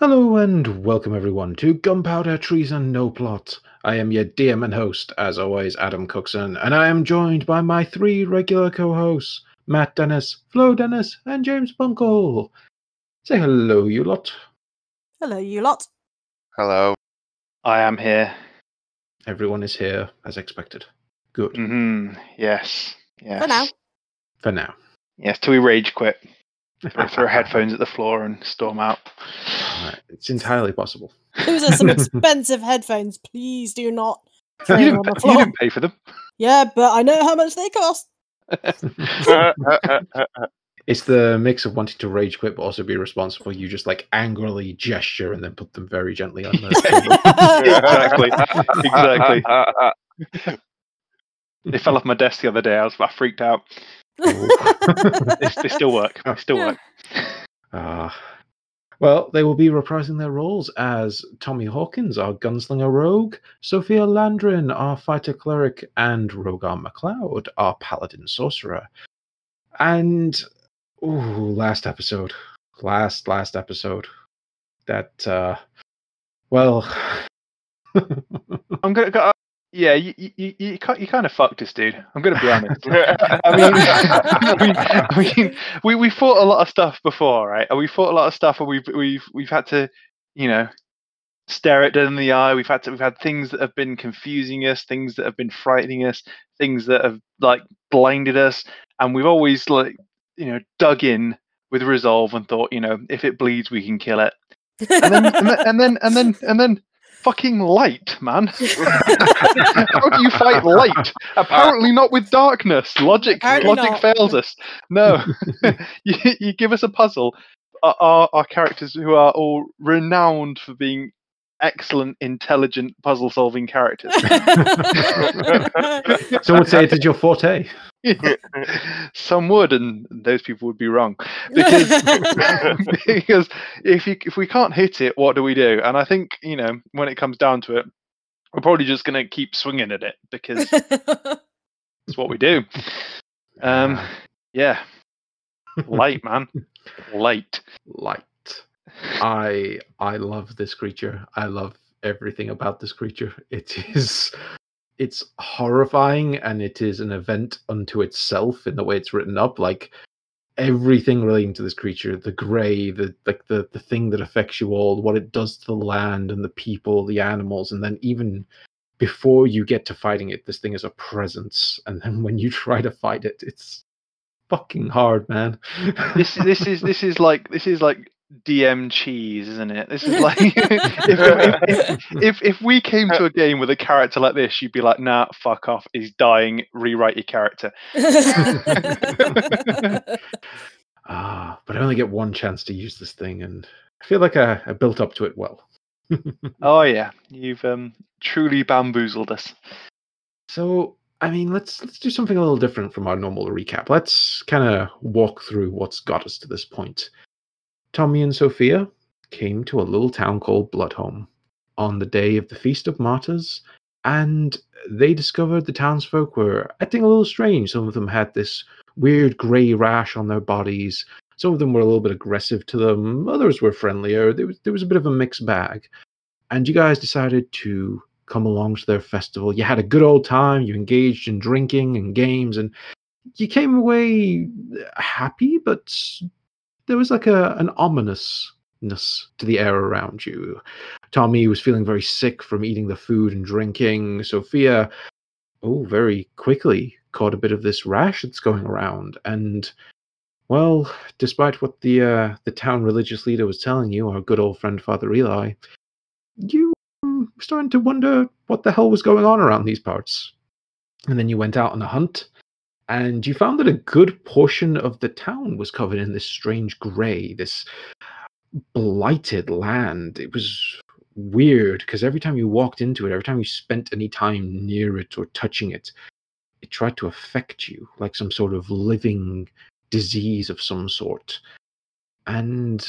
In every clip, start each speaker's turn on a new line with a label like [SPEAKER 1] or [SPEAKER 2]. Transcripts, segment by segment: [SPEAKER 1] Hello and welcome everyone to Gunpowder Treason No Plot. I am your DM and host, as always, Adam Cookson, and I am joined by my three regular co-hosts, Matt Dennis, Flo Dennis, and James Bunkle. Say hello, you lot.
[SPEAKER 2] Hello, you lot.
[SPEAKER 3] Hello.
[SPEAKER 4] I am here.
[SPEAKER 1] Everyone is here as expected. Good
[SPEAKER 4] Mm-hmm. Yes. Yes.
[SPEAKER 2] For now.
[SPEAKER 1] for now.
[SPEAKER 4] Yes, till we rage quit. Throw, throw headphones at the floor and storm out.
[SPEAKER 1] Alright, It's entirely possible.
[SPEAKER 2] Those are some expensive headphones. Please do not.
[SPEAKER 4] You
[SPEAKER 2] throw them
[SPEAKER 4] didn't,
[SPEAKER 2] on the
[SPEAKER 4] pay, you
[SPEAKER 2] floor.
[SPEAKER 4] didn't pay for them.
[SPEAKER 2] Yeah, but I know how much they cost.
[SPEAKER 3] Uh, uh, uh, uh, uh.
[SPEAKER 1] It's the mix of wanting to rage quit but also be responsible. You just like angrily gesture and then put them very gently on the
[SPEAKER 4] Exactly. Exactly.
[SPEAKER 3] Uh, uh, uh, uh.
[SPEAKER 4] They fell off my desk the other day. I was I freaked out. They, they still work. They still
[SPEAKER 2] Yeah.
[SPEAKER 4] work.
[SPEAKER 1] Ah. Well, they will be reprising their roles as Tommy Hawkins, our gunslinger rogue, Sophia Landrin, our fighter cleric, and Rogar McLeod, our paladin sorcerer. And ooh, last episode. Last last episode. That uh well
[SPEAKER 4] I'm gonna. go yeah, you you you, you, ki- you kind of fucked us, dude. I'm gonna be honest. I mean, I mean, I mean, we we fought a lot of stuff before, right? And we fought a lot of stuff, and we've we've we've had to, you know, stare it dead in the eye. We've had to we've had things that have been confusing us, things that have been frightening us, things that have like blinded us, and we've always like you know dug in with resolve and thought, you know, if it bleeds, we can kill it. And then and then and then and then, and then fucking light, man. How do you fight light? Apparently not with darkness. Logic
[SPEAKER 2] Apparently
[SPEAKER 4] logic
[SPEAKER 2] not.
[SPEAKER 4] fails us. No, you, you give us a puzzle. Our, our, our characters who are all renowned for being excellent, intelligent puzzle solving characters.
[SPEAKER 1] some would say it is your forte.
[SPEAKER 4] Some would, and those people would be wrong. Because- because if you if we can't hit it, what do we do? And I think you know when it comes down to it, we're probably just going to keep swinging at it because it's what we do. Um,
[SPEAKER 1] Ah,
[SPEAKER 4] yeah, light man, light.
[SPEAKER 1] light. I I love this creature. I love everything about this creature. It is it's horrifying and it is an event unto itself in the way it's written up. Like everything relating to this creature, the grey, the like the, the thing that affects you all, what it does to the land and the people, the animals, and then even before you get to fighting it, this thing is a presence. And then when you try to fight it, it's fucking hard, man.
[SPEAKER 4] This this is this is like this is like DM cheese, isn't it? This is like if, if, if if we came to a game with a character like this, you'd be like, nah, fuck off. He's dying. Rewrite your character.
[SPEAKER 1] Ah, but I only get one chance to use this thing, and I feel like I, I built up to it well.
[SPEAKER 4] Oh yeah, you've um, truly bamboozled us.
[SPEAKER 1] So, I mean, let's let's do something a little different from our normal recap. Let's kind of walk through what's got us to this point. Tommy and Sophia came to a little town called Bloodhome on the day of the Feast of Martyrs, and they discovered the townsfolk were acting a little strange. Some of them had this weird grey rash on their bodies. Some of them were a little bit aggressive to them. Others were friendlier. There was, there was a bit of a mixed bag. And you guys decided to come along to their festival. You had a good old time. You engaged in drinking and games, and you came away happy, but there was like a an ominousness to the air around you. Tommy was feeling very sick from eating the food and drinking. Sophia, oh, very quickly caught a bit of this rash that's going around, and well, despite what the uh, the town religious leader was telling you, our good old friend Father Eli, you mm, starting to wonder what the hell was going on around these parts. And then you went out on a hunt, and you found that a good portion of the town was covered in this strange grey, this blighted land. It was weird because every time you walked into it, every time you spent any time near it or touching it, it tried to affect you like some sort of living disease of some sort. And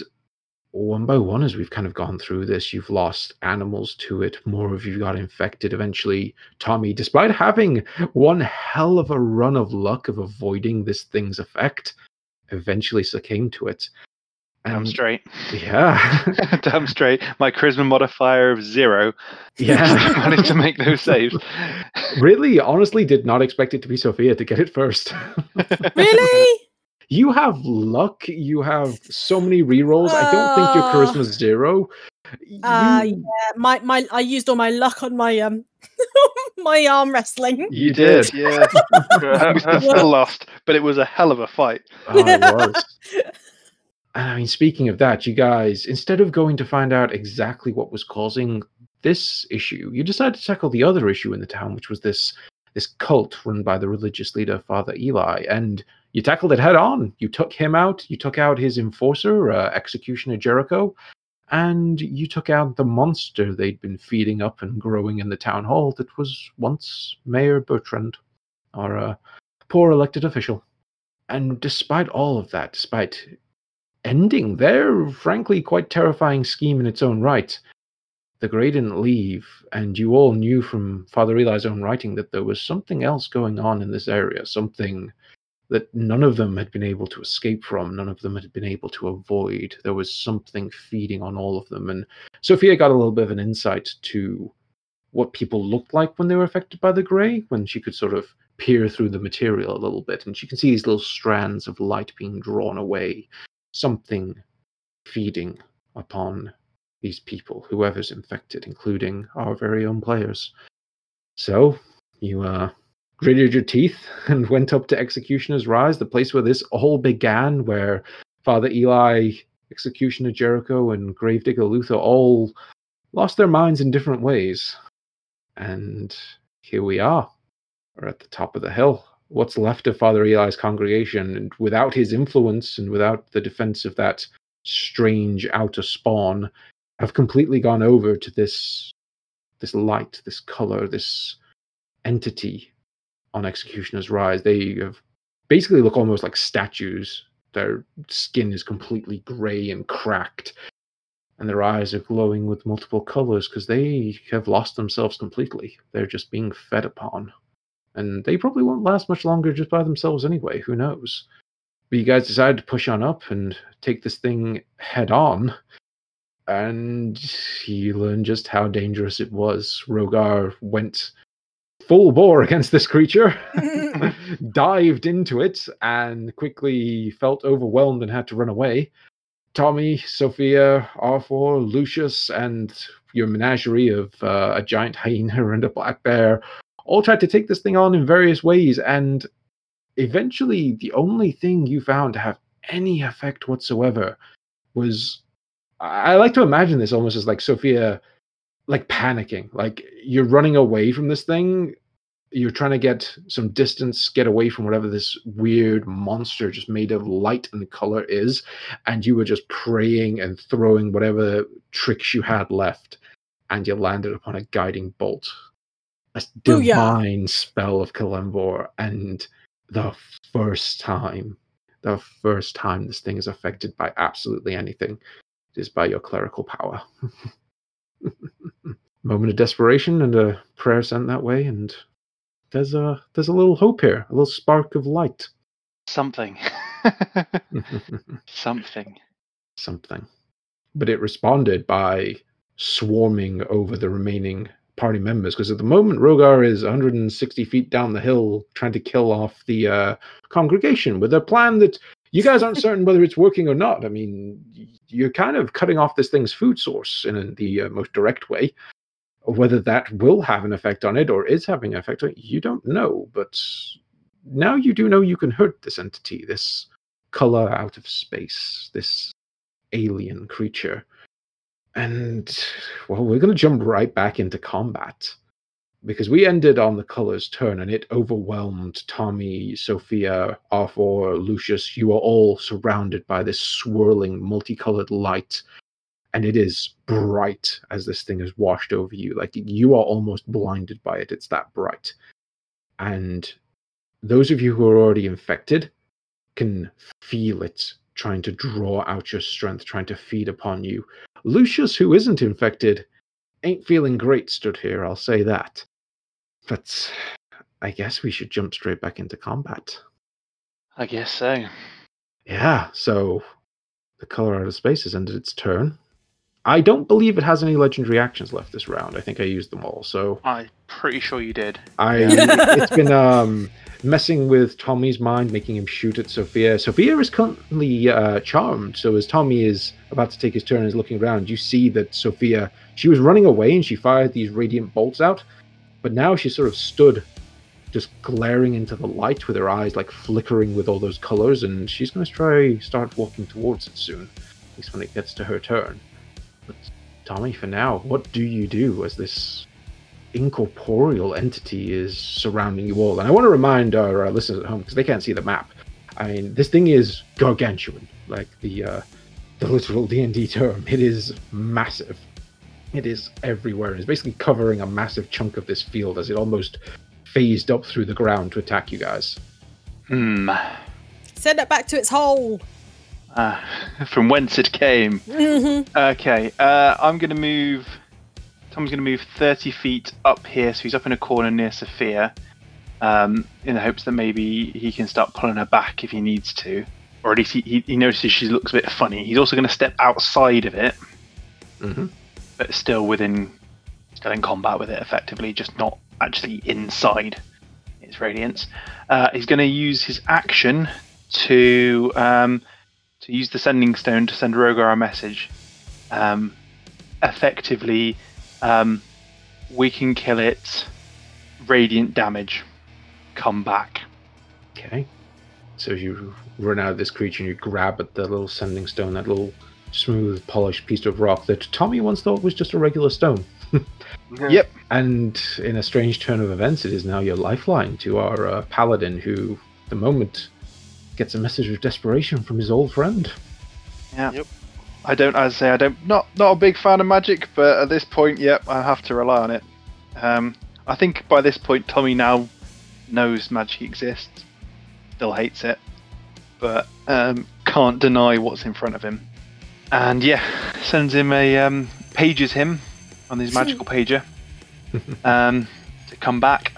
[SPEAKER 1] one by one as we've kind of gone through this you've lost animals to it more of you got infected eventually tommy despite having one hell of a run of luck of avoiding this thing's effect eventually succumbed to it
[SPEAKER 4] Damn
[SPEAKER 1] And-
[SPEAKER 4] straight.
[SPEAKER 1] Yeah.
[SPEAKER 4] Damn Um, straight. My charisma modifier of zero.
[SPEAKER 1] yeah.
[SPEAKER 4] managed to make those saves.
[SPEAKER 1] really, honestly, did not expect it to be Sophia to get it first.
[SPEAKER 2] Really?
[SPEAKER 1] you have luck. You have so many rerolls. I don't think your
[SPEAKER 2] Uh,
[SPEAKER 1] charisma's zero.
[SPEAKER 2] Uh,
[SPEAKER 1] You-
[SPEAKER 2] yeah. My my I used all my luck on my um my arm wrestling.
[SPEAKER 1] you, did.
[SPEAKER 4] Yeah. we still lost, but it was a hell of a fight.
[SPEAKER 1] Oh, it was. And I mean, speaking of that, you guys, instead of going to find out exactly what was causing this issue, you decided to tackle the other issue in the town, which was this this cult run by the religious leader Father Eli, and you tackled it head on. You took him out. You took out his enforcer, uh, executioner Jericho, and you took out the monster they'd been feeding up and growing in the town hall that was once Mayor Bertrand, our uh, poor elected official. And despite all of that, despite ending their frankly quite terrifying scheme in its own right, the Grey didn't leave, and you all knew from Father Eli's own writing that there was something else going on in this area, something that none of them had been able to escape from, none of them had been able to avoid. There was something feeding on all of them, and Sophia got a little bit of an insight to what people looked like when they were affected by the Grey, when she could sort of peer through the material a little bit, and she can see these little strands of light being drawn away. Something feeding upon these people, whoever's infected, including our very own players. So you uh, gritted your teeth and went up to Executioner's Rise, the place where this all began, where Father Eli, Executioner Jericho, and Gravedigger Luther all lost their minds in different ways. And here we are are at the top of the hill. What's left of Father Eli's congregation, and without his influence and without the defense of that strange outer spawn, have completely gone over to this this light, this color, this entity on Executioner's Rise. They have basically look almost like statues. Their skin is completely gray and cracked, and their eyes are glowing with multiple colors because they have lost themselves completely. They're just being fed upon and they probably won't last much longer just by themselves anyway. Who knows? But you guys decided to push on up and take this thing head on, and you learn just how dangerous it was. Rogar went full bore against this creature, dived into it, and quickly felt overwhelmed and had to run away. Tommy, Sophia, R4, Lucius, and your menagerie of uh, a giant hyena and a black bear all tried to take this thing on in various ways, and eventually the only thing you found to have any effect whatsoever was I I like to imagine this almost as like Sophia like panicking. Like you're running away from this thing. You're trying to get some distance, get away from whatever this weird monster just made of light and color is. And you were just praying and throwing whatever tricks you had left. And you landed upon a guiding bolt, a s-
[SPEAKER 2] Booyah.
[SPEAKER 1] divine spell of Kalembor. And the first time, the first time this thing is affected by absolutely anything, it is by your clerical power. Moment of desperation and a prayer sent that way, and there's a there's a little hope here, a little spark of light,
[SPEAKER 4] Something. Something.
[SPEAKER 1] something. But it responded by swarming over the remaining party members because at the moment Rogar is 160 feet down the hill trying to kill off the uh, congregation with a plan that you guys aren't certain whether it's working or not. I mean, y- you're kind of cutting off this thing's food source in the uh, most direct way. Whether that will have an effect on it or is having an effect on it, you don't know. But now you do know you can hurt this entity, this color out of space, this alien creature. And well, we're going to jump right back into combat because we ended on the colors turn and it overwhelmed Tommy, Sophia, Arthur, Lucius. You are all surrounded by this swirling, multicolored light, and it is bright as this thing is washed over you. Like you are almost blinded by it. It's that bright. And those of you who are already infected can feel it trying to draw out your strength, trying to feed upon you. Lucius, who isn't infected, ain't feeling great stood here, I'll say that. But I guess we should jump straight back into combat.
[SPEAKER 4] I guess so.
[SPEAKER 1] Yeah, so The color out of space has ended its turn. I don't believe it has any legendary actions left this round. I think I used them all. So
[SPEAKER 4] I'm pretty sure you did.
[SPEAKER 1] I
[SPEAKER 2] Yeah.
[SPEAKER 1] it's been um messing with Tommy's mind, making him shoot at Sophia. Sophia is currently uh, charmed, so as Tommy is about to take his turn and is looking around, you see that Sophia she was running away and she fired these radiant bolts out, but now she sort of stood just glaring into the light with her eyes like flickering with all those colors, and she's going to try start walking towards it soon, at least when it gets to her turn. But Tommy, for now, what do you do as this incorporeal entity is surrounding you all. And I want to remind our uh, listeners at home because they can't see the map. I mean, this thing is gargantuan, like the uh, the literal D and D term. It is massive. It is everywhere. It's basically covering a massive chunk of this field as it almost phased up through the ground to attack you guys.
[SPEAKER 4] Hmm.
[SPEAKER 2] Send it back to its hole.
[SPEAKER 4] Ah, from whence it came.
[SPEAKER 2] Mm-hmm.
[SPEAKER 4] Okay, uh, I'm going to move. Tom's going to move 30 feet up here, so he's up in a corner near Sophia, um, in the hopes that maybe he can start pulling her back if he needs to. Or at least he, he, he notices she looks a bit funny. He's also going to step outside of it,
[SPEAKER 1] Mm-hmm.
[SPEAKER 4] but still within, still in combat with it effectively, just not actually inside its radiance. Uh, he's going to use his action to um, to use the sending stone to send Rogar a message. Um, effectively, um, we can kill it. Radiant damage. Come back.
[SPEAKER 1] Okay. So you run out of this creature and you grab at the little sending stone, that little smooth, polished piece of rock that Tommy once thought was just a regular stone. Yep. And in a strange turn of events, it is now your lifeline to our uh, paladin, who, the moment, gets a message of desperation from his old friend.
[SPEAKER 4] I don't. I say I don't. Not not a big fan of magic, but at this point, yep, I have to rely on it. Um, I think by this point, Tommy now knows magic exists. Still hates it, but um, can't deny what's in front of him. And yeah, sends him a um, pages him on his magical pager um, to come back,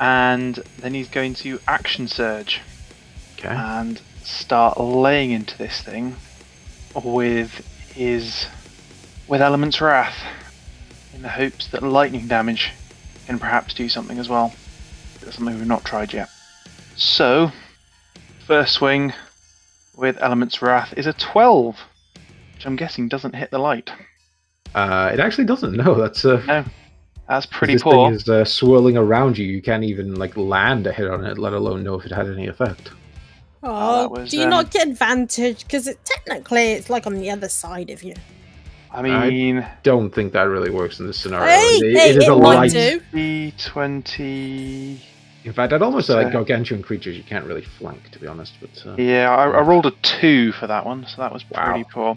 [SPEAKER 4] and then he's going to action surge
[SPEAKER 1] Okay.
[SPEAKER 4] and start laying into this thing with his with elements wrath in the hopes that lightning damage can perhaps do something as well that's something we've not tried yet so first swing with elements wrath is a 12 which i'm guessing doesn't hit the light
[SPEAKER 1] Uh, it actually doesn't. No, that's uh,
[SPEAKER 4] that's pretty
[SPEAKER 1] this
[SPEAKER 4] poor
[SPEAKER 1] thing is uh, swirling around you. You can't even like land a hit on it, let alone know if it had any effect.
[SPEAKER 2] Oh,
[SPEAKER 4] that was,
[SPEAKER 2] do you
[SPEAKER 4] um,
[SPEAKER 2] not get advantage? Because it, technically, it's like on the other side of you.
[SPEAKER 4] i mean
[SPEAKER 1] Don't think that really works in this scenario.
[SPEAKER 2] Hey,
[SPEAKER 1] It-
[SPEAKER 2] hey,
[SPEAKER 1] it is
[SPEAKER 2] it
[SPEAKER 1] a
[SPEAKER 2] might
[SPEAKER 1] light.
[SPEAKER 2] do.
[SPEAKER 4] b20
[SPEAKER 1] In fact, I'd almost say like
[SPEAKER 4] So-
[SPEAKER 1] gargantuan creatures you can't really flank, to be honest. But uh,
[SPEAKER 4] Yeah, I, I rolled a two for that one, so that was pretty poor.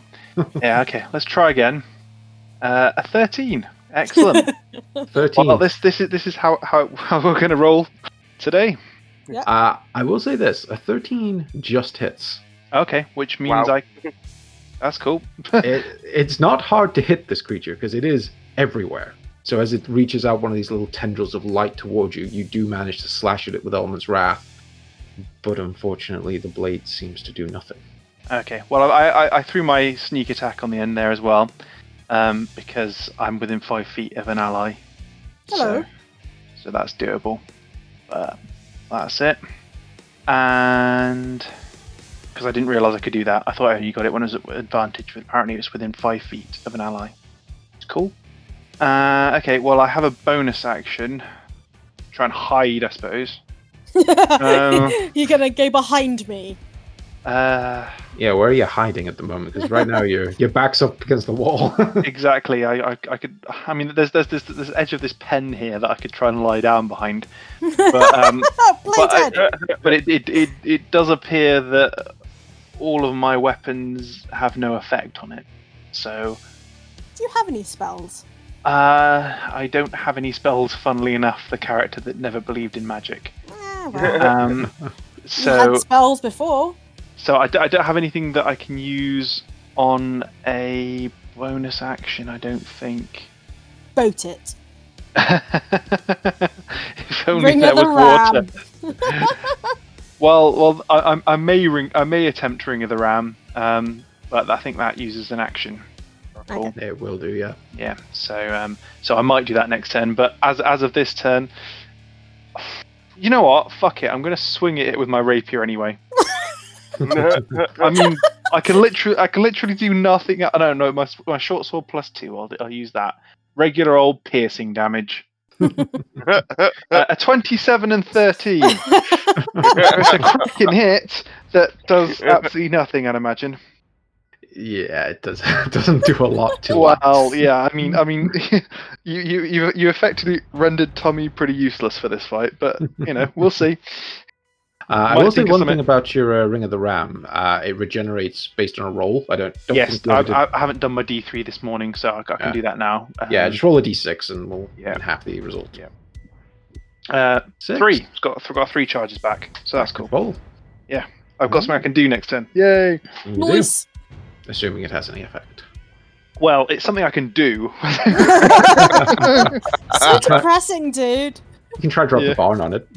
[SPEAKER 4] yeah, okay, let's try again. Uh, a thirteen, excellent.
[SPEAKER 1] thirteen.
[SPEAKER 4] well, this this is this is how how, how we're going to roll today.
[SPEAKER 1] uh, I will say this: a thirteen just hits.
[SPEAKER 4] Okay, which means
[SPEAKER 3] Wow.
[SPEAKER 4] I. That's cool.
[SPEAKER 1] it, it's not hard to hit this creature because it is everywhere. So as it reaches out one of these little tendrils of light towards you, you do manage to slash at it with Element's Wrath. But unfortunately, the blade seems to do nothing.
[SPEAKER 4] Okay, well, I, I I threw my sneak attack on the end there as well, um, because I'm within five feet of an ally.
[SPEAKER 2] Hello.
[SPEAKER 4] So, so that's doable. But that's it. And because I didn't realise I could do that, I thought I only got it when it was at advantage, but apparently it's within five feet of an ally. It's cool. Uh, okay, well, I have a bonus action. Try and hide, I suppose. Um.
[SPEAKER 2] You're gonna go behind me.
[SPEAKER 4] Uh,
[SPEAKER 1] Yeah, where are you hiding at the moment? Because right now your your back's up against the wall.
[SPEAKER 4] exactly. I, I, I could. I mean, there's there's this this edge of this pen here that I could try and lie down behind, but um,
[SPEAKER 2] Oh,
[SPEAKER 4] but, I- uh,
[SPEAKER 2] playtime.
[SPEAKER 4] but it, it, it, it does appear that all of my weapons have no effect on it. So
[SPEAKER 2] Do you have any spells?
[SPEAKER 4] uh, I don't have any spells, funnily enough, the character that never believed in magic.
[SPEAKER 2] Ah, well,
[SPEAKER 4] Um,
[SPEAKER 2] you
[SPEAKER 4] so
[SPEAKER 2] had spells before.
[SPEAKER 4] so I, d- I don't have anything that I can use on a bonus action, I don't think.
[SPEAKER 2] Boat it.
[SPEAKER 4] if only
[SPEAKER 2] Ring
[SPEAKER 4] there
[SPEAKER 2] of the
[SPEAKER 4] was water.
[SPEAKER 2] ram.
[SPEAKER 4] Well, well, I, I, I may ring, I may attempt Ring of the Ram, um, but but I think that uses an action. Cool.
[SPEAKER 1] It will do, yeah.
[SPEAKER 4] Yeah. So um, so I might do that next turn, but as as of this turn, you know what? Fuck it. I'm gonna swing at it with my rapier anyway. I mean, I can literally I can literally do nothing. I don't know. My s- my short sword plus two. I'll I'll use that. Regular old piercing damage. Uh, a 27 and 13. it's a cracking hit that does absolutely nothing, I'd imagine.
[SPEAKER 1] yeah, it does it doesn't do a lot to it.
[SPEAKER 4] Well, yeah, I mean, I mean, you you you you effectively rendered Tommy pretty useless for this fight, but you know, we'll see.
[SPEAKER 1] Uh, I
[SPEAKER 4] Might
[SPEAKER 1] will say
[SPEAKER 4] think of
[SPEAKER 1] one
[SPEAKER 4] something-
[SPEAKER 1] thing about your uh, Ring of the Ram. Uh, it regenerates based on a roll. I don't. don't
[SPEAKER 4] yes,
[SPEAKER 1] think you
[SPEAKER 4] I,
[SPEAKER 1] ever did-
[SPEAKER 4] I, I haven't done my D three this morning, so I, I can
[SPEAKER 1] Yeah.
[SPEAKER 4] do that now.
[SPEAKER 1] yeah,
[SPEAKER 4] Um,
[SPEAKER 1] just roll a d6 and we'll
[SPEAKER 4] Yeah.
[SPEAKER 1] and half the result.
[SPEAKER 4] Yeah. uh,
[SPEAKER 1] Six.
[SPEAKER 4] three. It's got it's got three charges back, so that's cool.
[SPEAKER 1] Roll.
[SPEAKER 4] I've
[SPEAKER 1] Mm-hmm.
[SPEAKER 4] got something I can do next turn. Yay!
[SPEAKER 1] You do,
[SPEAKER 2] Nice.
[SPEAKER 1] assuming it has any effect.
[SPEAKER 4] Well, it's something I can do.
[SPEAKER 2] so depressing, dude.
[SPEAKER 1] You can try drop
[SPEAKER 4] Yeah.
[SPEAKER 1] the barn on it.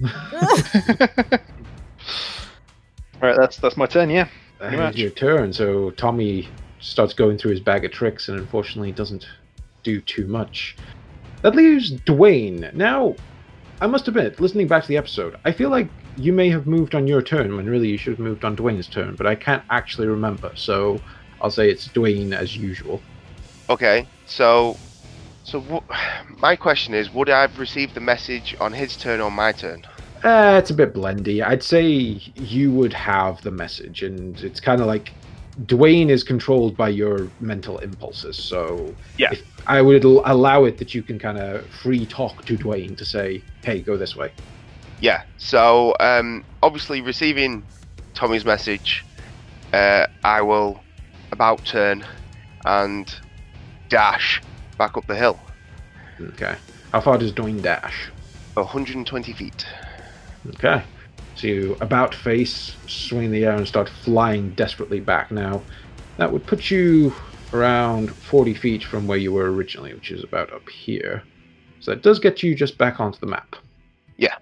[SPEAKER 4] Right, that's that's my turn. Yeah.
[SPEAKER 1] That is
[SPEAKER 4] much.
[SPEAKER 1] your turn. So Tommy starts going through his bag of tricks and unfortunately doesn't do too much. That leaves Dwayne. Now, I must admit, listening back to the episode, I feel like you may have moved on your turn when really you should have moved on Dwayne's turn, but I can't actually remember. So I'll say it's Dwayne as usual.
[SPEAKER 3] Okay, so so wh- my question is, would I have received the message on his turn or my turn?
[SPEAKER 1] Uh, it's a bit blendy. I'd say you would have the message, and it's kind of like Dwayne is controlled by your mental impulses. So
[SPEAKER 4] Yeah.
[SPEAKER 1] if- I would al- allow it that you can kind of free talk to Dwayne to say, "Hey, go this way."
[SPEAKER 3] Yeah. So um, obviously receiving Tommy's message, uh, I will about turn and dash back up the hill,
[SPEAKER 1] Okay. How far does Dwayne dash?
[SPEAKER 3] 120 feet.
[SPEAKER 1] Okay. So you about face, swing in the air, and start flying desperately back. Now, that would put you around 40 feet from where you were originally, which is about up here. So that does get you just back onto the map.
[SPEAKER 3] Yeah.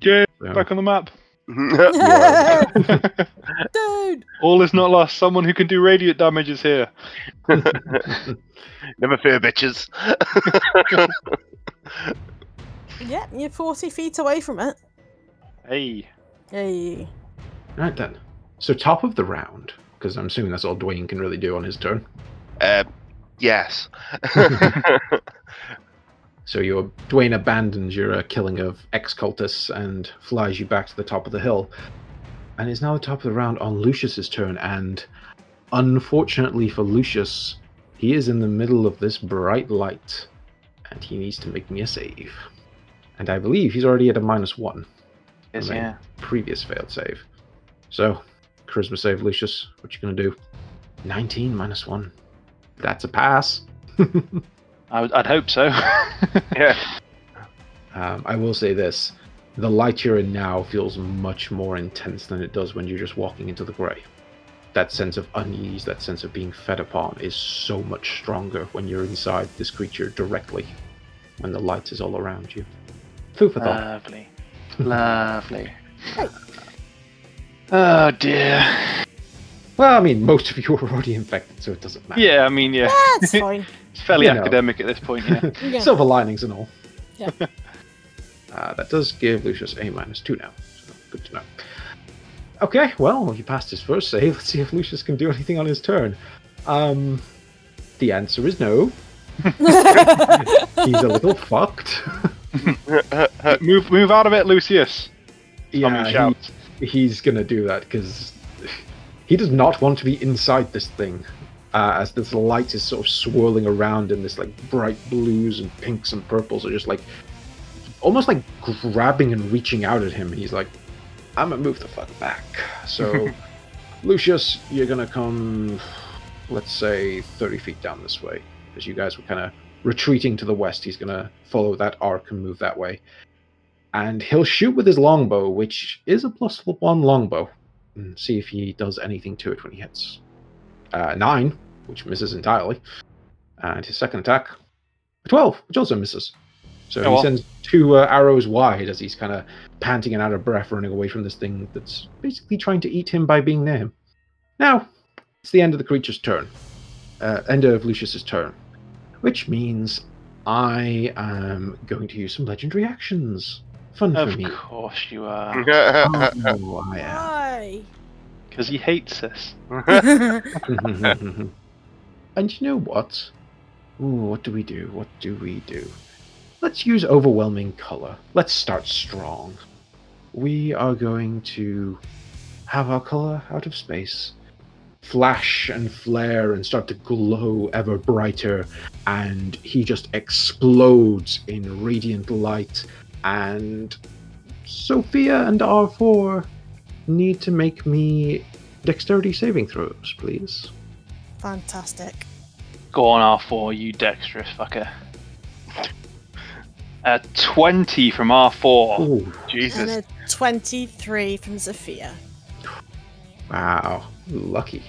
[SPEAKER 4] Yeah.
[SPEAKER 1] So-
[SPEAKER 4] Back on the map.
[SPEAKER 2] dude.
[SPEAKER 4] All is not lost. Someone who can do radiant damage is here.
[SPEAKER 3] Never fear, bitches.
[SPEAKER 2] Yeah, you're 40 feet away from it.
[SPEAKER 4] Hey.
[SPEAKER 2] Hey.
[SPEAKER 1] Right then. So top of the round, because I'm assuming that's all Dwayne can really do on his turn.
[SPEAKER 3] Um, yes.
[SPEAKER 1] So your Dwayne abandons your uh, killing of ex-cultists and flies you back to the top of the hill, and it's now the top of the round on Lucius's turn. And unfortunately for Lucius, he is in the middle of this bright light, and he needs to make me a save. And I believe he's already at a minus one
[SPEAKER 4] Yes,
[SPEAKER 1] Amazing.
[SPEAKER 4] yeah.
[SPEAKER 1] previous failed save. So, charisma save, Lucius. What you gonna do? 19 minus one. That's a pass.
[SPEAKER 4] I would, I'd hope so. yeah.
[SPEAKER 1] Um, I will say this: the light you're in now feels much more intense than it does when you're just walking into the grey. That sense of unease, that sense of being fed upon, is so much stronger when you're inside this creature directly, when the light is all around you. Food for thought.
[SPEAKER 4] Lovely. Lovely. Oh dear.
[SPEAKER 1] well, I mean, most of you are already infected, so it doesn't matter.
[SPEAKER 4] Yeah, I mean, yeah,
[SPEAKER 2] That's fine.
[SPEAKER 4] it's fairly
[SPEAKER 1] You know.
[SPEAKER 4] academic at this point. Yeah.
[SPEAKER 2] Yeah.
[SPEAKER 1] Silver linings and all.
[SPEAKER 2] Yeah.
[SPEAKER 1] uh, that does give Lucius a minus two now. So good to know. Okay, well, he passed his first save. Let's see if Lucius can do anything on his turn. Um, the answer is no. He's a little fucked.
[SPEAKER 4] Uh, move, move out of it, Lucius. I mean,
[SPEAKER 1] Yeah,
[SPEAKER 4] shout.
[SPEAKER 1] he- he's gonna do that because he does not want to be inside this thing. Uh, as this light is sort of swirling around, and this like bright blues and pinks and purples are just like almost like grabbing and reaching out at him. And he's like, "I'm gonna move the fuck back." So, Lucius, you're gonna come, let's say, 30 feet down this way, as you guys were kind of retreating to the west. He's gonna follow that arc and move that way and he'll shoot with his longbow, which is a plus one longbow, and see if he does anything to it when he hits. Uh, nine, which misses entirely, and his second attack, twelve, which also misses. So
[SPEAKER 4] Oh,
[SPEAKER 1] he
[SPEAKER 4] well.
[SPEAKER 1] sends two uh, arrows wide as he's kind of panting and out of breath, running away from this thing that's basically trying to eat him by being near him. Now, It's the end of the creature's turn. Uh, end of Lucius's turn, which means I am going to use some legendary actions. Fun for
[SPEAKER 4] Of
[SPEAKER 1] me.
[SPEAKER 4] course you are,
[SPEAKER 1] Oh, I am.
[SPEAKER 2] Why?
[SPEAKER 4] because he hates us.
[SPEAKER 1] and you know what? Ooh, what do we do? What do we do? Let's use overwhelming color. Let's start strong. We are going to have our color out of space flash and flare and start to glow ever brighter and he just explodes in radiant light and Sophia and R4 need to make me dexterity saving throws, please.
[SPEAKER 2] Fantastic.
[SPEAKER 4] Go on, R4, you dexterous fucker. A 20 from R4.
[SPEAKER 1] Oh,
[SPEAKER 3] Jesus.
[SPEAKER 2] And a 23 from Sophia.
[SPEAKER 1] wow. Lucky.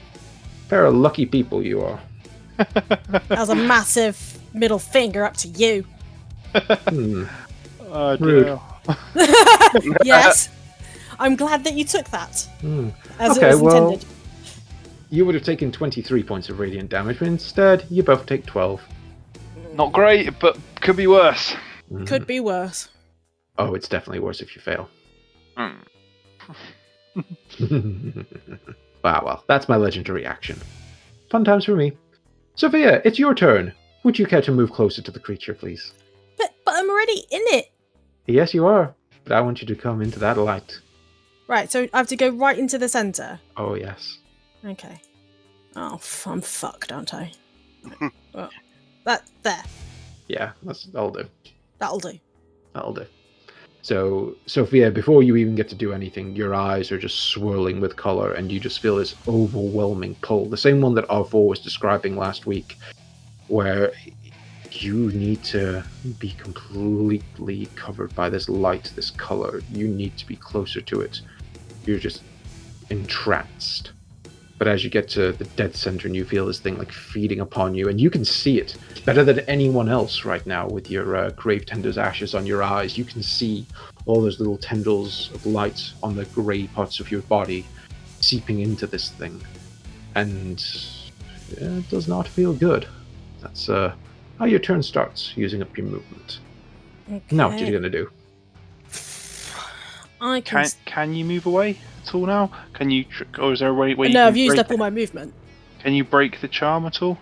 [SPEAKER 1] Pair of lucky people you are.
[SPEAKER 2] That was a massive middle finger up to you.
[SPEAKER 1] Hmm.
[SPEAKER 4] Oh,
[SPEAKER 1] Rude.
[SPEAKER 4] dear.
[SPEAKER 2] yes. I'm glad that you took that
[SPEAKER 1] hmm.
[SPEAKER 2] as
[SPEAKER 1] Okay,
[SPEAKER 2] it was
[SPEAKER 1] well-
[SPEAKER 2] intended.
[SPEAKER 1] You would have taken 23 points of radiant damage, but instead, you both take 12.
[SPEAKER 4] Not great, but could be worse.
[SPEAKER 1] Hmm.
[SPEAKER 2] Could be worse.
[SPEAKER 1] Oh, it's definitely worse if you fail.
[SPEAKER 4] Hmm.
[SPEAKER 1] wow, well, that's my legendary action. Fun times for me. Sophia, it's your turn. Would you care to move closer to the creature, please?
[SPEAKER 2] But but I'm already in it.
[SPEAKER 1] Yes, you are. But I want you to come into that light.
[SPEAKER 2] Right, so I have to go right into the center.
[SPEAKER 1] Oh, yes.
[SPEAKER 2] Okay. Oh, f- I'm fucked, aren't I? Well, that there.
[SPEAKER 1] Yeah, that's, that'll do.
[SPEAKER 2] That'll do.
[SPEAKER 1] That'll do. So, Sophia, before you even get to do anything, your eyes are just swirling with color, and you just feel this overwhelming pull. The same one that R4 was describing last week, where you need to be completely covered by this light, this color. You need to be closer to it. You're just entranced. But as you get to the dead center and you feel this thing like feeding upon you, and you can see it better than anyone else right now with your uh, grave tender's ashes on your eyes. You can see all those little tendrils of light on the grey parts of your body seeping into this thing, and uh, it does not feel good. That's uh, how your turn starts, using up your movement. Now, what are
[SPEAKER 2] Okay.
[SPEAKER 1] you gonna do?
[SPEAKER 2] I can.
[SPEAKER 4] Can
[SPEAKER 2] s-
[SPEAKER 4] can you move away at all now? Can you? tr- Or is there a way where you
[SPEAKER 2] no,
[SPEAKER 4] can
[SPEAKER 2] I've used
[SPEAKER 4] break,
[SPEAKER 2] up all my movement.
[SPEAKER 4] Can you break the charm at all?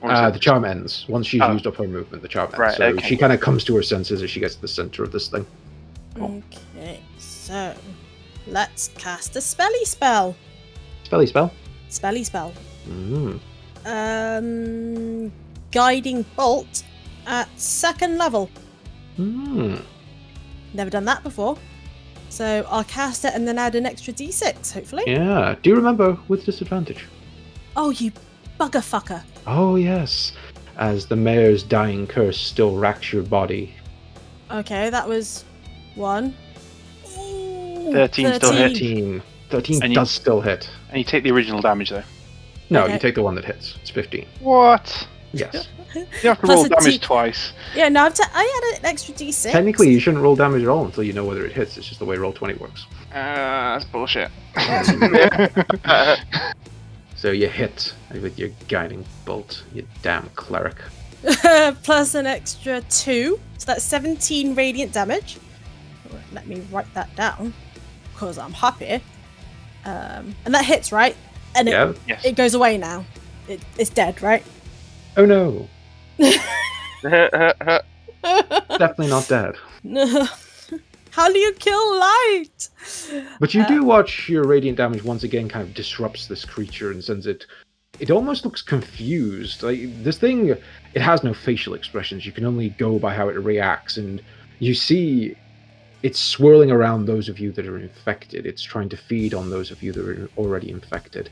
[SPEAKER 4] Or is
[SPEAKER 1] Uh,
[SPEAKER 4] it-
[SPEAKER 1] the charm ends once she's
[SPEAKER 4] Oh.
[SPEAKER 1] used up her movement. The charm ends,
[SPEAKER 4] Right,
[SPEAKER 1] so
[SPEAKER 4] okay.
[SPEAKER 1] she kind of comes to her senses as she gets to the center of this thing. Cool.
[SPEAKER 2] Okay, so let's cast a spelly spell.
[SPEAKER 1] Spelly spell.
[SPEAKER 2] Spelly spell.
[SPEAKER 1] Mm.
[SPEAKER 2] Um, guiding bolt at second level.
[SPEAKER 1] Mm.
[SPEAKER 2] Never done that before. So I'll cast it and then add an extra d6, hopefully.
[SPEAKER 1] Yeah. Do you remember with disadvantage?
[SPEAKER 2] Oh, you bugger fucker.
[SPEAKER 1] Oh, yes. As the mayor's dying curse still racks your body.
[SPEAKER 2] Okay, that was one. Ooh,
[SPEAKER 4] 13 still hit.
[SPEAKER 1] 13. 13
[SPEAKER 4] And you-
[SPEAKER 1] does still hit.
[SPEAKER 4] And you take the original damage though.
[SPEAKER 1] No,
[SPEAKER 2] Okay.
[SPEAKER 1] you take the one that hits. It's 15.
[SPEAKER 4] What?
[SPEAKER 1] Yes.
[SPEAKER 4] You have to
[SPEAKER 2] Plus
[SPEAKER 4] roll
[SPEAKER 2] a
[SPEAKER 4] damage
[SPEAKER 2] T-
[SPEAKER 4] twice.
[SPEAKER 2] Yeah, no, I've t- I had an extra d6.
[SPEAKER 1] Technically, you shouldn't roll damage at all until you know whether it hits. It's just the way roll 20 works.
[SPEAKER 4] Uh,
[SPEAKER 3] Ah,
[SPEAKER 4] that's bullshit.
[SPEAKER 1] So you hit with your guiding bolt, you damn cleric.
[SPEAKER 2] plus an extra two. So that's 17 radiant damage. Let me write that down because I'm happy. Um, and that hits, right? And it,
[SPEAKER 1] Yeah?
[SPEAKER 4] yes.
[SPEAKER 2] it goes away now. It, it's dead, right?
[SPEAKER 1] Oh no.
[SPEAKER 3] That's
[SPEAKER 1] Definitely not dead.
[SPEAKER 2] No. How do you kill light?
[SPEAKER 1] But you
[SPEAKER 2] Uh,
[SPEAKER 1] do watch your radiant damage once again kind of disrupts this creature and sends it. It almost looks confused. Like this thing, it has no facial expressions. You can only go by how it reacts, and you see it's swirling around those of you that are infected. It's trying to feed on those of you that are already infected,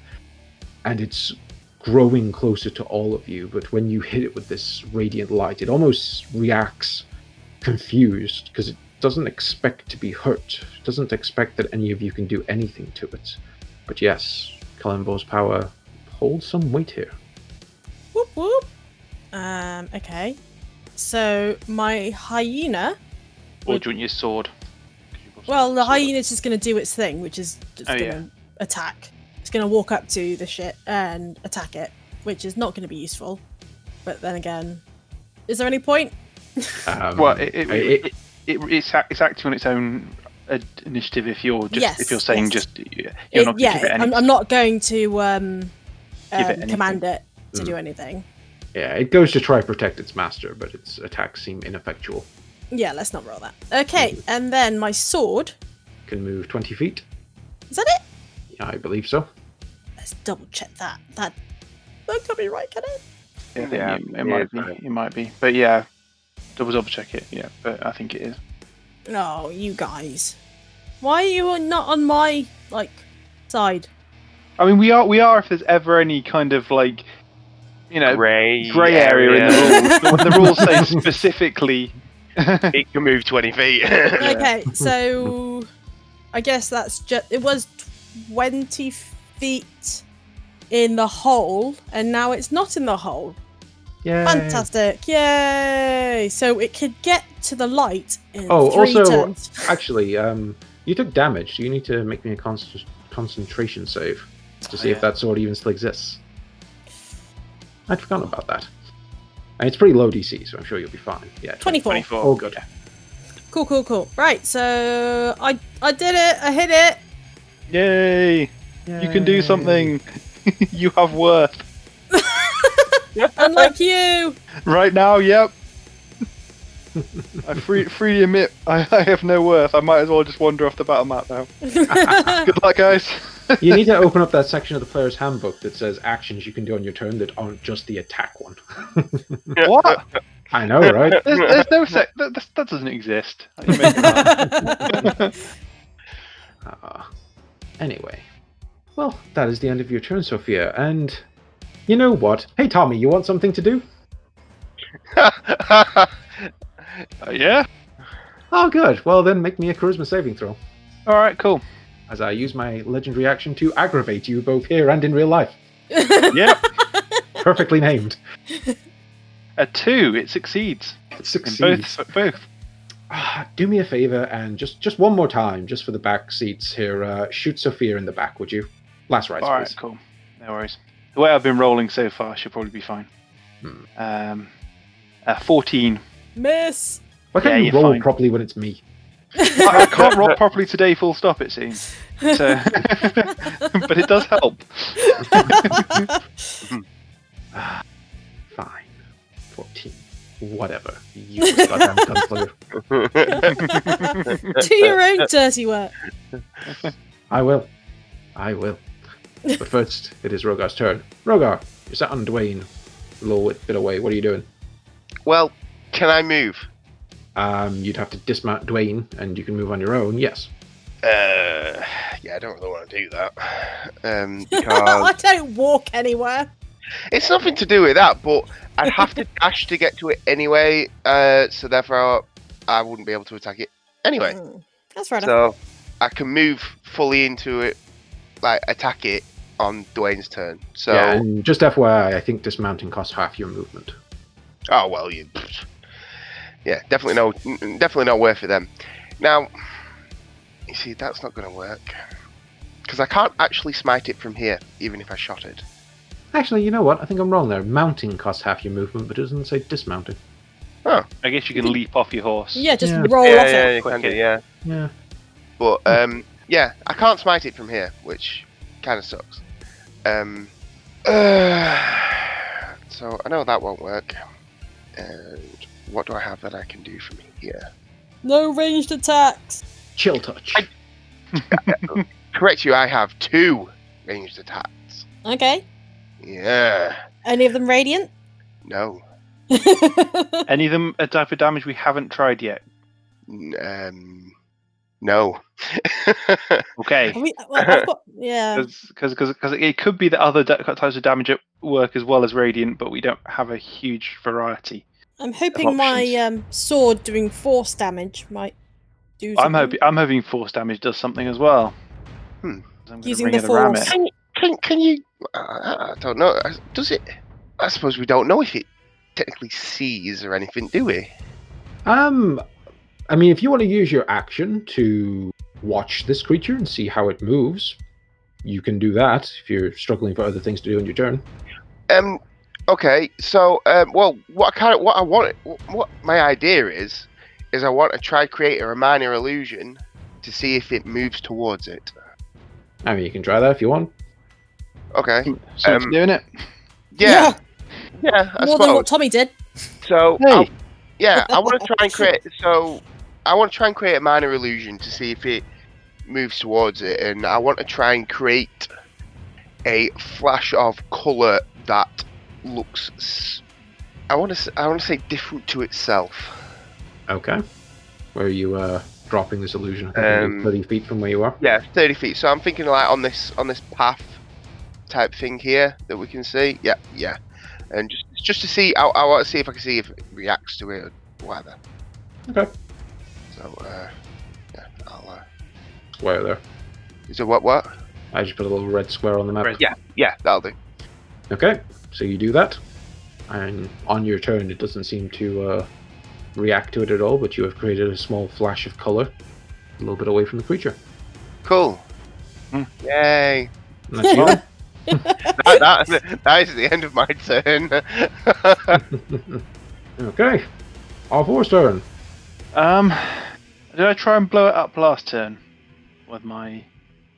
[SPEAKER 1] and it's growing closer to all of you. But when you hit it with this radiant light, it almost reacts confused because it doesn't expect to be hurt, doesn't expect that any of you can do anything to it. But yes, Kalimbor's power holds some weight here.
[SPEAKER 2] Whoop whoop. Um, okay. So my hyena.
[SPEAKER 4] Or do you want your sword?
[SPEAKER 2] Well, the
[SPEAKER 4] Sword.
[SPEAKER 2] hyena's just going to do its thing, which is just
[SPEAKER 4] Oh,
[SPEAKER 2] going
[SPEAKER 4] yeah.
[SPEAKER 2] to attack. It's going to walk up to the shit and attack it, which is not going to be useful. But then again, is there any point?
[SPEAKER 1] Um,
[SPEAKER 4] well, it, it,
[SPEAKER 1] I-
[SPEAKER 4] it, it, it's act- it's acting on its own uh, initiative if you're just
[SPEAKER 2] Yes,
[SPEAKER 4] if you're saying
[SPEAKER 2] yes.
[SPEAKER 4] just you're
[SPEAKER 2] It-
[SPEAKER 4] not going
[SPEAKER 2] yeah,
[SPEAKER 4] to give it any.
[SPEAKER 2] I'm, I'm not going to um,
[SPEAKER 4] it
[SPEAKER 2] um,
[SPEAKER 4] anything.
[SPEAKER 2] command it to
[SPEAKER 1] Mm.
[SPEAKER 2] do anything.
[SPEAKER 1] yeah, it goes to try protect its master, but its attacks seem ineffectual.
[SPEAKER 2] Yeah, let's not roll that. Okay,
[SPEAKER 4] Mm.
[SPEAKER 2] and then my sword.
[SPEAKER 1] Can move 20 feet.
[SPEAKER 2] Is that it?
[SPEAKER 1] Yeah, I believe so.
[SPEAKER 2] Let's double check that. That that could be right, can it?
[SPEAKER 4] Yeah, I think
[SPEAKER 3] Yeah,
[SPEAKER 4] it, it
[SPEAKER 3] yeah,
[SPEAKER 4] might
[SPEAKER 3] it's
[SPEAKER 4] be.
[SPEAKER 3] right.
[SPEAKER 4] It might be. But yeah, double double check it. Yeah, but I think it is.
[SPEAKER 2] No, you guys. Why are you not on my like side?
[SPEAKER 4] I mean, we are we are. If there's ever any kind of like, you know,
[SPEAKER 3] Grey,
[SPEAKER 4] grey area in the rules, the rules say specifically.
[SPEAKER 3] it can move 20 feet.
[SPEAKER 4] Yeah.
[SPEAKER 2] Okay, so I guess that's just it was twenty feet in the hole, and now it's not in the hole.
[SPEAKER 1] Yeah.
[SPEAKER 2] Fantastic! Yay! So it could get to the light in
[SPEAKER 1] Oh,
[SPEAKER 2] three
[SPEAKER 1] also-
[SPEAKER 2] turns.
[SPEAKER 1] Actually, um, you took damage. so You need to make me a const- concentration save to see
[SPEAKER 4] yeah.
[SPEAKER 1] if that sword even still exists. I'd forgotten about that. And it's pretty low DC, so I'm sure you'll be fine. Yeah,
[SPEAKER 2] 24.
[SPEAKER 1] Oh, good.
[SPEAKER 2] Cool, cool, cool. Right, so I I did it. I hit it.
[SPEAKER 4] Yay! You can do something. you have worth
[SPEAKER 2] Unlike you.
[SPEAKER 4] right now. Yep. I free, freely admit I, I have no worth. I might as well just wander off the battle map now. Good luck, guys.
[SPEAKER 1] you need to open up that section of the player's handbook that says actions you can do on your turn that aren't just the attack one.
[SPEAKER 4] What?
[SPEAKER 1] I know, right?
[SPEAKER 4] Uh, There's, there's no sec. That, that that doesn't exist.
[SPEAKER 1] Uh, anyway. Well, that is the end of your turn, Sophia. And you know what? Hey, Tommy, you want something to do?
[SPEAKER 4] Uh, yeah.
[SPEAKER 1] Oh, good. Well, then make me a charisma saving throw.
[SPEAKER 4] All right. Cool.
[SPEAKER 1] as I use my legendary action to aggravate you both here and in real life.
[SPEAKER 4] Yeah.
[SPEAKER 1] Perfectly named.
[SPEAKER 4] A two. It succeeds
[SPEAKER 1] It
[SPEAKER 4] in
[SPEAKER 1] succeeds.
[SPEAKER 4] both both.
[SPEAKER 1] Ah, do me a favor and just just one more time, just for the back seats here. Uh, shoot Sophia in the back, would you? Last right,
[SPEAKER 4] All right.
[SPEAKER 1] please.
[SPEAKER 4] Cool. No worries. The way I've been rolling so far should probably be fine.
[SPEAKER 1] Hmm.
[SPEAKER 4] Um, uh, fourteen.
[SPEAKER 2] Miss.
[SPEAKER 1] Why
[SPEAKER 4] Yeah,
[SPEAKER 1] can't you
[SPEAKER 4] you're
[SPEAKER 1] roll
[SPEAKER 4] fine.
[SPEAKER 1] properly when it's me?
[SPEAKER 4] I, I can't roll properly today. Full stop. It seems. So, but it does help.
[SPEAKER 1] Fine. Fourteen. Whatever. You goddamn gunslinger.
[SPEAKER 2] Do your own dirty work.
[SPEAKER 1] I will. I will. But first, it is Rogar's turn. Rogar, you're sat on Dwayne, a little bit away. What are you doing?
[SPEAKER 3] well, can I move?
[SPEAKER 1] Um, you'd have to dismount Dwayne, and you can move on your own. Yes.
[SPEAKER 3] Uh, yeah, I don't really want to do that. Um,
[SPEAKER 2] I
[SPEAKER 3] because
[SPEAKER 2] don't walk anywhere.
[SPEAKER 3] it's nothing to do with that, but I'd have to dash to get to it anyway, uh, so therefore I wouldn't be able to attack it anyway.
[SPEAKER 2] Mm, That's right.
[SPEAKER 3] So I can move fully into it, like attack it on Dwayne's turn. So,
[SPEAKER 1] Yeah, and just FYI, I think dismounting costs half your movement.
[SPEAKER 3] oh well, you, yeah, definitely no, definitely not worth it then. Now, you see, that's not going to work because I can't actually smite it from here, even if I shot it.
[SPEAKER 1] Actually, you know what? I think I'm wrong there. Mounting costs half your movement, but it doesn't say dismounting.
[SPEAKER 4] I guess you can leap off your horse.
[SPEAKER 2] Yeah, just
[SPEAKER 1] Yeah.
[SPEAKER 2] roll off it.
[SPEAKER 3] you
[SPEAKER 4] can do,
[SPEAKER 3] yeah.
[SPEAKER 1] Yeah.
[SPEAKER 3] But um, yeah, I can't smite it from here, which kind of sucks. Um, so I know that won't work. And what do I have that I can do from here?
[SPEAKER 2] No ranged attacks.
[SPEAKER 1] Chill touch.
[SPEAKER 3] I- Correct you, I have two ranged attacks.
[SPEAKER 2] Okay.
[SPEAKER 3] Yeah.
[SPEAKER 2] Any of them radiant?
[SPEAKER 3] No.
[SPEAKER 4] Any of them a type of damage we haven't tried yet?
[SPEAKER 3] N- Um, no.
[SPEAKER 4] Okay.
[SPEAKER 2] Have we- well, I've got- yeah.
[SPEAKER 4] Because it could be that other da- types of damage at work as well as radiant, but we don't have a huge variety.
[SPEAKER 2] I'm hoping my
[SPEAKER 4] options.
[SPEAKER 2] um, sword doing force damage might do something.
[SPEAKER 4] I'm hoping I'm hoping force damage does something as well.
[SPEAKER 3] Hmm.
[SPEAKER 4] So I'm gonna
[SPEAKER 2] Using
[SPEAKER 4] ring
[SPEAKER 2] the
[SPEAKER 4] it a ram
[SPEAKER 2] force.
[SPEAKER 4] it.
[SPEAKER 3] can, can, can you. I I don't know. I- Does it. I suppose we don't know if it technically sees or anything, do we?
[SPEAKER 1] Um, I mean, if you want to use your action to watch this creature and see how it moves, you can do that if you're struggling for other things to do on your turn.
[SPEAKER 3] Um. Okay. So, um. Well, what I kind of what I want, what my idea is, is I want to try create a minor illusion to see if it moves towards it.
[SPEAKER 1] I mean, you can try that if you want.
[SPEAKER 3] Okay.
[SPEAKER 4] So it's
[SPEAKER 3] Um,
[SPEAKER 4] doing it.
[SPEAKER 3] Yeah. Yeah. I
[SPEAKER 2] More than
[SPEAKER 3] suppose.
[SPEAKER 2] what Tommy did.
[SPEAKER 3] So,
[SPEAKER 4] Hey.
[SPEAKER 3] I'll- yeah, I want to try and create. So, I want to try and create a minor illusion to see if it moves towards it, and I want to try and create a flash of color that looks. s- I want to. I want to say different to itself.
[SPEAKER 1] Okay. Where are you uh, dropping this illusion? I think you're
[SPEAKER 3] Um,
[SPEAKER 1] 30 feet from where you are.
[SPEAKER 3] Yeah, thirty feet. So I'm thinking like on this on this path type thing here that we can see. Yeah, yeah, and just just to see. I, I want to see if I can see if it reacts to it or whatever.
[SPEAKER 1] Okay.
[SPEAKER 3] So, uh, yeah, I'll. Uh,
[SPEAKER 1] Square there.
[SPEAKER 3] Is it what what?
[SPEAKER 1] I just put a little red square on the map.
[SPEAKER 4] Red.
[SPEAKER 3] Yeah, yeah, that'll do.
[SPEAKER 1] Okay, so you do that, and on your turn, it doesn't seem to uh, react to it at all, but you have created a small flash of color a little bit away from the creature.
[SPEAKER 3] Cool.
[SPEAKER 4] Hmm.
[SPEAKER 3] Yay!
[SPEAKER 1] And that's your-
[SPEAKER 3] That, that, that is the end of my turn.
[SPEAKER 1] okay, R4's turn.
[SPEAKER 4] Um, did I try and blow it up last turn with my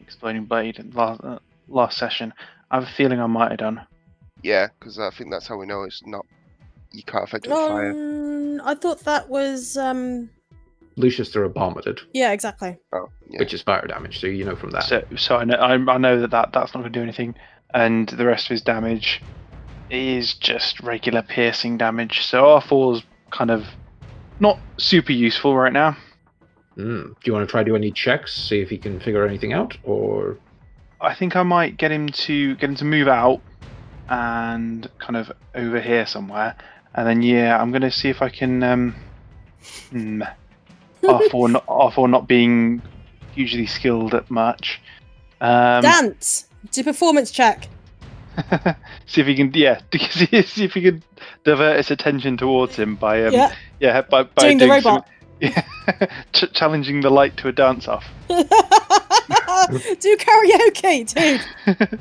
[SPEAKER 4] exploding blade in last uh, last session? I have a feeling I might have done.
[SPEAKER 3] yeah, because I think that's how we know it's not. You can't affect it with fire.
[SPEAKER 2] Um, I thought that was um.
[SPEAKER 1] Lucius threw a bomb at it,
[SPEAKER 2] Yeah, exactly.
[SPEAKER 3] Oh, yeah.
[SPEAKER 1] which is fire damage, so you know from that.
[SPEAKER 4] So, so I know I, I know that, that that's not going to do anything, and the rest of his damage is just regular piercing damage. So R 4s kind of not super useful right now.
[SPEAKER 1] Mm. Do you want to try do any checks, see if he can figure anything out, or
[SPEAKER 4] I think I might get him to get him to move out and kind of over here somewhere, and then yeah, I'm gonna see if I can. Um, hmm, R4 not R4 not being hugely skilled at much. Um,
[SPEAKER 2] Dance. Do performance check.
[SPEAKER 4] see if he can yeah see, see if he can divert its attention towards him by um, yeah.
[SPEAKER 2] yeah.
[SPEAKER 4] by, by
[SPEAKER 2] Doing the
[SPEAKER 4] some-
[SPEAKER 2] robot.
[SPEAKER 4] yeah, ch- challenging the light to a dance off.
[SPEAKER 2] Do karaoke, dude.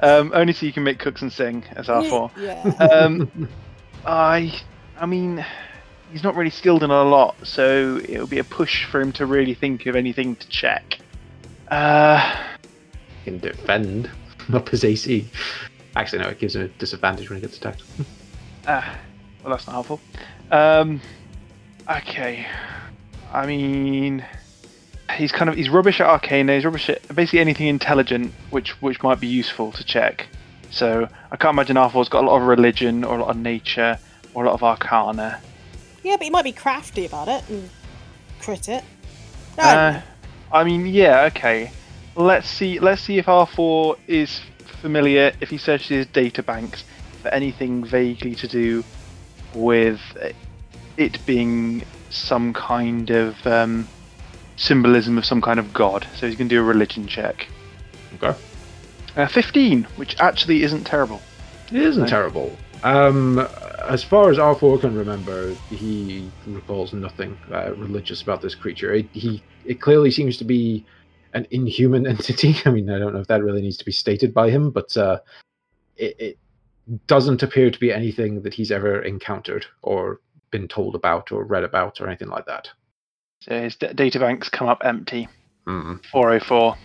[SPEAKER 4] um, only so you can make cooks and sing as R4.
[SPEAKER 2] Yeah.
[SPEAKER 4] Um, I, I mean, he's not really skilled in a lot, so it'll be a push for him to really think of anything to check. Uh,
[SPEAKER 1] he can defend up his AC? Actually, no, it gives him a disadvantage when he gets attacked.
[SPEAKER 4] ah, well, that's not helpful. Um, okay, I mean, he's kind of he's rubbish at Arcana. He's rubbish at basically anything intelligent, which which might be useful to check. So I can't imagine Arthur's got a lot of religion or a lot of nature or a lot of Arcana.
[SPEAKER 2] yeah, but you might be crafty about it and crit it. No,
[SPEAKER 4] Uh, I mean, yeah, okay. Let's see. Let's see if R4 is familiar. If he searches his data banks for anything vaguely to do with it being some kind of um, symbolism of some kind of god, so he's going to do a religion check.
[SPEAKER 1] Okay.
[SPEAKER 4] Uh, Fifteen, which actually isn't terrible.
[SPEAKER 1] It isn't
[SPEAKER 4] Right.
[SPEAKER 1] terrible. Um, as far as R4 can remember, he recalls nothing uh, religious about this creature. It, he it clearly seems to be an inhuman entity. I mean, I don't know if that really needs to be stated by him, but uh, it, it doesn't appear to be anything that he's ever encountered or been told about or read about or anything like that.
[SPEAKER 4] So his d- data banks come up empty.
[SPEAKER 1] Mm.
[SPEAKER 4] Four oh four.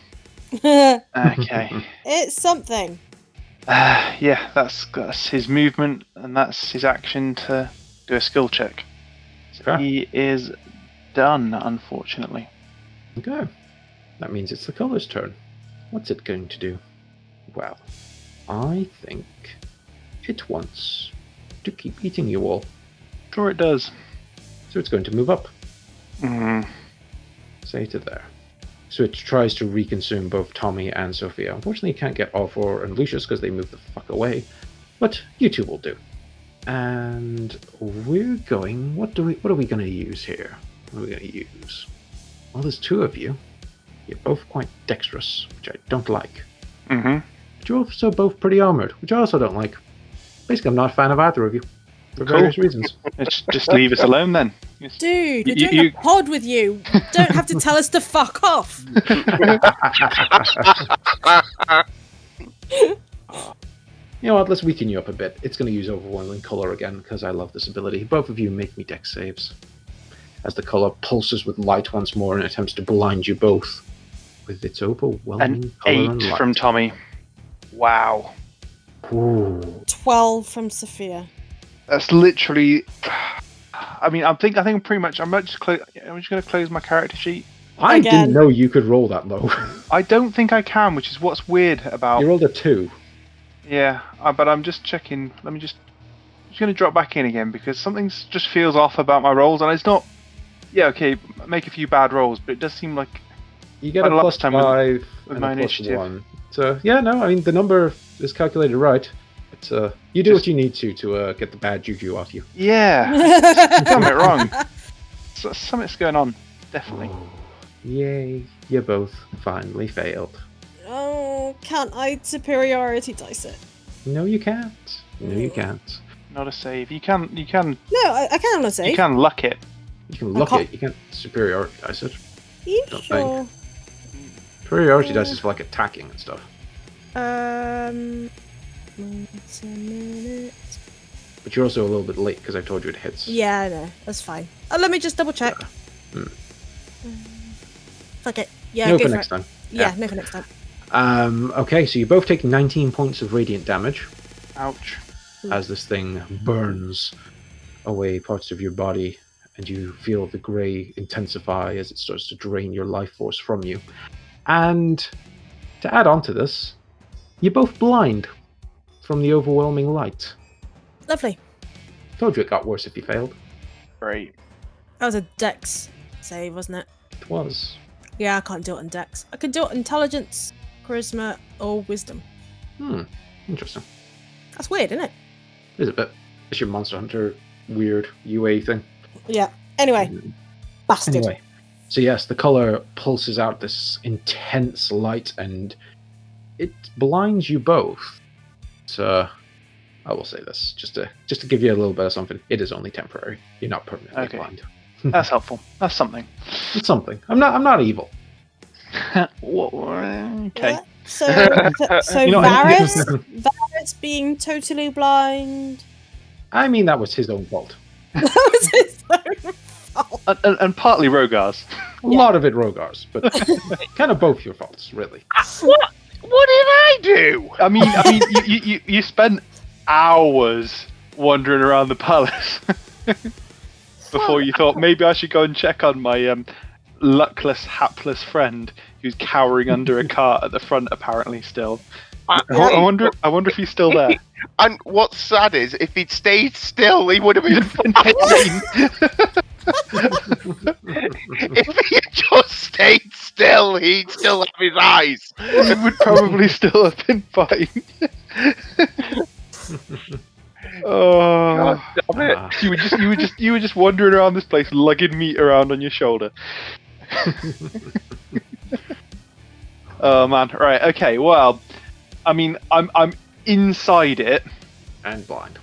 [SPEAKER 4] Uh, Okay.
[SPEAKER 2] it's something.
[SPEAKER 4] Uh, yeah, that's that's his movement and that's his action to do a skill check. So
[SPEAKER 1] Okay.
[SPEAKER 4] He is done, unfortunately.
[SPEAKER 1] Okay. That means it's the color's turn. What's it going to do? Well, I think it wants to keep eating you all.
[SPEAKER 4] Sure, it does.
[SPEAKER 1] So it's going to move up,
[SPEAKER 4] Mm.
[SPEAKER 1] say to there. So it tries to reconsume both Tommy and Sophia. Unfortunately, you can't get Alvor and Lucius because they moved the fuck away. But you two will do. And we're going. What do we? What are we going to use here? What are we going to use? Well, there's two of you. You're both quite dexterous, which I don't like.
[SPEAKER 4] hmm
[SPEAKER 1] But you're also both pretty armored, which I also don't like. Basically, I'm not a fan of either of you for
[SPEAKER 4] Cool.
[SPEAKER 1] various reasons.
[SPEAKER 4] Let's just leave us alone then. Yes.
[SPEAKER 2] Dude, we're
[SPEAKER 4] You-
[SPEAKER 2] doing
[SPEAKER 4] you-
[SPEAKER 2] a pod with you. Don't have to tell us to fuck off.
[SPEAKER 1] You know what? Let's weaken you up a bit. It's going to use overwhelming color again because I love this ability. Both of you make me deck saves. As the color pulses with light once more and attempts to blind you both with its overwhelming
[SPEAKER 4] An
[SPEAKER 1] color and
[SPEAKER 4] eight
[SPEAKER 1] light.
[SPEAKER 4] from Tommy. Wow.
[SPEAKER 1] Ooh.
[SPEAKER 2] 12 from Sophia.
[SPEAKER 4] That's literally. I mean, I think I think I'm pretty much. I'm much. Clo- I'm just going to close my character sheet.
[SPEAKER 1] I
[SPEAKER 2] Again.
[SPEAKER 1] didn't know you could roll that low.
[SPEAKER 4] I don't think I can, which is what's weird about.
[SPEAKER 1] you rolled a two.
[SPEAKER 4] Yeah, uh, but I'm just checking. Let me just. I'm just going to drop back in again because something's just feels off about my rolls, and it's not. Yeah, okay, make a few bad rolls, but it does seem like
[SPEAKER 1] You get
[SPEAKER 4] But
[SPEAKER 1] a
[SPEAKER 4] last
[SPEAKER 1] plus
[SPEAKER 4] time with-
[SPEAKER 1] five
[SPEAKER 4] with
[SPEAKER 1] and
[SPEAKER 4] my
[SPEAKER 1] a plus
[SPEAKER 4] initiative.
[SPEAKER 1] one. So yeah, no, I mean the number is calculated right. It's uh, you do
[SPEAKER 4] Just-
[SPEAKER 1] what you need to to uh, get the bad juju off you.
[SPEAKER 4] yeah,
[SPEAKER 2] Damn
[SPEAKER 4] damn it, wrong. So, something's going on, definitely.
[SPEAKER 1] Yay! You both finally failed.
[SPEAKER 2] Oh, can't I superiority dice it?
[SPEAKER 1] No, you can't. No, you can't.
[SPEAKER 4] Not a save. You can, you can,
[SPEAKER 2] No, I, I can honestly.
[SPEAKER 4] you can luck it.
[SPEAKER 1] You can
[SPEAKER 2] I
[SPEAKER 1] look
[SPEAKER 2] can't-
[SPEAKER 1] it. You can't superiority dice it.
[SPEAKER 2] Are you
[SPEAKER 1] don't
[SPEAKER 2] sure?
[SPEAKER 1] Superiority dice
[SPEAKER 2] Yeah.
[SPEAKER 1] is for like attacking and stuff.
[SPEAKER 2] Um. Wait a minute.
[SPEAKER 1] But you're also a little bit late because I told you it hits.
[SPEAKER 2] Yeah, I know. That's fine. Uh, let me just double check.
[SPEAKER 1] Hmm.
[SPEAKER 2] Um, Fuck it. Yeah,
[SPEAKER 1] no
[SPEAKER 2] go
[SPEAKER 1] for
[SPEAKER 2] for
[SPEAKER 1] next
[SPEAKER 2] it.
[SPEAKER 1] time.
[SPEAKER 2] Yeah, no for next time.
[SPEAKER 1] Um, okay, so you both take 19 points of radiant damage.
[SPEAKER 4] Ouch.
[SPEAKER 1] as this thing burns away parts of your body and you feel the gray intensify as it starts to drain your life force from you. And to add on to this, you're both blind from the overwhelming light.
[SPEAKER 2] Lovely.
[SPEAKER 1] Told you it got worse if you failed.
[SPEAKER 4] Great.
[SPEAKER 2] That was a dex save, wasn't it?
[SPEAKER 1] It was.
[SPEAKER 2] Yeah, I can't do it on dex. I can do it on intelligence, charisma, or wisdom.
[SPEAKER 1] Hmm. Interesting.
[SPEAKER 2] That's weird, isn't it?
[SPEAKER 1] Is it a bit. It's your Monster Hunter weird UA thing.
[SPEAKER 2] Yeah. Anyway, bastard.
[SPEAKER 1] Anyway, so yes, the color pulses out this intense light and it blinds you both. So I will say this just to just to give you a little bit of something. It is only temporary. You're not permanently
[SPEAKER 4] Okay.
[SPEAKER 1] blind.
[SPEAKER 4] That's helpful. That's something.
[SPEAKER 1] It's something. I'm not. I'm not evil.
[SPEAKER 4] What- okay.
[SPEAKER 2] Yeah. So, so, so
[SPEAKER 4] You know, I-
[SPEAKER 2] Varys, Varys being totally blind.
[SPEAKER 1] I mean, that was his own fault.
[SPEAKER 2] That was his own fault.
[SPEAKER 4] And, and, and partly Rogar's.
[SPEAKER 1] A lot of it Rogar's, but kind of both your faults, really.
[SPEAKER 3] Ah, What did I do?
[SPEAKER 4] I mean, I mean, you, you, you, you spent hours wandering around the palace before you thought maybe I should go and check on my um, luckless, hapless friend who's cowering under a cart at the front, apparently still.
[SPEAKER 3] I,
[SPEAKER 4] I, I wonder, I wonder if he's still there.
[SPEAKER 3] And what's sad is, if he'd stayed still, he would have been fine. if he had just stayed still, he'd still have his eyes.
[SPEAKER 4] he would probably still have been fine. oh.
[SPEAKER 3] damn it.
[SPEAKER 1] Ah.
[SPEAKER 4] You were just, you were just, you were just wandering around this place, lugging meat around on your shoulder. oh man, right, okay. Well, I mean, I'm, I'm inside it.
[SPEAKER 1] and blind.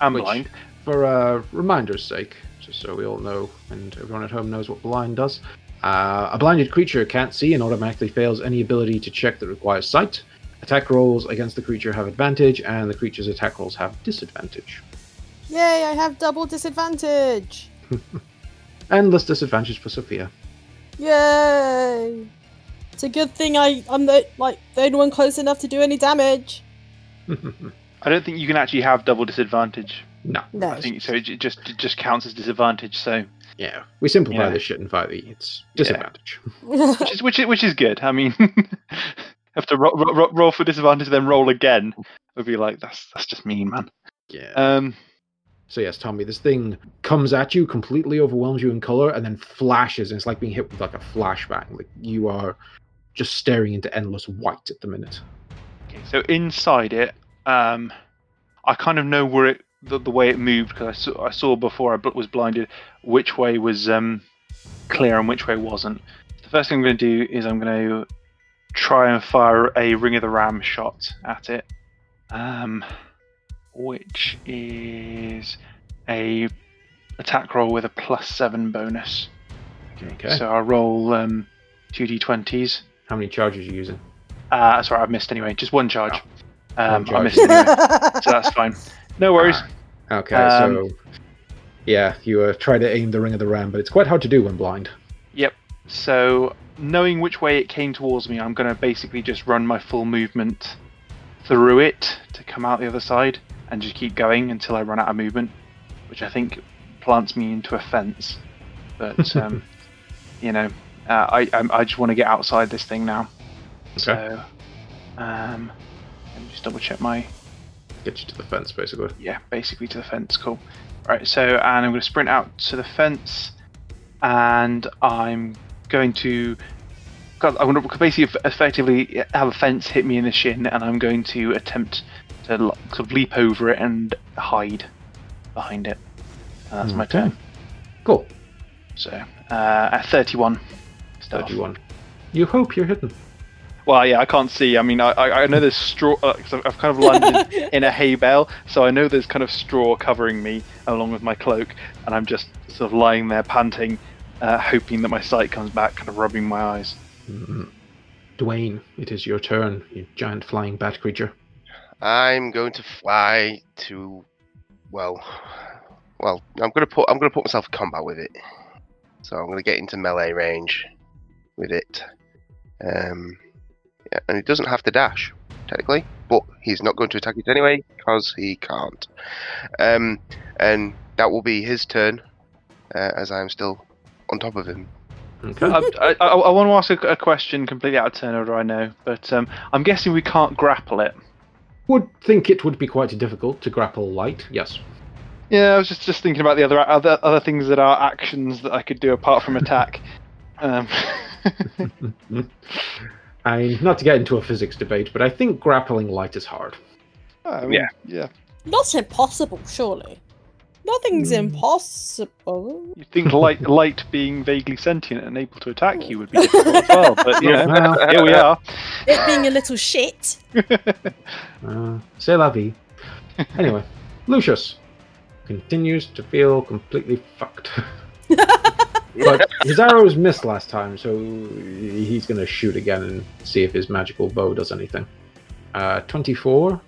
[SPEAKER 4] I'm
[SPEAKER 1] Which-
[SPEAKER 4] blind.
[SPEAKER 1] For uh, reminder's sake, just so we all know and everyone at home knows what blind does, uh, a blinded creature can't see and automatically fails any ability to check that requires sight. Attack rolls against the creature have advantage, and the creature's attack rolls have disadvantage.
[SPEAKER 2] Yay, I have double disadvantage.
[SPEAKER 1] Endless disadvantage for Sophia.
[SPEAKER 2] Yay. It's a good thing I, I'm the, like, the only one close enough to do any damage.
[SPEAKER 4] I don't think you can actually have double disadvantage.
[SPEAKER 1] no.
[SPEAKER 2] No.
[SPEAKER 4] I think so. It just, it just counts as disadvantage. So,
[SPEAKER 1] Yeah, we simplify
[SPEAKER 4] Yeah.
[SPEAKER 1] this shit in 5e. It's disadvantage.
[SPEAKER 4] which is, which is, which is good. I mean, have to ro- ro- ro- roll for disadvantage, then roll again. Would be like, that's, that's just mean, man.
[SPEAKER 1] Yeah.
[SPEAKER 4] Um,
[SPEAKER 1] So yes, Tommy, this thing comes at you, completely overwhelms you in color, and then flashes, and it's like being hit with like a flashbang. Like you are just staring into endless white at the minute.
[SPEAKER 4] Okay, so inside it, um, I kind of know where it, the, the way it moved because I saw, I saw before I bl- was blinded which way was um, clear and which way wasn't. The first thing I'm going to do is I'm going to try and fire a Ring of the Ram shot at it, um, which is a attack roll with a plus seven bonus.
[SPEAKER 1] Okay.
[SPEAKER 4] So I roll um, two d20s.
[SPEAKER 1] How many charges are you using?
[SPEAKER 4] Uh, sorry, I've missed anyway. Just one charge. Um,
[SPEAKER 1] One
[SPEAKER 4] I missed
[SPEAKER 1] charge.
[SPEAKER 4] anyway, so that's fine. No worries.
[SPEAKER 1] Okay,
[SPEAKER 4] Um,
[SPEAKER 1] so yeah, you uh, try to aim the ring of the ram, but it's quite hard to do when blind.
[SPEAKER 4] So, knowing which way it came towards me, I'm going to basically just run my full movement through it to come out the other side and just keep going until I run out of movement, which I think plants me into a fence. But, um, you know, uh, I, I, I just want to get outside this thing now. So, um, let me just double check my.
[SPEAKER 1] Get you to the fence, basically.
[SPEAKER 4] Yeah, basically to the fence. Cool. Right, so, and I'm going to sprint out to the fence and I'm going to. God, I'm going to basically eff- effectively have a fence hit me in the shin and I'm going to attempt to lo- sort of leap over it and hide behind it. Uh, that's my
[SPEAKER 1] Okay.
[SPEAKER 4] turn.
[SPEAKER 1] Cool.
[SPEAKER 4] So, uh, at 31. Stealth.
[SPEAKER 1] 31. You hope you're hidden.
[SPEAKER 4] Well, yeah, I can't see. I mean, I, I I know there's straw. Uh, i I've, I've kind of landed in a hay bale, so I know there's kind of straw covering me along with my cloak, and I'm just sort of lying there panting, uh, hoping that my sight comes back, kind of rubbing my eyes.
[SPEAKER 1] Mm. Dwayne, it is your turn, you giant flying bat creature.
[SPEAKER 3] I'm going to fly to, well, well, I'm gonna put I'm gonna put myself in combat with it. So I'm gonna get into melee range with it. Um, yeah, and it doesn't have to dash technically, but he's not going to attack it anyway because he can't. Um, and that will be his turn, uh, as I'm still on top of him.
[SPEAKER 1] Okay.
[SPEAKER 4] Um, I, I, I want to ask a, a question completely out of turn order, I know, but um, I'm guessing we can't grapple it.
[SPEAKER 1] would think it would be quite difficult to grapple light. Yes.
[SPEAKER 4] Yeah, I was just, just thinking about the other other other things that are actions that I could do apart from attack. um,
[SPEAKER 1] I mean, not to get into a physics debate, but I think grappling light is hard.
[SPEAKER 4] I mean,
[SPEAKER 3] Yeah.
[SPEAKER 4] yeah.
[SPEAKER 2] Not impossible, surely. Nothing's
[SPEAKER 1] Hmm.
[SPEAKER 2] impossible.
[SPEAKER 4] You'd think light, light being vaguely sentient and able to attack you would be difficult as well, but you know,
[SPEAKER 1] Well,
[SPEAKER 4] here we are.
[SPEAKER 2] It being a little shit.
[SPEAKER 1] Uh, c'est la vie. Anyway, Lucius continues to feel completely fucked. but his arrows missed last time, so he's going to shoot again and see if his magical bow does anything. Uh, 24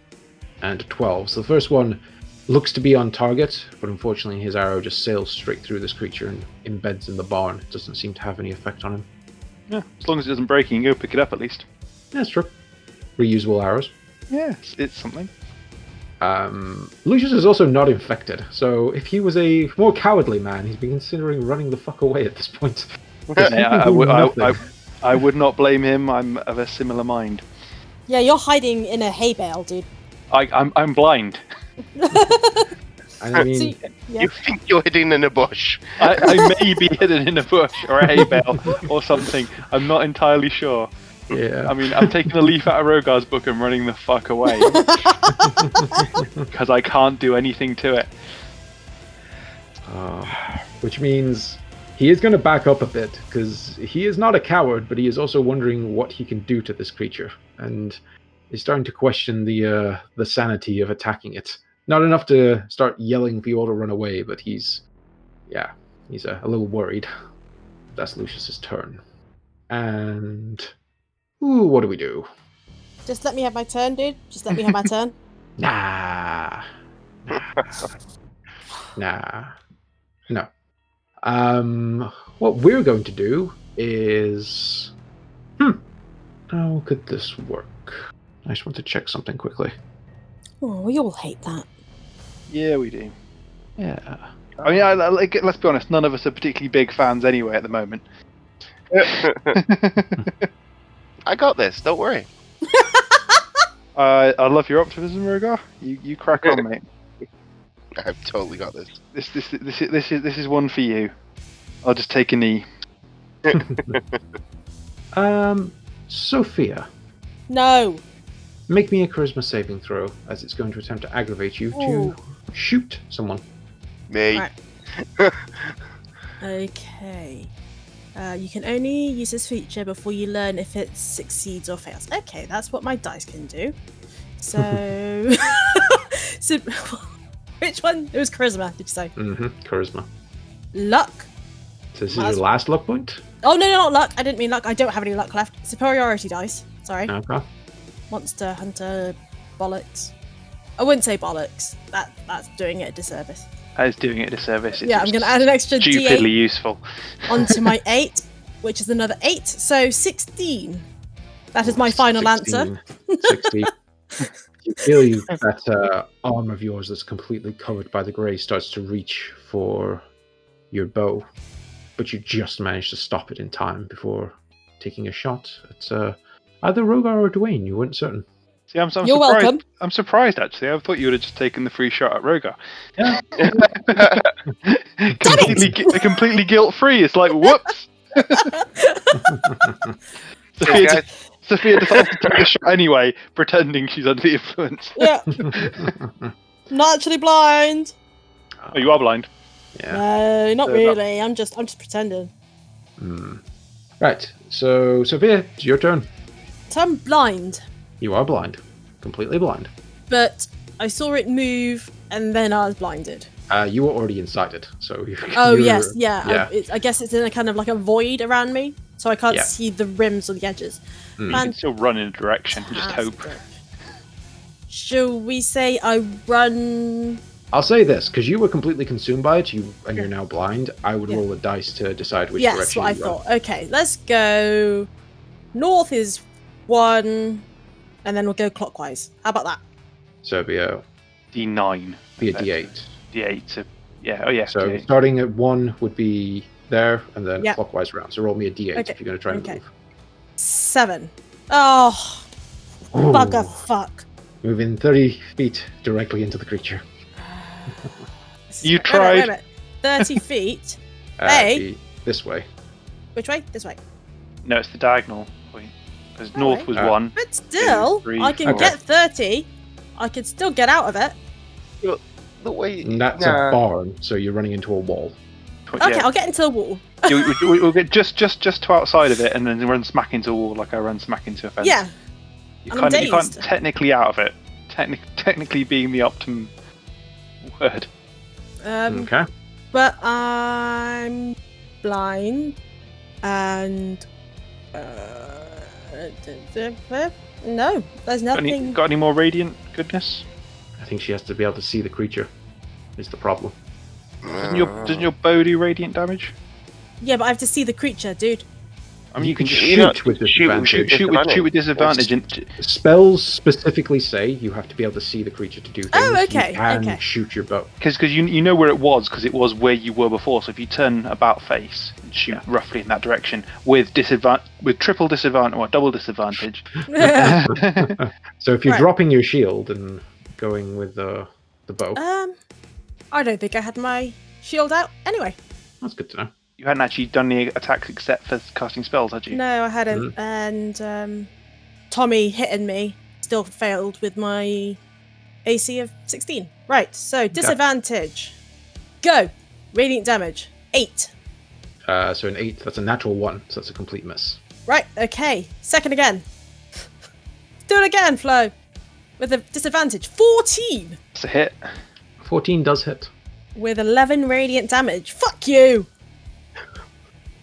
[SPEAKER 1] and 12. So the first one looks to be on target, but unfortunately his arrow just sails straight through this creature and embeds in the barn. It doesn't seem to have any effect on him.
[SPEAKER 4] Yeah, as long as it doesn't break, you can go pick it up at least.
[SPEAKER 1] That's true. Reusable arrows.
[SPEAKER 4] Yeah, it's, it's something.
[SPEAKER 1] Um, Lucius is also not infected, so if he was a more cowardly man, he'd be considering running the fuck away at this point.
[SPEAKER 4] Yeah, I, I
[SPEAKER 1] Nothing.
[SPEAKER 4] would- I- I- I would not blame him. I'm of a similar mind.
[SPEAKER 2] Yeah, you're hiding in a hay bale, dude.
[SPEAKER 4] I, I'm, I'm blind.
[SPEAKER 1] I
[SPEAKER 2] So
[SPEAKER 1] mean,
[SPEAKER 2] you- yeah.
[SPEAKER 3] You think you're hidden in a bush?
[SPEAKER 4] I, I may be hidden in a bush or a hay bale or something. I'm not entirely sure. I
[SPEAKER 1] yeah.
[SPEAKER 4] mean, I'm taking a leaf out of Rogar's book and running the fuck away because I can't do anything to it.
[SPEAKER 1] Uh, which means he is going to back up a bit, because he is not a coward, but he is also wondering what he can do to this creature, and he's starting to question the uh, the sanity of attacking it. Not enough to start yelling for you all to run away, but he's, yeah, he's a, a little worried. That's Lucius's turn, and ooh, what do we do?
[SPEAKER 2] Just let me have my turn, dude. Just let me have my turn.
[SPEAKER 1] Nah. Nah. nah. No. Um, what we're going to do is. Hmm. How could this work? I just want to check something quickly.
[SPEAKER 2] Oh, we all hate that.
[SPEAKER 4] Yeah, we do.
[SPEAKER 1] Yeah.
[SPEAKER 4] I mean, I, I- like, let's be honest. None of us are particularly big fans anyway at the moment.
[SPEAKER 3] I got this. Don't worry.
[SPEAKER 4] I I love your optimism, Rogar. You you crack on, mate.
[SPEAKER 3] I've totally got this.
[SPEAKER 4] This this this is this is this is one for you. I'll just take a knee.
[SPEAKER 1] Um, Sophia,
[SPEAKER 2] No.
[SPEAKER 1] make me a charisma saving throw as it's going to attempt to aggravate you
[SPEAKER 2] Ooh.
[SPEAKER 1] to shoot someone.
[SPEAKER 3] Me.
[SPEAKER 2] Right. Okay. Uh, you can only use this feature before you learn if it succeeds or fails. Okay, that's what my dice can do. So, so which one? It was charisma. Did you say?
[SPEAKER 1] Mm hmm. Charisma.
[SPEAKER 2] Luck.
[SPEAKER 1] So this is
[SPEAKER 2] Might
[SPEAKER 1] your
[SPEAKER 2] as-
[SPEAKER 1] last luck point?
[SPEAKER 2] Oh no, no, not luck. I didn't mean luck. I don't have any luck left. Superiority dice. Sorry.
[SPEAKER 1] No, bro.
[SPEAKER 2] Monster hunter bollocks. I wouldn't say bollocks. That that's doing it a disservice.
[SPEAKER 4] That is doing it a disservice. It's
[SPEAKER 2] yeah, I'm gonna add an extra
[SPEAKER 4] stupidly
[SPEAKER 2] d8
[SPEAKER 4] useful.
[SPEAKER 2] onto my eight, which is another eight. So sixteen. That is my final answer.
[SPEAKER 1] 16, 16. you feel you, that uh, arm of yours that's completely covered by the grey starts to reach for your bow, but you just manage to stop it in time before taking a shot at uh, either Rogar or Dwayne. You weren't certain.
[SPEAKER 4] See, I'm, I'm
[SPEAKER 2] You're
[SPEAKER 4] surprised.
[SPEAKER 2] welcome.
[SPEAKER 4] I'm surprised actually. I thought you would have just taken the free shot at Rogar.
[SPEAKER 1] Yeah.
[SPEAKER 4] completely, gu- completely guilt free. It's like whoops. Sophia,
[SPEAKER 3] Okay.
[SPEAKER 4] just- Sophia decides to take the shot anyway, pretending she's under the influence.
[SPEAKER 2] Yeah, not actually blind.
[SPEAKER 4] Oh, you are blind.
[SPEAKER 1] yeah.
[SPEAKER 2] No, not
[SPEAKER 4] Fair enough.
[SPEAKER 2] really. I'm just I'm just pretending.
[SPEAKER 1] Hmm. Right. So, Sophia, it's your turn.
[SPEAKER 2] So I'm blind,
[SPEAKER 1] You are blind, completely blind.
[SPEAKER 2] but I saw it move and then I was blinded.
[SPEAKER 1] Uh, you were already inside it, so you.
[SPEAKER 2] Oh
[SPEAKER 1] you're-
[SPEAKER 2] yes, yeah.
[SPEAKER 1] yeah.
[SPEAKER 2] I, it's, I guess it's in a kind of like a void around me, so I can't
[SPEAKER 1] Yeah.
[SPEAKER 2] see the rims or the edges.
[SPEAKER 1] Hmm.
[SPEAKER 4] You can still run in a direction.
[SPEAKER 2] Ah,
[SPEAKER 4] and Just hope.
[SPEAKER 2] Fantastic. Shall we say I run?
[SPEAKER 1] I'll say this because you were completely consumed by it, you and you're now blind. I would
[SPEAKER 2] Yeah.
[SPEAKER 1] roll a dice to decide which
[SPEAKER 2] yes,
[SPEAKER 1] direction.
[SPEAKER 2] what I
[SPEAKER 1] you run.
[SPEAKER 2] thought. Okay, let's go. North is one, and then we'll go clockwise. How about that?
[SPEAKER 1] So it'd be a
[SPEAKER 4] D9,
[SPEAKER 1] be a
[SPEAKER 4] Okay.
[SPEAKER 1] D8.
[SPEAKER 4] D8. So, yeah. Oh yeah.
[SPEAKER 1] So
[SPEAKER 4] D8.
[SPEAKER 1] starting at one would be there, and then
[SPEAKER 2] Yeah.
[SPEAKER 1] clockwise round. So roll me a D8
[SPEAKER 2] Okay,
[SPEAKER 1] if you're going to try and
[SPEAKER 2] okay.
[SPEAKER 1] move.
[SPEAKER 2] Seven. Oh,
[SPEAKER 1] Ooh,
[SPEAKER 2] bugger fuck.
[SPEAKER 1] Moving 30 feet directly into the creature.
[SPEAKER 2] This is
[SPEAKER 4] You
[SPEAKER 2] great. Wait a minute,
[SPEAKER 4] tried.
[SPEAKER 2] wait a minute. Thirty feet.
[SPEAKER 1] Uh,
[SPEAKER 2] Hey.
[SPEAKER 1] be This way.
[SPEAKER 2] Which way? This way.
[SPEAKER 4] No, it's the diagonal point. Because
[SPEAKER 2] All
[SPEAKER 4] north
[SPEAKER 2] right.
[SPEAKER 4] was
[SPEAKER 1] Uh,
[SPEAKER 4] one.
[SPEAKER 2] But still,
[SPEAKER 4] three,
[SPEAKER 2] I can
[SPEAKER 1] four.
[SPEAKER 2] get 30. I could still get out of it.
[SPEAKER 3] The way
[SPEAKER 1] And that's
[SPEAKER 3] Nah.
[SPEAKER 1] a barn, so you're running into a wall. Oh,
[SPEAKER 4] Tw-
[SPEAKER 2] Okay,
[SPEAKER 4] yeah.
[SPEAKER 2] I'll get into the wall.
[SPEAKER 4] Yeah, we, we, we'll get just, just, just to outside of it, and then run smack into a wall like I run smack into a fence.
[SPEAKER 2] Yeah,
[SPEAKER 4] you
[SPEAKER 2] I'm
[SPEAKER 4] can't, you can't
[SPEAKER 2] dazed.
[SPEAKER 4] technically out of it. Technic- technically being the optimum word.
[SPEAKER 2] um,
[SPEAKER 1] okay.
[SPEAKER 2] but I'm blind and uh, no, there's
[SPEAKER 4] Got any,
[SPEAKER 2] nothing.
[SPEAKER 4] got any more radiant goodness?
[SPEAKER 1] I think she has to be able to see the creature. Is the problem?
[SPEAKER 4] Doesn't your,
[SPEAKER 1] Uh.
[SPEAKER 4] doesn't your bow do radiant damage?
[SPEAKER 2] Yeah, but I have to see the creature, dude.
[SPEAKER 1] I mean, you, can,
[SPEAKER 4] can
[SPEAKER 1] shoot
[SPEAKER 3] know,
[SPEAKER 1] with
[SPEAKER 3] shoot-
[SPEAKER 1] disadvantage.
[SPEAKER 4] Shoot, shoot, with, shoot with disadvantage. And,
[SPEAKER 1] Spells specifically say you have to be able to see the creature to do things.
[SPEAKER 2] Oh, okay,
[SPEAKER 1] You can
[SPEAKER 2] okay.
[SPEAKER 1] shoot your bow.
[SPEAKER 4] Because you, you know where it was, because it was where you were before. So if you turn about face and shoot
[SPEAKER 1] Yeah.
[SPEAKER 4] roughly in that direction with disadvan with triple disadvantage or double disadvantage,
[SPEAKER 2] um,
[SPEAKER 1] So if you're
[SPEAKER 2] Right.
[SPEAKER 1] dropping your shield and going with the the bow,
[SPEAKER 2] Uh. I don't think I had my shield out. Anyway,
[SPEAKER 1] that's good to know.
[SPEAKER 4] you hadn't actually done the attacks except for casting spells, had you?
[SPEAKER 2] no, I hadn't. And um, Tommy hitting me still failed with my AC of 16. Right, so disadvantage. Go. Radiant damage. Eight.
[SPEAKER 1] Uh, so an eight, that's a natural one, so that's a complete miss.
[SPEAKER 2] Right, okay. Second again. Do it again, Flo. With a disadvantage. 14
[SPEAKER 4] It's a hit.
[SPEAKER 1] Fourteen does hit.
[SPEAKER 2] with 11 radiant damage. Fuck you!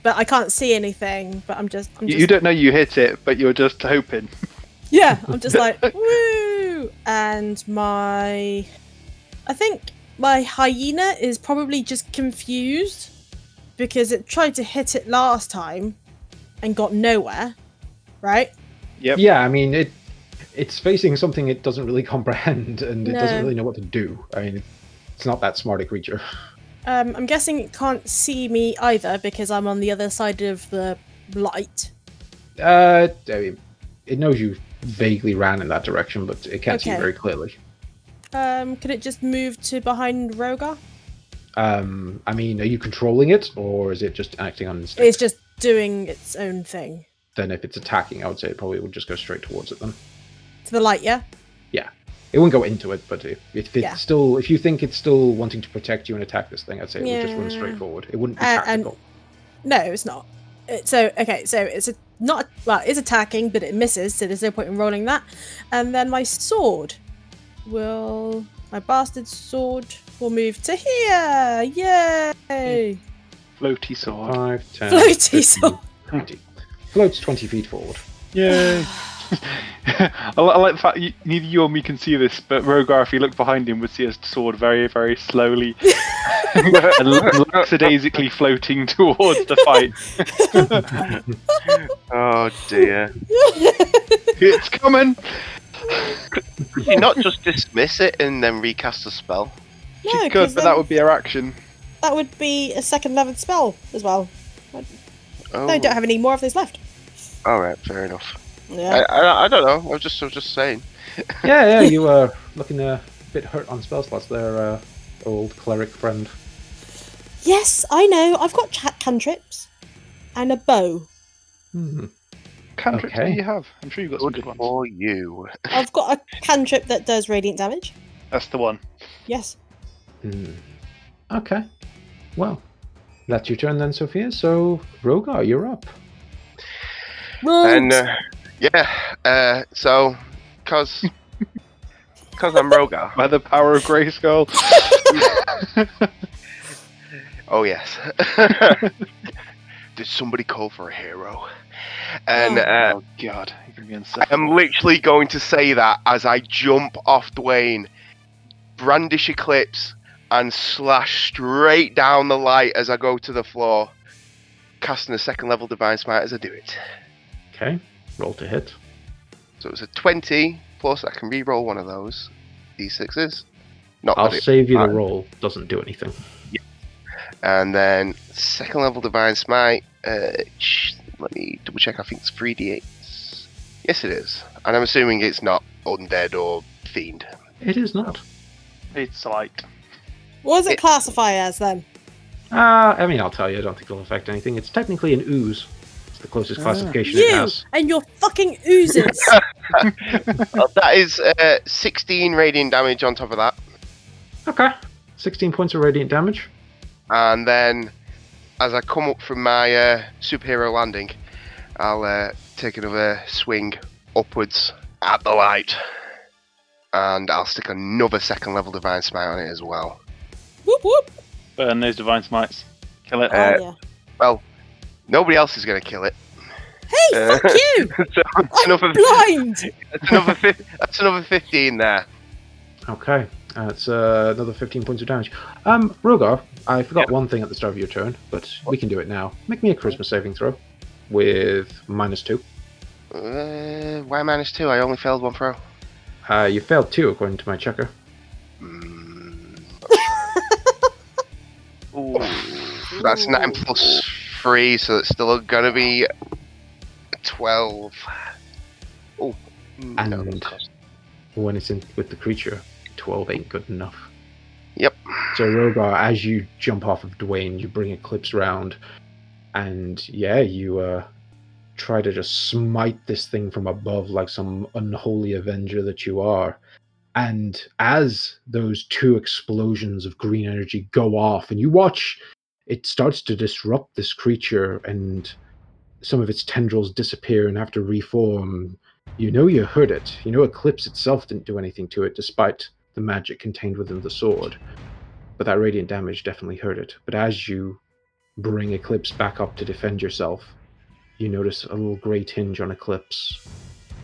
[SPEAKER 2] But I can't see anything, but I'm just. I'm
[SPEAKER 4] You,
[SPEAKER 2] just
[SPEAKER 4] you don't know you hit it, but you're just hoping.
[SPEAKER 2] Yeah, I'm just like, woo! And my. I think my hyena is probably just confused because it tried to hit it last time and got nowhere, right?
[SPEAKER 4] Yep.
[SPEAKER 1] Yeah, I mean it. It's facing something it doesn't really comprehend, and it
[SPEAKER 2] No.
[SPEAKER 1] doesn't really know what to do. I mean, it's not that smart a creature.
[SPEAKER 2] Um, I'm guessing it can't see me either because I'm on the other side of the light.
[SPEAKER 1] Uh, I mean, it knows you vaguely ran in that direction, but it can't see
[SPEAKER 2] Okay.
[SPEAKER 1] very clearly.
[SPEAKER 2] Um, could it just move to behind Rogar?
[SPEAKER 1] Um, I mean, are you controlling it, or is it just acting on instinct?
[SPEAKER 2] It's just doing its own thing
[SPEAKER 1] Then, if it's attacking, I would say it probably would just go straight towards it. Then
[SPEAKER 2] to the light. Yeah.
[SPEAKER 1] it wouldn't go into it, but if, if it's
[SPEAKER 2] Yeah.
[SPEAKER 1] still, if you think it's still wanting to protect you and attack this thing, I'd say it would just run
[SPEAKER 2] Yeah.
[SPEAKER 1] straight forward. It wouldn't be
[SPEAKER 2] Uh, and-
[SPEAKER 1] tactical.
[SPEAKER 2] No, it's not. It, so okay, so it's a, not well, it's attacking, but it misses. So there's no point in rolling that. And then my sword will my bastard sword will move to here. Yay!
[SPEAKER 4] floaty sword.
[SPEAKER 1] 5, 10,
[SPEAKER 2] Floaty
[SPEAKER 1] 15,
[SPEAKER 2] sword.
[SPEAKER 1] 20. Floats 20 feet forward.
[SPEAKER 4] Yay! I, li- I like the fact you, neither you or me can see this, but Rogar, if he looked behind him, would see his sword very, very slowly and la- lackadaisically floating towards the fight.
[SPEAKER 3] Oh dear.
[SPEAKER 4] It's coming!
[SPEAKER 3] Could you not just dismiss it and then recast the spell?
[SPEAKER 4] she
[SPEAKER 2] No,
[SPEAKER 4] could,
[SPEAKER 2] 'cause
[SPEAKER 4] but
[SPEAKER 2] then
[SPEAKER 4] that would be her action.
[SPEAKER 2] that would be a second level spell as well.
[SPEAKER 3] Oh,
[SPEAKER 2] No, I don't have any more of those left.
[SPEAKER 3] all right, fair enough.
[SPEAKER 2] Yeah.
[SPEAKER 3] I, I, I don't know. I was just I was just saying.
[SPEAKER 1] Yeah, yeah, you were looking a bit hurt on spell slots there, uh, old cleric friend.
[SPEAKER 2] yes, I know. I've got cat cantrips and a bow.
[SPEAKER 1] Hmm.
[SPEAKER 4] Cantrips
[SPEAKER 1] Okay.
[SPEAKER 4] do you have? I'm sure you've got some good ones.
[SPEAKER 3] for you.
[SPEAKER 2] I've got a cantrip that does radiant damage.
[SPEAKER 4] That's the one.
[SPEAKER 2] Yes.
[SPEAKER 1] Hmm. Okay. Well, that's your turn then, Sophia. So, Rogar, you're up.
[SPEAKER 3] And uh, yeah, uh, so because because I'm Rogar.
[SPEAKER 4] By the power of Grayskull.
[SPEAKER 3] Oh yes. Did somebody call for a hero? And
[SPEAKER 2] Oh.
[SPEAKER 3] uh,
[SPEAKER 4] oh god, you're gonna be
[SPEAKER 3] I am
[SPEAKER 4] insufferable.
[SPEAKER 3] literally going to say that as I jump off Dwayne, brandish Eclipse, and slash straight down the light as I go to the floor, casting a second level Divine Smite as I do it.
[SPEAKER 1] Okay. Roll to hit.
[SPEAKER 3] So it's a 20, plus I can re-roll one of those d6s. Not
[SPEAKER 1] I'll
[SPEAKER 3] that it-
[SPEAKER 1] save you the
[SPEAKER 3] fine.
[SPEAKER 1] roll. Uh, Doesn't do anything.
[SPEAKER 3] And then second level Divine Smite, uh, sh- let me double check, I think it's 3d8s. Yes, it is. And I'm assuming it's not undead or fiend.
[SPEAKER 1] It is not.
[SPEAKER 4] It's like
[SPEAKER 2] what does it,
[SPEAKER 3] it-
[SPEAKER 2] classify as then?
[SPEAKER 1] Uh, I mean, I'll tell you. I don't think it'll affect anything. It's technically an ooze. It's the closest
[SPEAKER 4] Ah.
[SPEAKER 1] classification it
[SPEAKER 2] You
[SPEAKER 1] has.
[SPEAKER 2] and your fucking oozes.
[SPEAKER 3] Well, that is uh, 16 radiant damage on top of that.
[SPEAKER 1] Okay. 16 points of radiant damage.
[SPEAKER 3] And then as I come up from my uh, superhero landing, I'll uh, take another swing upwards at the light. And I'll stick another second level Divine Smite on it as well.
[SPEAKER 2] whoop whoop.
[SPEAKER 4] burn those divine smites. Kill it.
[SPEAKER 3] Uh,
[SPEAKER 2] oh, yeah.
[SPEAKER 3] Nobody else is going to kill it.
[SPEAKER 2] Hey,
[SPEAKER 3] uh,
[SPEAKER 2] fuck you!
[SPEAKER 3] so that's another,
[SPEAKER 2] I'm blind.
[SPEAKER 3] that's, another fif- that's another 15 there.
[SPEAKER 1] Okay. That's uh, another 15 points of damage. Um, Rogar, I forgot one thing at the start of your turn, but we can do it now. Make me a charisma saving throw with minus two.
[SPEAKER 3] Uh, why minus two? I only failed one throw.
[SPEAKER 1] Uh, you failed two, according to my checker.
[SPEAKER 3] Mm,
[SPEAKER 4] Ooh.
[SPEAKER 3] that's nine
[SPEAKER 2] Ooh.
[SPEAKER 3] plus three, so it's still gonna be twelve. Oh, no,
[SPEAKER 1] And-
[SPEAKER 3] that's close.
[SPEAKER 1] When it's in with the creature, 12 ain't good enough.
[SPEAKER 3] Yep.
[SPEAKER 1] So, Rogar, as you jump off of Dwayne, you bring Eclipse round, and yeah, you uh, try to just smite this thing from above like some unholy avenger that you are. And as those two explosions of green energy go off, and you watch, it starts to disrupt this creature, and some of its tendrils disappear and have to reform. You know you heard it. You know Eclipse itself didn't do anything to it, despite the magic contained within the sword but that radiant damage definitely hurt it. But as you bring Eclipse back up to defend yourself, you notice a little grey tinge on Eclipse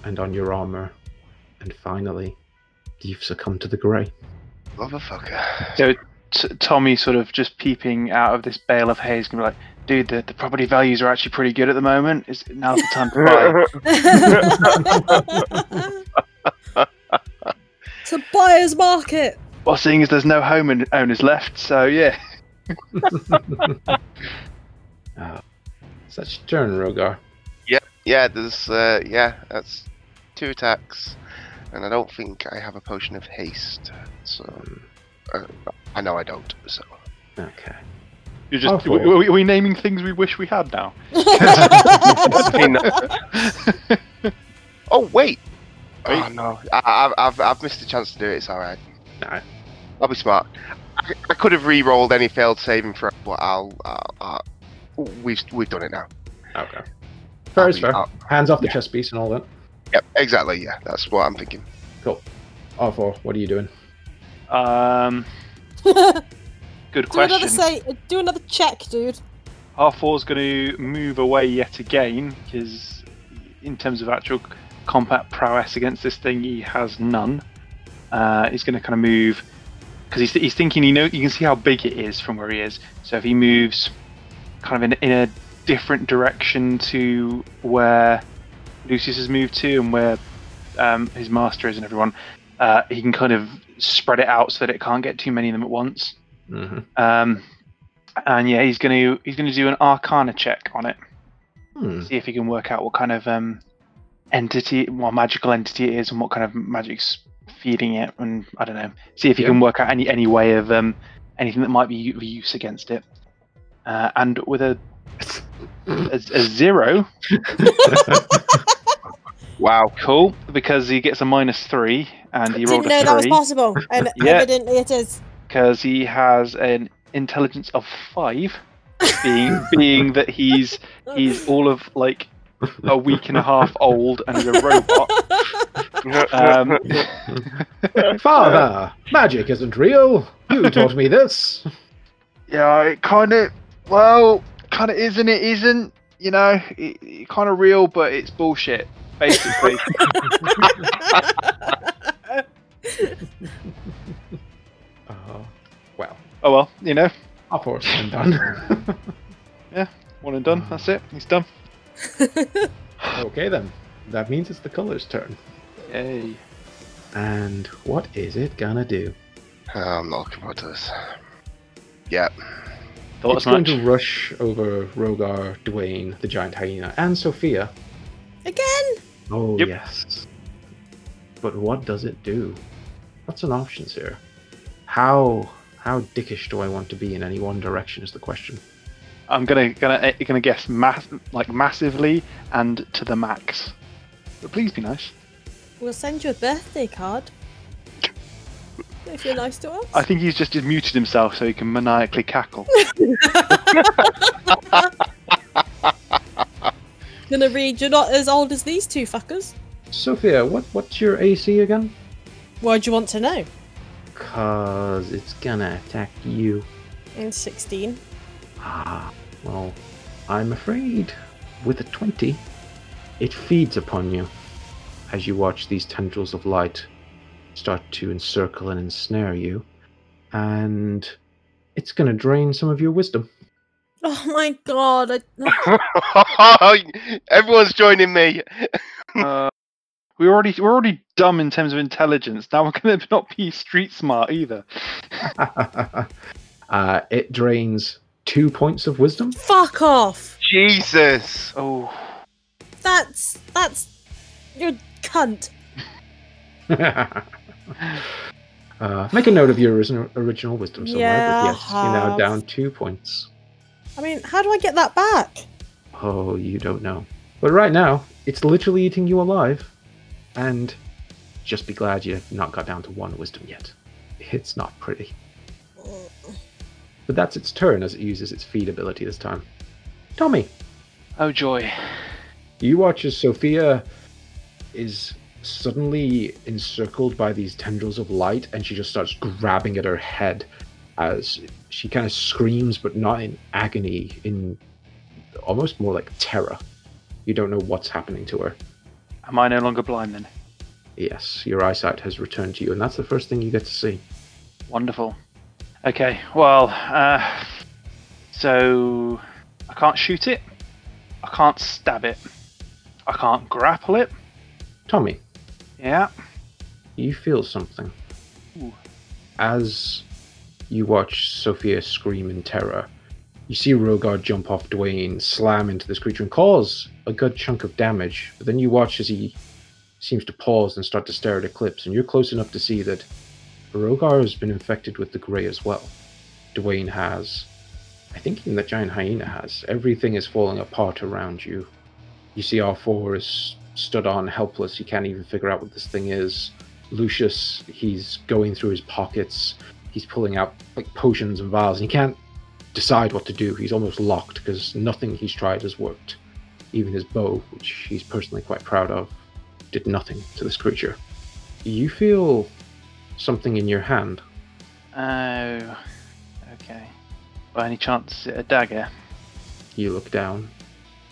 [SPEAKER 1] and on your armor. And finally, you've succumbed to the grey.
[SPEAKER 3] motherfucker.
[SPEAKER 4] So t- Tommy sort of just peeping out of this bale of hay is gonna be like, dude, the, the property values are actually pretty good at the moment. Is now's the time to buy?
[SPEAKER 2] it's a buyer's market.
[SPEAKER 4] well, seeing as there's no home in- owners left, so yeah.
[SPEAKER 1] Ah, it's that's your turn, Rogar.
[SPEAKER 3] yeah, there's uh, yeah, that's two attacks, and I don't think I have a potion of haste, so uh, I know I don't. So
[SPEAKER 1] Okay.
[SPEAKER 4] You're
[SPEAKER 1] Oh,
[SPEAKER 4] just
[SPEAKER 1] cool.
[SPEAKER 4] are we- are we naming things we wish we had now?
[SPEAKER 3] oh wait. Oh
[SPEAKER 4] Wait.
[SPEAKER 3] no, I, I've, I've, I've missed a chance to do it. It's all right.
[SPEAKER 1] No.
[SPEAKER 3] I'll be smart. I, I could have re-rolled any failed saving throw, but I'll, I'll, I'll we've we've done it now.
[SPEAKER 1] Okay. Fair is
[SPEAKER 3] I'll be-
[SPEAKER 1] fair.
[SPEAKER 3] I'll-
[SPEAKER 1] Hands off the
[SPEAKER 3] yeah.
[SPEAKER 1] chess piece and all that.
[SPEAKER 3] Yep, exactly. Yeah, that's what I'm thinking.
[SPEAKER 1] R4, Oh, what are you doing?
[SPEAKER 4] Um, good
[SPEAKER 2] do another
[SPEAKER 4] question.
[SPEAKER 2] say, do another check, dude.
[SPEAKER 4] R4's going to move away yet again because, in terms of actual combat prowess against this thing, he has none. Uh, he's going to kind of move because he's, he's thinking. You know, you can see how big it is from where he is. So if he moves, kind of in, in a different direction to where Lucius has moved to and where um, his master is and everyone, uh, he can kind of spread it out so that it can't get too many of them at once.
[SPEAKER 1] hmm
[SPEAKER 4] Um, and yeah, he's going to he's going to do an Arcana check on it,
[SPEAKER 1] Hmm.
[SPEAKER 4] see if he can work out what kind of um, entity, what magical entity it is, and what kind of magic's feeding it, and I don't know. See if he
[SPEAKER 1] Yeah.
[SPEAKER 4] can work out any any way of um, anything that might be of use against it. Uh, and with a, a a zero,
[SPEAKER 3] Wow.
[SPEAKER 4] cool, because he gets a minus three, and he rolled
[SPEAKER 2] Didn't know that
[SPEAKER 4] a
[SPEAKER 2] was
[SPEAKER 4] three
[SPEAKER 2] possible, and
[SPEAKER 4] Yeah.
[SPEAKER 2] evidently it is.
[SPEAKER 4] because he has an intelligence of five, being being that he's he's all of like a week and a half old and he's a robot.
[SPEAKER 3] Uh,
[SPEAKER 4] Um,
[SPEAKER 1] Father, magic isn't real. You taught me this.
[SPEAKER 4] yeah, it kind of well, kind of isn't it? Isn't you know? It, it kind of real, but it's bullshit, basically.
[SPEAKER 1] Uh, well,
[SPEAKER 4] oh well, you know,
[SPEAKER 1] our force is done.
[SPEAKER 4] one and done. That's it. He's done.
[SPEAKER 1] okay then, that means it's the color's turn.
[SPEAKER 4] Yay.
[SPEAKER 1] And what is it gonna do?
[SPEAKER 3] Oh, I'm not looking forward to this. Yeah.
[SPEAKER 4] Thought
[SPEAKER 1] it's
[SPEAKER 4] as much.
[SPEAKER 1] going to rush over Rogar, Dwayne, the giant hyena, and Sophia.
[SPEAKER 2] Again,
[SPEAKER 1] Oh
[SPEAKER 4] Yep.
[SPEAKER 1] yes. But what does it do? What's an options here? How how dickish do I want to be in any one direction is the question.
[SPEAKER 4] I'm gonna gonna eh, gonna guess mass like massively and to the max. But please be nice.
[SPEAKER 2] we'll send you a birthday card if you're nice to us.
[SPEAKER 4] I think he's just muted himself so he can maniacally cackle.
[SPEAKER 2] Gonna read. You're not as old as these two fuckers.
[SPEAKER 1] Sophia, what what's your AC again?
[SPEAKER 2] Why do you want to know?
[SPEAKER 1] Cause it's gonna attack you.
[SPEAKER 2] I'm 16.
[SPEAKER 1] Ah, well, I'm afraid with a 20, it feeds upon you as you watch these tendrils of light start to encircle and ensnare you, and it's going to drain some of your wisdom.
[SPEAKER 2] Oh my god! I, oh,
[SPEAKER 3] Everyone's joining me.
[SPEAKER 4] Uh, we're already we're already dumb in terms of intelligence. Now we're going to not be street smart either.
[SPEAKER 1] uh, it drains two points of wisdom.
[SPEAKER 2] fuck off.
[SPEAKER 3] Jesus.
[SPEAKER 4] Oh,
[SPEAKER 2] That's that's you're a cunt.
[SPEAKER 1] uh, make a note of your original, original wisdom somewhere,
[SPEAKER 2] Yeah, I
[SPEAKER 1] but yes, you're now
[SPEAKER 2] have.
[SPEAKER 1] down two points.
[SPEAKER 2] I mean, how do I get that back?
[SPEAKER 1] Oh, you don't know. But right now, it's literally eating you alive. And just be glad you've not got down to one wisdom yet. It's not pretty. But that's its turn as it uses its feed ability this time. Tommy,
[SPEAKER 4] oh joy!
[SPEAKER 1] you watch as Sophia is suddenly encircled by these tendrils of light and she just starts grabbing at her head as she kind of screams, but not in agony, in almost more like terror. You don't know what's happening to her.
[SPEAKER 4] Am I no longer blind then?
[SPEAKER 1] Yes, your eyesight has returned to you, and that's the first thing you get to see.
[SPEAKER 4] Wonderful. Okay, well, uh, so I can't shoot it. I can't stab it. I can't grapple it.
[SPEAKER 1] Tommy,
[SPEAKER 4] Yeah.
[SPEAKER 1] you feel something.
[SPEAKER 4] Ooh.
[SPEAKER 1] As you watch Sophia scream in terror, you see Rogar jump off Dwayne, slam into this creature, and cause a good chunk of damage. But then you watch as he seems to pause and start to stare at Eclipse, and you're close enough to see that Rogar has been infected with the grey as well. Dwayne has. I think even that giant hyena has. Everything is falling apart around you. You see R4 is stood on, helpless. He can't even figure out what this thing is. Lucius, he's going through his pockets. He's pulling out like potions and vials, and he can't decide what to do. He's almost locked because nothing he's tried has worked. Even his bow, which he's personally quite proud of, did nothing to this creature. You feel something in your hand.
[SPEAKER 4] Oh. Okay. By any chance, is it a dagger?
[SPEAKER 1] You look down,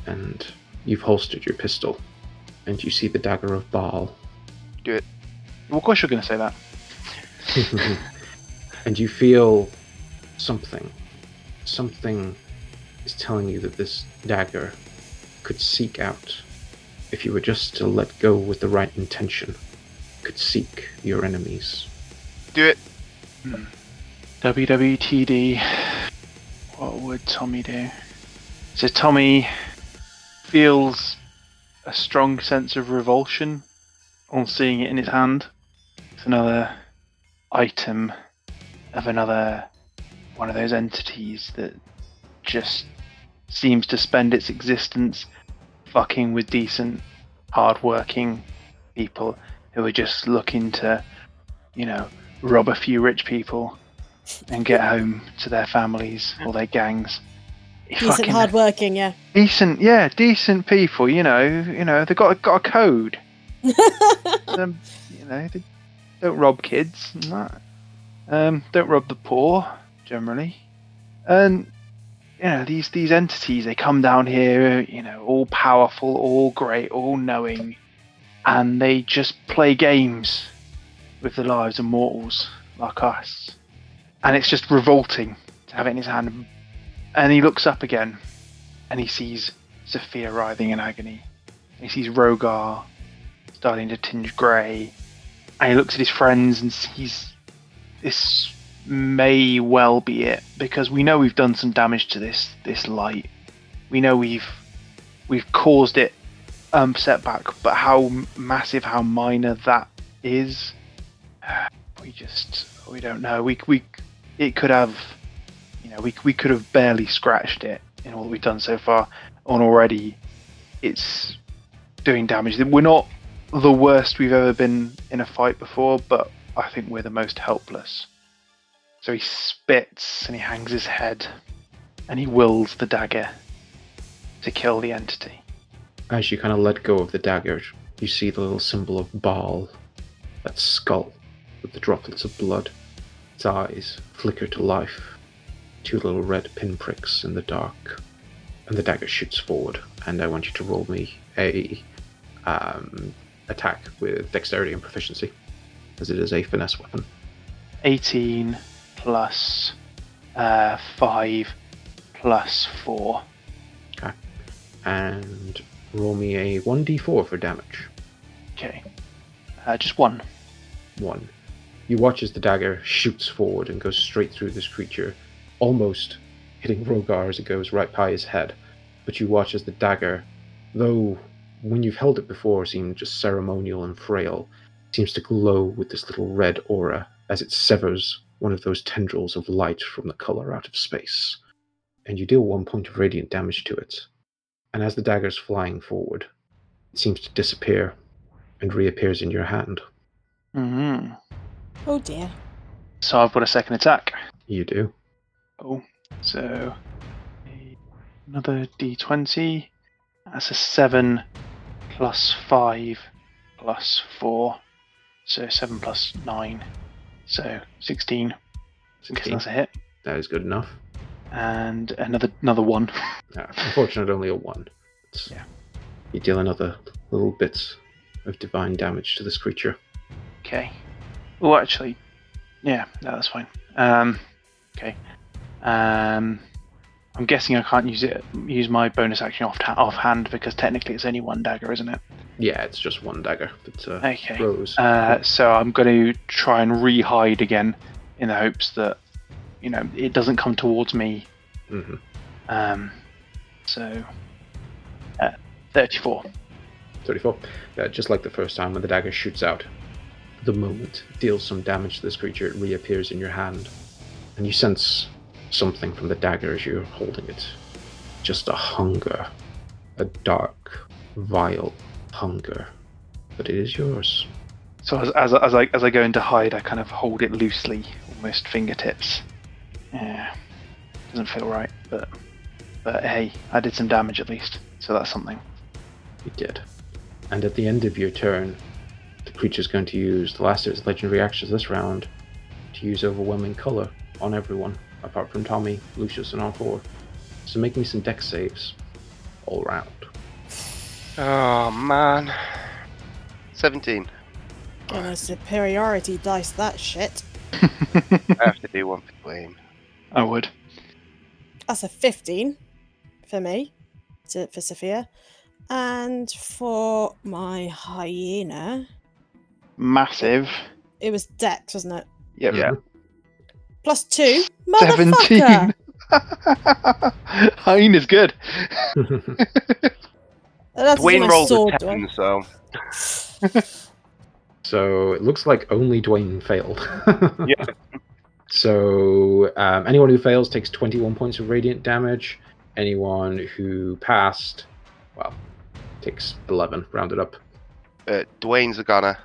[SPEAKER 1] and you've holstered your pistol, and you see the dagger of Baal.
[SPEAKER 4] Well, of course you're going to say that.
[SPEAKER 1] and you feel something. Something is telling you that this dagger could seek out, if you were just to let go with the right intention, could seek your enemies.
[SPEAKER 3] Do it.
[SPEAKER 4] WWTD. What would Tommy do? So Tommy feels a strong sense of revulsion on seeing it in his hand. It's another item of another one of those entities that just seems to spend its existence fucking with decent, hard-working people who are just looking to, you know, rob a few rich people and get home to their families or their gangs. You
[SPEAKER 2] Decent,
[SPEAKER 4] fucking-
[SPEAKER 2] hardworking, yeah.
[SPEAKER 4] decent, yeah, decent people. You know, you know, they got a, got a code. um, you know, they don't rob kids and that. Um, don't rob the poor generally. And you know, these these entities they come down here, you know, all powerful, all great, all knowing, and they just play games with the lives of mortals like us. And it's just revolting to have it in his hand. And he looks up again and he sees Sophia writhing in agony. He sees Rogar starting to tinge grey. And he looks at his friends and sees this may well be it because we know we've done some damage to this this light. We know we've we've caused it um setback, but how m- massive, how minor that is, we just we don't know. We we it could have you know we we could have barely scratched it in all that we've done so far, and already it's doing damage. We're not the worst we've ever been in a fight before, but I think we're the most helpless. So he spits and he hangs his head and he wills the dagger to kill the entity.
[SPEAKER 1] As you kind of let go of the dagger, you see the little symbol of Baal, that skull with the droplets of blood. Its eyes flicker to life, two little red pinpricks in the dark. And the dagger shoots forward, and I want you to roll me a um, attack with dexterity and proficiency, as it is a finesse weapon.
[SPEAKER 4] 18 plus uh, 5 plus 4.
[SPEAKER 1] And roll me a 1d4 for damage.
[SPEAKER 4] Okay. Uh, just one.
[SPEAKER 1] one. You watch as the dagger shoots forward and goes straight through this creature, almost hitting Rogar as it goes right by his head. But you watch as the dagger, though when you've held it before seemed just ceremonial and frail, seems to glow with this little red aura as it severs one of those tendrils of light from the color out of space. And you deal one point of radiant damage to it. And as the dagger's flying forward, it seems to disappear and reappears in your hand.
[SPEAKER 4] hmm
[SPEAKER 2] Oh dear.
[SPEAKER 4] So I've got a second attack.
[SPEAKER 1] You do.
[SPEAKER 4] Oh, so another d20. That's a 7 plus 5 plus 4. So 7 plus 9. So 16. I guess
[SPEAKER 1] 16.
[SPEAKER 4] that's a hit.
[SPEAKER 1] That is good enough.
[SPEAKER 4] And another another one.
[SPEAKER 1] Uh, unfortunately, only a one. It's-
[SPEAKER 4] Yeah.
[SPEAKER 1] You deal another little bit of divine damage to this creature.
[SPEAKER 4] Okay. Well, actually, yeah, no, that's fine. Um, okay. Um, I'm guessing I can't use it. Use my bonus action off offhand because technically it's only one dagger, isn't it?
[SPEAKER 1] Yeah, it's just one dagger that uh,
[SPEAKER 4] Okay.
[SPEAKER 1] grows.
[SPEAKER 4] Uh, so I'm going to try and re-hide again in the hopes that, you know, it doesn't come towards me.
[SPEAKER 1] Mhm.
[SPEAKER 4] Um, so, uh, 34.
[SPEAKER 1] 34. Uh, just like the first time when the dagger shoots out, the moment it deals some damage to this creature, it reappears in your hand. And you sense something from the dagger as you're holding it. Just a hunger. A dark, vile hunger. But it is yours.
[SPEAKER 4] So as, as, as I as I go into hide, I kind of hold it loosely, almost fingertips. Yeah, doesn't feel right, but but hey, I did some damage at least, so that's something.
[SPEAKER 1] You did. And at the end of your turn, the creature's going to use the last of its legendary actions this round to use overwhelming color on everyone, apart from Tommy, Lucius, and Encore. So make me some deck saves all round.
[SPEAKER 3] Oh man. Seventeen.
[SPEAKER 2] On a superiority dice, that shit.
[SPEAKER 3] I have to do one for Dwayne.
[SPEAKER 4] I would.
[SPEAKER 2] That's a 15 for me, to, for Sophia. And for my hyena,
[SPEAKER 4] Massive.
[SPEAKER 2] it was dex, wasn't it?
[SPEAKER 4] Yep.
[SPEAKER 1] Yeah.
[SPEAKER 2] Plus two.
[SPEAKER 4] Seventeen.
[SPEAKER 2] Motherfucker!
[SPEAKER 4] Hein is good.
[SPEAKER 2] That's
[SPEAKER 3] Dwayne
[SPEAKER 2] my
[SPEAKER 3] rolled
[SPEAKER 2] sword,
[SPEAKER 3] a
[SPEAKER 2] do I?
[SPEAKER 3] ten, so
[SPEAKER 1] so it looks like only Dwayne failed.
[SPEAKER 4] Yeah.
[SPEAKER 1] So um, anyone who fails takes 21 points of radiant damage. Anyone who passed, well, takes 11, rounded up.
[SPEAKER 3] uh, Dwayne's a goner.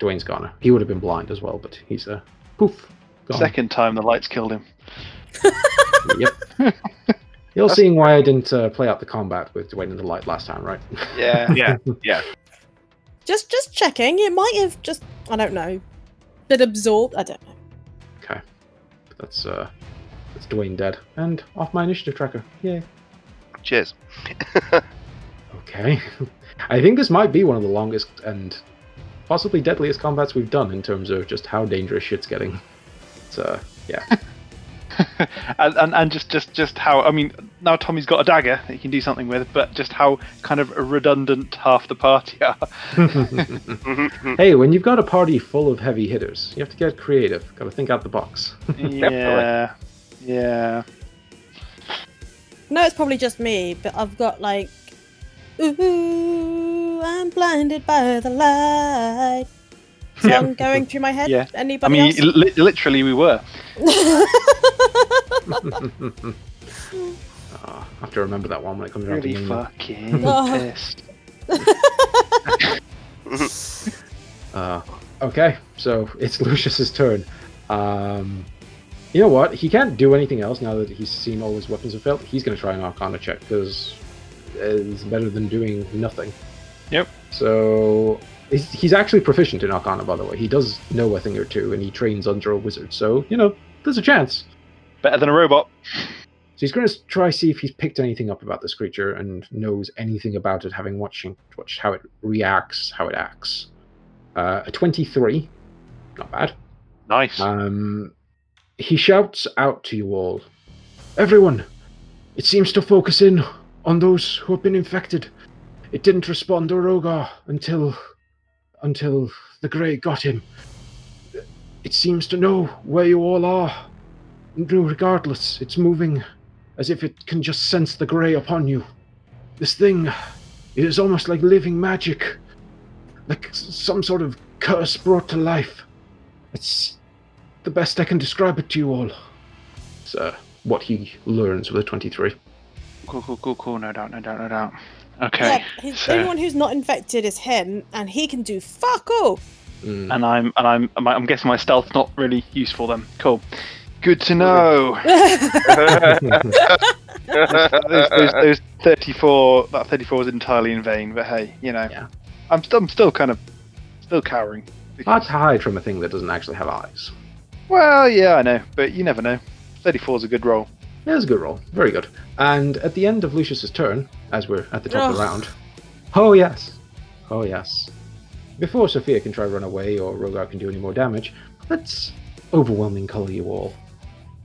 [SPEAKER 1] Dwayne's gone. He would have been blind as well, but he's a poof. Gone.
[SPEAKER 4] Second time the lights killed him.
[SPEAKER 1] Yep. You're seeing why I didn't uh, play out the combat with Dwayne in the light last time, right?
[SPEAKER 4] Yeah.
[SPEAKER 5] Yeah.
[SPEAKER 2] Just, just checking. It might have just, I don't know, been absorbed. I don't know.
[SPEAKER 1] That's uh, that's Dwayne dead and off my initiative tracker. Yay.
[SPEAKER 3] Cheers.
[SPEAKER 1] Okay. I think this might be one of the longest and possibly deadliest combats we've done in terms of just how dangerous shit's getting. It's uh,
[SPEAKER 4] and, and and just just just how I mean now Tommy's got a dagger that he can do something with, but just how kind of redundant half the party are.
[SPEAKER 3] Mhm.
[SPEAKER 1] uh, hey, when you've got a party full of heavy hitters, you have to get creative. Got to think out the box.
[SPEAKER 4] yeah, yeah.
[SPEAKER 2] No, it's probably just me, but I've got like, ooh, I'm blinded by the light.
[SPEAKER 4] Yeah.
[SPEAKER 2] Song going through my head.
[SPEAKER 4] Yeah. I
[SPEAKER 2] Anybody
[SPEAKER 4] mean, li- literally, we were.
[SPEAKER 2] else?
[SPEAKER 1] Ah, I have to remember that one when it comes around to
[SPEAKER 4] Really
[SPEAKER 1] game night.
[SPEAKER 4] fucking
[SPEAKER 2] Oh.
[SPEAKER 4] pissed.
[SPEAKER 1] Uh, okay, so it's Lucius's turn. Um, you know what? He can't do anything else now that he's seen all his weapons have failed. He's going to try an Arcana check because it's better than doing nothing.
[SPEAKER 4] Yep.
[SPEAKER 1] So he's, he's actually proficient in Arcana, by the way. He does know a thing or two, and he trains under a wizard. So you know, there's a chance.
[SPEAKER 4] Better than a robot.
[SPEAKER 1] So he's going to try see if he's picked anything up about this creature and knows anything about it, having watching watched how it reacts, how it acts. Uh, a twenty-three, not bad.
[SPEAKER 4] Nice.
[SPEAKER 1] Um, he shouts out to you all, "Everyone! It seems to focus in on those who have been infected. It didn't respond to Rogar until, until the Grey got him. It seems to know where you all are. No, regardless, it's moving as if it can just sense the Grey upon you. This thing, it is almost like living magic, like s- some sort of curse brought to life. It's the best I can describe it to you all. It's uh, what he learns with a 23.
[SPEAKER 4] cool, cool, cool, cool. No doubt, no doubt, no doubt. Okay.
[SPEAKER 2] Yeah, he's,
[SPEAKER 4] so-
[SPEAKER 2] the only one who's not infected is him, and he can do fuck all.
[SPEAKER 1] Mm.
[SPEAKER 4] And I'm and I'm I'm- I'm guessing my stealth's not really useful then. Cool. Good to know. those, those, those 34 that 34 was entirely in vain but hey you know
[SPEAKER 1] Yeah.
[SPEAKER 4] i'm still i'm still kind of still cowering because-
[SPEAKER 1] Hard to hide from a thing that doesn't actually have eyes.
[SPEAKER 4] well yeah i know but you never know 34 is a good roll
[SPEAKER 1] That was a good roll. Very good. And at the end of Lucius's turn, as we're at the top of the
[SPEAKER 2] Ugh.
[SPEAKER 1] round. Oh, yes. Oh, yes. Before Sophia can try run away or Rogar can do any more damage, let's overwhelming color you all.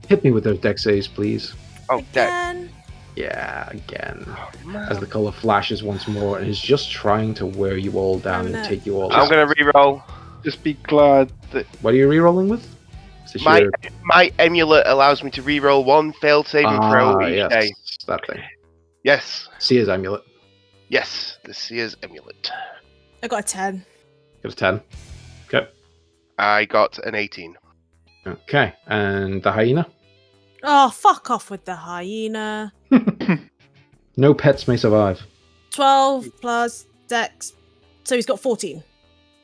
[SPEAKER 1] Hit me with those dex saves, please.
[SPEAKER 3] oh, dead.
[SPEAKER 2] Again.
[SPEAKER 1] Yeah, again. As the color flashes once more and is just trying to wear you all down and
[SPEAKER 2] Damn it.
[SPEAKER 1] take you all
[SPEAKER 3] I'm
[SPEAKER 1] out.
[SPEAKER 3] gonna re-roll.
[SPEAKER 4] just be glad that
[SPEAKER 1] What are you re-rolling with? Is this
[SPEAKER 3] My
[SPEAKER 1] your-
[SPEAKER 3] My emulate allows me to re-roll one failed saving throw
[SPEAKER 1] Ah,
[SPEAKER 3] each
[SPEAKER 1] yes,
[SPEAKER 3] day.
[SPEAKER 1] that thing.
[SPEAKER 3] Yes,
[SPEAKER 1] Seer's amulet.
[SPEAKER 3] yes. The Seer's amulet.
[SPEAKER 2] I got a 10.
[SPEAKER 1] Got a ten.
[SPEAKER 3] I got an eighteen.
[SPEAKER 1] Okay, and the hyena.
[SPEAKER 2] Oh, fuck off with the hyena.
[SPEAKER 1] No pets may survive.
[SPEAKER 2] 12
[SPEAKER 4] Mm.
[SPEAKER 2] plus dex. So he's got 14.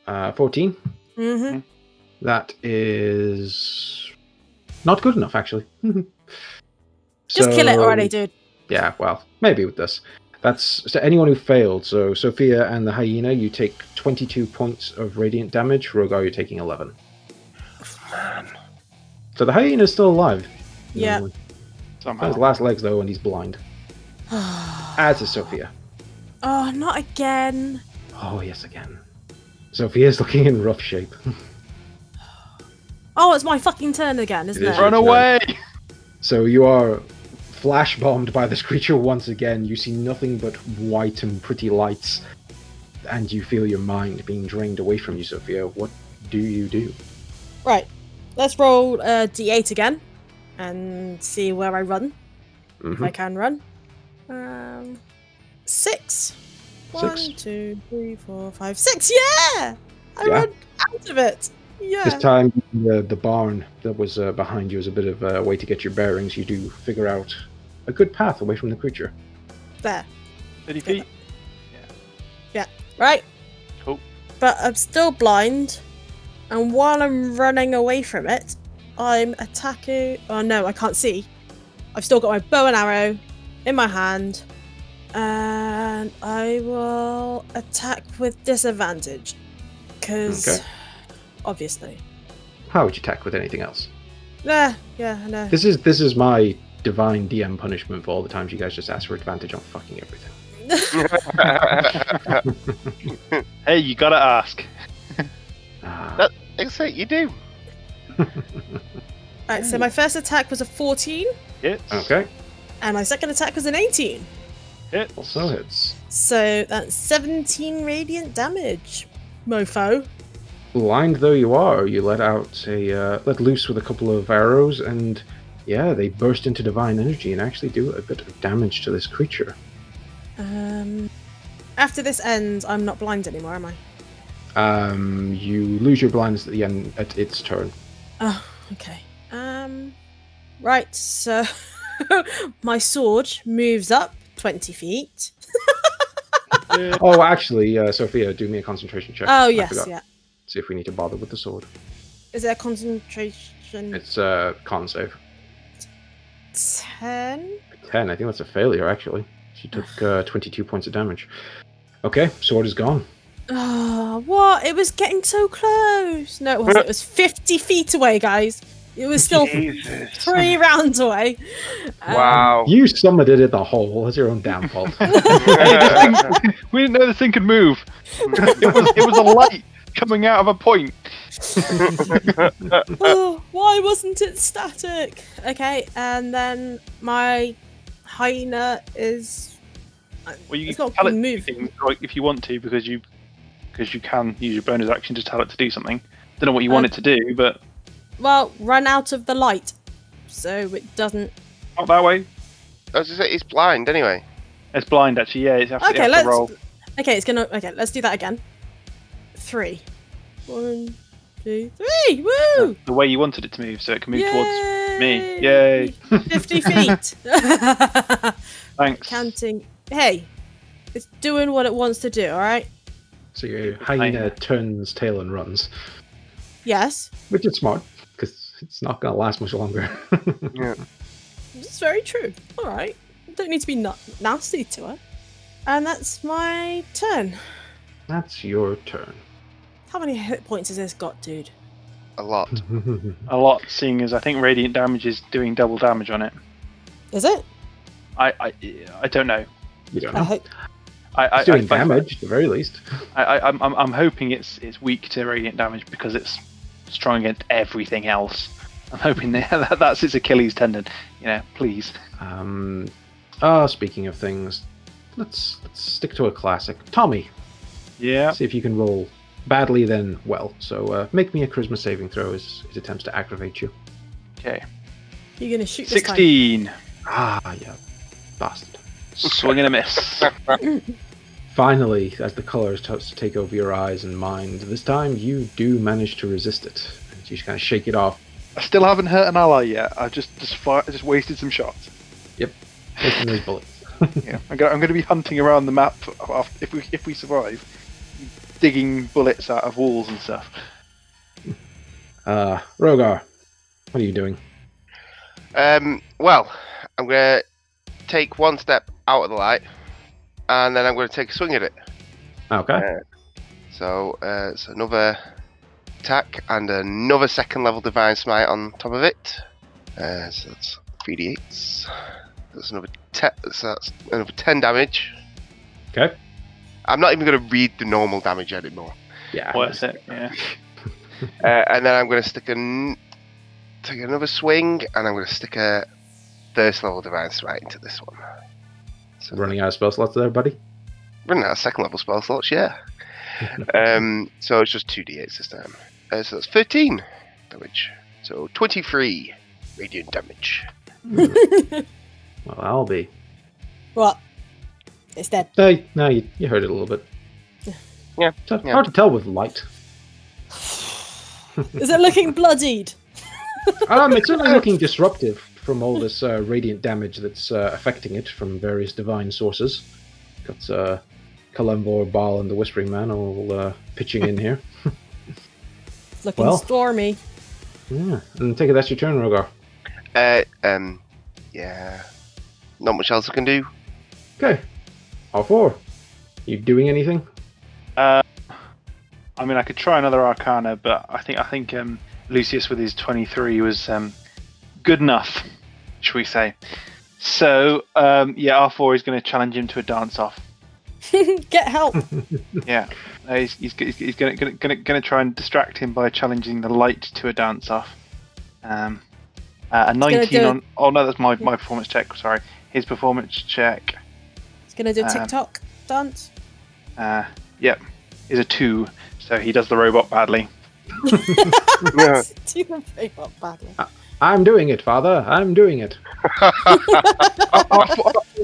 [SPEAKER 1] Uh, Fourteen.
[SPEAKER 2] Mm-hmm.
[SPEAKER 4] Mm,
[SPEAKER 1] That is not good enough, actually.
[SPEAKER 2] Just kill it
[SPEAKER 1] So-
[SPEAKER 2] already, dude.
[SPEAKER 1] Yeah, well, maybe with this. That's so anyone who failed. So Sophia and the hyena, you take twenty-two points of radiant damage. Rogar, you're taking eleven. So the hyena is still alive.
[SPEAKER 2] Yeah.
[SPEAKER 1] Normally. His
[SPEAKER 4] somehow.
[SPEAKER 1] last legs though, and he's blind. As is Sophia.
[SPEAKER 2] Oh, not again.
[SPEAKER 1] Oh yes, again. Sophia's looking in rough shape.
[SPEAKER 2] Oh, it's my fucking turn again, isn't
[SPEAKER 1] It
[SPEAKER 2] it?
[SPEAKER 1] is
[SPEAKER 4] Run away!
[SPEAKER 1] So you are flash bombed by this creature once again. You see nothing but white and pretty lights, and you feel your mind being drained away from you, Sophia. What do you do?
[SPEAKER 2] Right. Let's roll uh, d8 again and see where I run. if
[SPEAKER 1] Mhm.
[SPEAKER 2] I can run. Um, six. One,
[SPEAKER 1] Six.
[SPEAKER 2] two, three, four, five, six. Yeah, I
[SPEAKER 1] Yeah.
[SPEAKER 2] run out of it. Yeah.
[SPEAKER 1] This time, the, the barn that was uh, behind you is a bit of a way to get your bearings. You do figure out a good path away from the creature.
[SPEAKER 2] there.
[SPEAKER 4] 30 feet.
[SPEAKER 2] Right.
[SPEAKER 4] Cool.
[SPEAKER 2] But I'm still blind, and while I'm running away from it, I'm attacking. Oh no, I can't see. I've still got my bow and arrow in my hand, and I will attack with disadvantage, because
[SPEAKER 1] Okay.
[SPEAKER 2] obviously.
[SPEAKER 1] How would you tack with anything else?
[SPEAKER 2] Yeah, yeah, I know.
[SPEAKER 1] This is this is my divine DM punishment for all the times you guys just ask for advantage on fucking everything.
[SPEAKER 4] Hey, you gotta ask.
[SPEAKER 1] Ah.
[SPEAKER 3] That- Except you do.
[SPEAKER 2] Alright, so my first attack was a 14,
[SPEAKER 4] Hits.
[SPEAKER 1] Okay,
[SPEAKER 2] and my second attack was an 18.
[SPEAKER 4] Hits.
[SPEAKER 1] also hits.
[SPEAKER 2] So that's 17 radiant damage, mofo.
[SPEAKER 1] Blind though you are, you let out a uh, let loose with a couple of arrows, and yeah, they burst into divine energy and actually do a bit of damage to this creature.
[SPEAKER 2] Um, after this ends, I'm not blind anymore, am I?
[SPEAKER 1] Um, you lose your blindness at the end at its turn.
[SPEAKER 2] Oh, okay. Um, right, so my sword moves up 20 feet.
[SPEAKER 4] Yeah.
[SPEAKER 1] Oh, actually, uh, Sophia, do me a concentration check.
[SPEAKER 2] Oh,
[SPEAKER 1] I
[SPEAKER 2] yes,
[SPEAKER 1] forgot.
[SPEAKER 2] yeah.
[SPEAKER 1] See if we need to bother with the sword.
[SPEAKER 2] Is there a concentration
[SPEAKER 1] It's uh, con save.
[SPEAKER 2] 10?
[SPEAKER 1] A Ten. I think that's a failure. Actually, she took uh, twenty-two points of damage. Okay, sword is gone.
[SPEAKER 2] Oh, what? It was getting so close. No, it wasn't. It was 50 feet away, guys. It was still
[SPEAKER 4] Jesus.
[SPEAKER 2] three rounds away. Um,
[SPEAKER 3] Wow.
[SPEAKER 1] You summoned it in the hole. That's your own damn fault.
[SPEAKER 4] Hey, this thing- we didn't know this thing could move. It was, it was a light coming out of a point.
[SPEAKER 2] oh, why wasn't it static? Okay, and then my hyena is.
[SPEAKER 4] Well, you
[SPEAKER 2] It's
[SPEAKER 4] can
[SPEAKER 2] not
[SPEAKER 4] tell it to do
[SPEAKER 2] moving.
[SPEAKER 4] things like, if you want to, because you because you can use your bonus action to tell it to do something. Don't know what
[SPEAKER 2] Uh,
[SPEAKER 4] you want it to do, but
[SPEAKER 2] Well, run out of the light, so it doesn't.
[SPEAKER 4] not that Oh, way.
[SPEAKER 3] As I say, it's blind anyway.
[SPEAKER 4] It's blind, actually. Yeah, it's actually
[SPEAKER 2] Okay,
[SPEAKER 4] have
[SPEAKER 2] let's.
[SPEAKER 4] to roll.
[SPEAKER 2] Okay, it's gonna. Okay, let's do that again. Three. One, two, three! Woo!
[SPEAKER 4] The way you wanted it to move, so it can move towards.
[SPEAKER 2] Yay!
[SPEAKER 4] me. Yay.
[SPEAKER 2] 50 feet.
[SPEAKER 4] Thanks.
[SPEAKER 2] Counting. Hey, it's doing what it wants to do, alright?
[SPEAKER 1] so your hyena turns tail and runs,
[SPEAKER 2] Yes.
[SPEAKER 1] which is smart because it's not going to last much longer.
[SPEAKER 2] It's very true. Alright. Don't need to be na- nasty to her. And that's my turn.
[SPEAKER 1] that's your turn.
[SPEAKER 2] How many hit points has this got, dude?
[SPEAKER 3] A lot.
[SPEAKER 4] A lot, seeing as I think radiant damage is doing double damage on it.
[SPEAKER 2] Is it?
[SPEAKER 4] I I, I don't know.
[SPEAKER 1] you don't
[SPEAKER 2] I
[SPEAKER 1] know.
[SPEAKER 2] hope.
[SPEAKER 4] I, I
[SPEAKER 1] It's doing
[SPEAKER 4] I,
[SPEAKER 1] damage at the very least.
[SPEAKER 4] I, I, I'm, I'm I'm hoping it's it's weak to radiant damage because it's strong against everything else. I'm hoping that that- that's its Achilles tendon. You know, please.
[SPEAKER 1] Um, ah, speaking of things, let's let's stick to a classic. Tommy,
[SPEAKER 4] Yeah.
[SPEAKER 1] see if you can roll badly, then well. So uh, make me a charisma saving throw as it attempts to aggravate you.
[SPEAKER 4] Okay.
[SPEAKER 2] You're gonna shoot this time.
[SPEAKER 4] Sixteen.
[SPEAKER 1] Ah, yeah, bastard.
[SPEAKER 4] Swing and a miss.
[SPEAKER 1] Finally, as the color starts to take over your eyes and mind, this time you do manage to resist it. And you just kind of shake it off,
[SPEAKER 4] I still haven't hurt an ally yet. I've just just fire, just wasted some shots.
[SPEAKER 1] taking those bullets.
[SPEAKER 4] Yeah. I'm gonna, I'm going to be hunting around the map after, if we if we survive, digging bullets out of walls and stuff.
[SPEAKER 1] Uh, Rogar, what are you doing?
[SPEAKER 3] Um, well, I'm going to take one step out of the light and then I'm going to take a swing at it.
[SPEAKER 1] Okay.
[SPEAKER 3] So uh, it's another attack and another second level divine smite on top of it. Uh, so that's 3d8s. That's another te- that's, that's another ten damage.
[SPEAKER 1] Okay.
[SPEAKER 3] I'm not even going to read the normal damage anymore.
[SPEAKER 1] Yeah.
[SPEAKER 4] What is it? Yeah.
[SPEAKER 3] Uh, and then I'm going to stick an take another swing, and I'm going to stick a thirst level divine smite into this one. So
[SPEAKER 1] Running out of spell slots there, buddy.
[SPEAKER 3] running out of second level spell slots, yeah. um, so it's just two d8s this time. Uh, so that's 13 damage. So 23 radiant damage.
[SPEAKER 1] Well, I'll be.
[SPEAKER 2] What? It's dead.
[SPEAKER 1] No, no, you, you heard it a little bit.
[SPEAKER 3] Yeah,
[SPEAKER 1] So,
[SPEAKER 3] yeah.
[SPEAKER 1] Hard to tell with light.
[SPEAKER 2] Is it looking bloodied?
[SPEAKER 1] Um, it's certainly looking disruptive from all this uh, radiant damage that's uh, affecting it from various divine sources. Got uh, Kalembor, Baal, and the Whispering Man all uh, pitching in here.
[SPEAKER 2] Looking
[SPEAKER 1] Well.
[SPEAKER 2] stormy.
[SPEAKER 1] Yeah, and take it that's your turn, Rogar.
[SPEAKER 3] Uh, um, yeah. Not much else I can do.
[SPEAKER 1] Okay, all four. You doing anything?
[SPEAKER 4] Uh, I mean, I could try another Arcana, but I think I think um, Lucius with his 23 was um, good enough, shall we say? So um, yeah, R4 is going to challenge him to a dance off.
[SPEAKER 2] Get help.
[SPEAKER 4] Yeah, Uh, he's, he's, he's, he's going to going to try and distract him by challenging the light to a dance off. Um, uh, a
[SPEAKER 2] gonna
[SPEAKER 4] 19
[SPEAKER 2] do-
[SPEAKER 4] on. Oh no, that's my, my performance check. Sorry, his performance check.
[SPEAKER 2] It's gonna do
[SPEAKER 4] Um,
[SPEAKER 2] TikTok dance.
[SPEAKER 4] Uh, yep, is a two, so he does the robot badly.
[SPEAKER 3] Yeah.
[SPEAKER 2] Do the robot badly.
[SPEAKER 1] I'm doing it, Father. I'm doing it.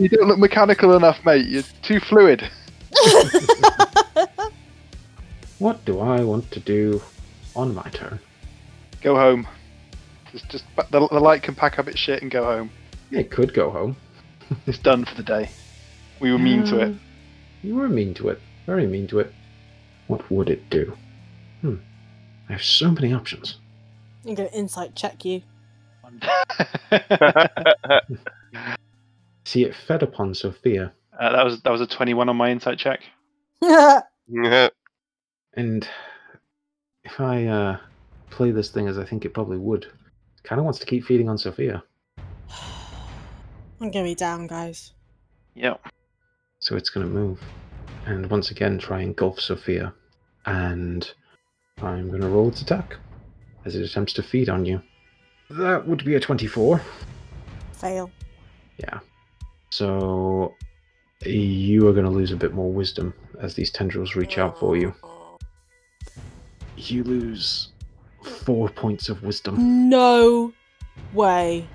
[SPEAKER 4] you don't look mechanical enough, mate. You're too fluid.
[SPEAKER 1] What do I want to do on my turn?
[SPEAKER 4] Go home. Just, just the, the light can pack up its shit and go home.
[SPEAKER 1] It could go home.
[SPEAKER 4] It's done for the day. We were mean to it.
[SPEAKER 2] Mm.
[SPEAKER 1] You were mean to it. Very mean to it. What would it do? Hmm. I have so many options.
[SPEAKER 2] I'm gonna insight check you.
[SPEAKER 4] uh,
[SPEAKER 1] See, it fed upon Sophia,
[SPEAKER 4] that was that was a 21 on my insight check.
[SPEAKER 3] Yeah.
[SPEAKER 1] and if I uh, play this thing as I think it probably would, it kind of wants to keep feeding on Sophia.
[SPEAKER 2] I'm gonna be down, guys.
[SPEAKER 4] Yep.
[SPEAKER 1] So it's going to move. And once again, try and engulf Sophia. And I'm going to roll its attack as it attempts to feed on you. That would be a 24.
[SPEAKER 2] Fail.
[SPEAKER 1] Yeah. So you are going to lose a bit more wisdom as these tendrils reach out for you. You lose four points of wisdom.
[SPEAKER 2] No way.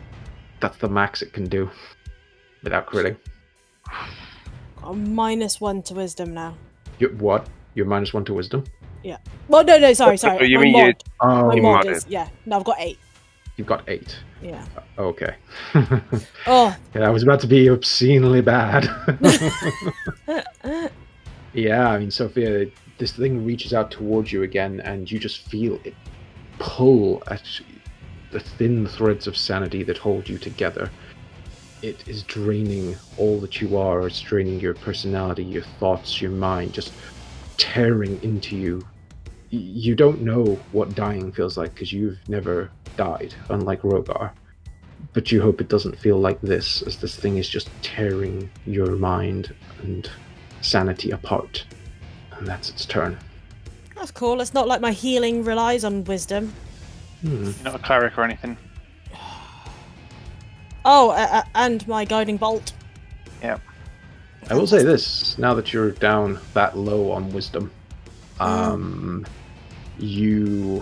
[SPEAKER 1] That's the max it can do without critting.
[SPEAKER 2] Got a minus one to wisdom now.
[SPEAKER 1] You, what? You're minus one to wisdom?
[SPEAKER 2] Well, no, no, sorry, sorry.
[SPEAKER 3] Oh, you
[SPEAKER 2] My
[SPEAKER 3] mean
[SPEAKER 2] mod-
[SPEAKER 3] you-
[SPEAKER 1] Oh,
[SPEAKER 2] my
[SPEAKER 3] you
[SPEAKER 2] mod
[SPEAKER 3] modded.
[SPEAKER 2] is- yeah. No, I've got eight.
[SPEAKER 1] you've got eight.
[SPEAKER 2] Yeah.
[SPEAKER 1] Okay.
[SPEAKER 2] Oh,
[SPEAKER 1] Yeah, I was about to be obscenely bad. yeah, I mean, Sophia, this thing reaches out towards you again, and you just feel it pull at the thin threads of sanity that hold you together. It is draining all that you are. It's draining your personality, your thoughts, your mind, just tearing into you. Y- You don't know what dying feels like because you've never died, unlike Rogar but you hope it doesn't feel like this, as this thing is just tearing your mind and sanity apart. And that's its turn.
[SPEAKER 2] that's cool. It's not like my healing relies on wisdom.
[SPEAKER 1] Hmm.
[SPEAKER 4] You're not a cleric or anything.
[SPEAKER 2] Oh, uh, uh, and my guiding bolt.
[SPEAKER 1] I will say this: now that you're down that low on wisdom, um, you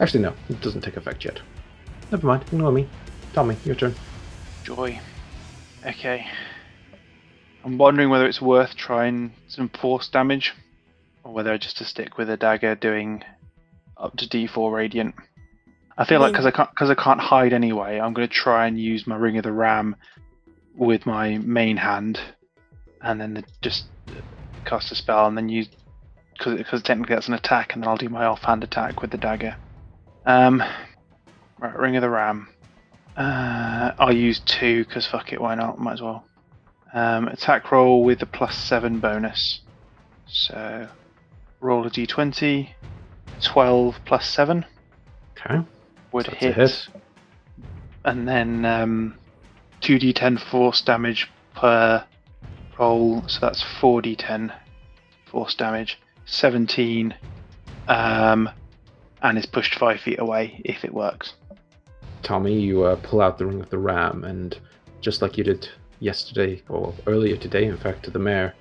[SPEAKER 1] actually no, it doesn't take effect yet. Never mind, ignore me. Tommy, your turn.
[SPEAKER 4] Joy. Okay. I'm wondering whether it's worth trying some force damage, or whether just to stick with a dagger doing up to D4 radiant. I feel like because I can't because I can't hide anyway, I'm going to try and use my ring of the ram with my main hand, and then the, just cast a spell, and then use because technically that's an attack, and then I'll do my offhand attack with the dagger. Um, right, ring of the ram. Uh, I'll use two because fuck it, why not? Might as well. Um, attack roll with the plus seven bonus. So roll a d20. 12 plus seven
[SPEAKER 1] Okay,
[SPEAKER 4] would
[SPEAKER 1] That's a
[SPEAKER 4] hit,
[SPEAKER 1] hit.
[SPEAKER 4] and then um, 2d10 force damage per roll. So that's 4d10 force damage, 17, um, and is pushed five feet away if it works.
[SPEAKER 1] Tommy, you uh, pull out the ring of the ram, and just like you did yesterday, or earlier today, in fact, to the mayor,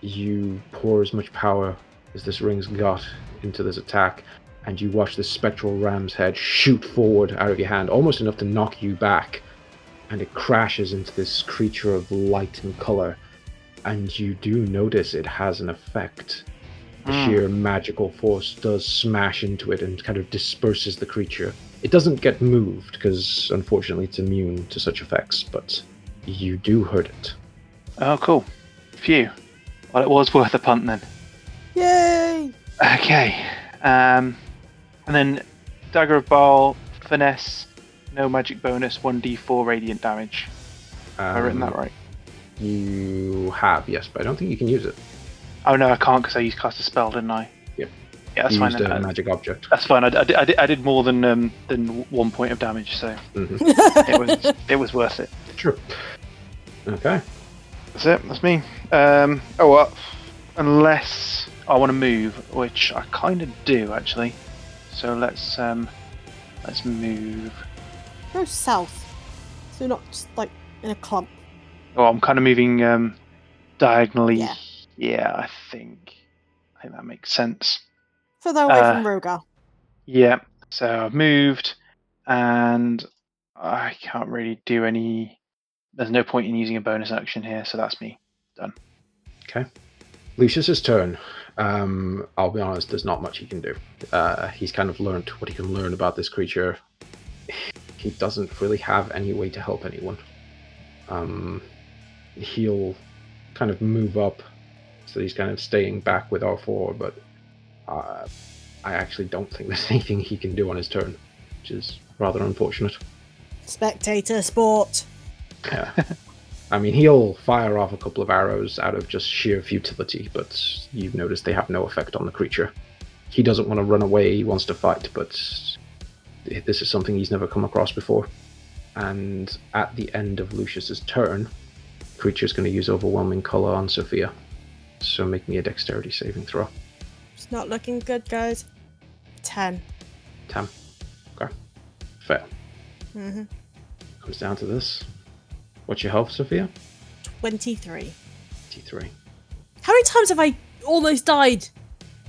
[SPEAKER 1] you pour as much power as this ring's got into this attack, and you watch this spectral ram's head shoot forward out of your hand, almost enough to knock you back, and it crashes into this creature of light and color, and you do notice it has an effect. The
[SPEAKER 4] Mm.
[SPEAKER 1] sheer magical force does smash into it and kind of disperses the creature. It doesn't get moved because, unfortunately, it's immune to such effects, but you do hurt it.
[SPEAKER 4] Oh, cool. Phew. Well, it was worth a punt then.
[SPEAKER 2] Yay!
[SPEAKER 4] Okay. Um, and then Dagger of Baal, Finesse, no magic bonus, 1d4 radiant damage. Have I written
[SPEAKER 1] Um,
[SPEAKER 4] that right?
[SPEAKER 1] You have, yes, but I don't think you can use it.
[SPEAKER 4] Oh no, I can't because I used cast a spell, didn't I?
[SPEAKER 1] Yep.
[SPEAKER 4] Yeah, that's
[SPEAKER 1] you
[SPEAKER 4] fine.
[SPEAKER 1] used a
[SPEAKER 4] Then.
[SPEAKER 1] magic object.
[SPEAKER 4] That's fine. I, I, did- I, did, I did more than um, than one point of damage, so
[SPEAKER 1] Mhm.
[SPEAKER 4] it was it was worth it.
[SPEAKER 1] Sure. Okay.
[SPEAKER 4] That's it. That's me. Um, oh well, unless I want to move, which I kind of do actually. So let's um, let's move.
[SPEAKER 2] Go south. So you're not just like in a clump.
[SPEAKER 4] Oh, I'm kind of moving um, diagonally.
[SPEAKER 2] Yeah.
[SPEAKER 4] Yeah, I think I think that makes sense.
[SPEAKER 2] Further away
[SPEAKER 4] Uh,
[SPEAKER 2] from Rogar.
[SPEAKER 4] Yeah, so I've moved, and I can't really do any. There's no point in using a bonus action here, so that's me.
[SPEAKER 1] Lucius's turn. Um, I'll be honest, there's not much he can do. Uh, he's kind of learned what he can learn about this creature. He doesn't really have any way to help anyone. Um, he'll kind of move up, so he's kind of staying back with R4, but uh, I actually don't think there's anything he can do on his turn, which is rather unfortunate.
[SPEAKER 2] Spectator sport.
[SPEAKER 1] Yeah. I mean, he'll fire off a couple of arrows out of just sheer futility, but you've noticed they have no effect on the creature. He doesn't want to run away, he wants to fight, but this is something he's never come across before. And at the end of Lucius's turn, creature's going to use overwhelming color on Sophia. So make me a dexterity saving throw.
[SPEAKER 2] It's not looking good, guys. 10
[SPEAKER 1] Tam. Okay. Fail.
[SPEAKER 2] Mm-hmm.
[SPEAKER 1] Comes down to this. What's your health, Sophia?
[SPEAKER 2] Twenty-three.
[SPEAKER 1] T3.
[SPEAKER 2] How many times have I almost died?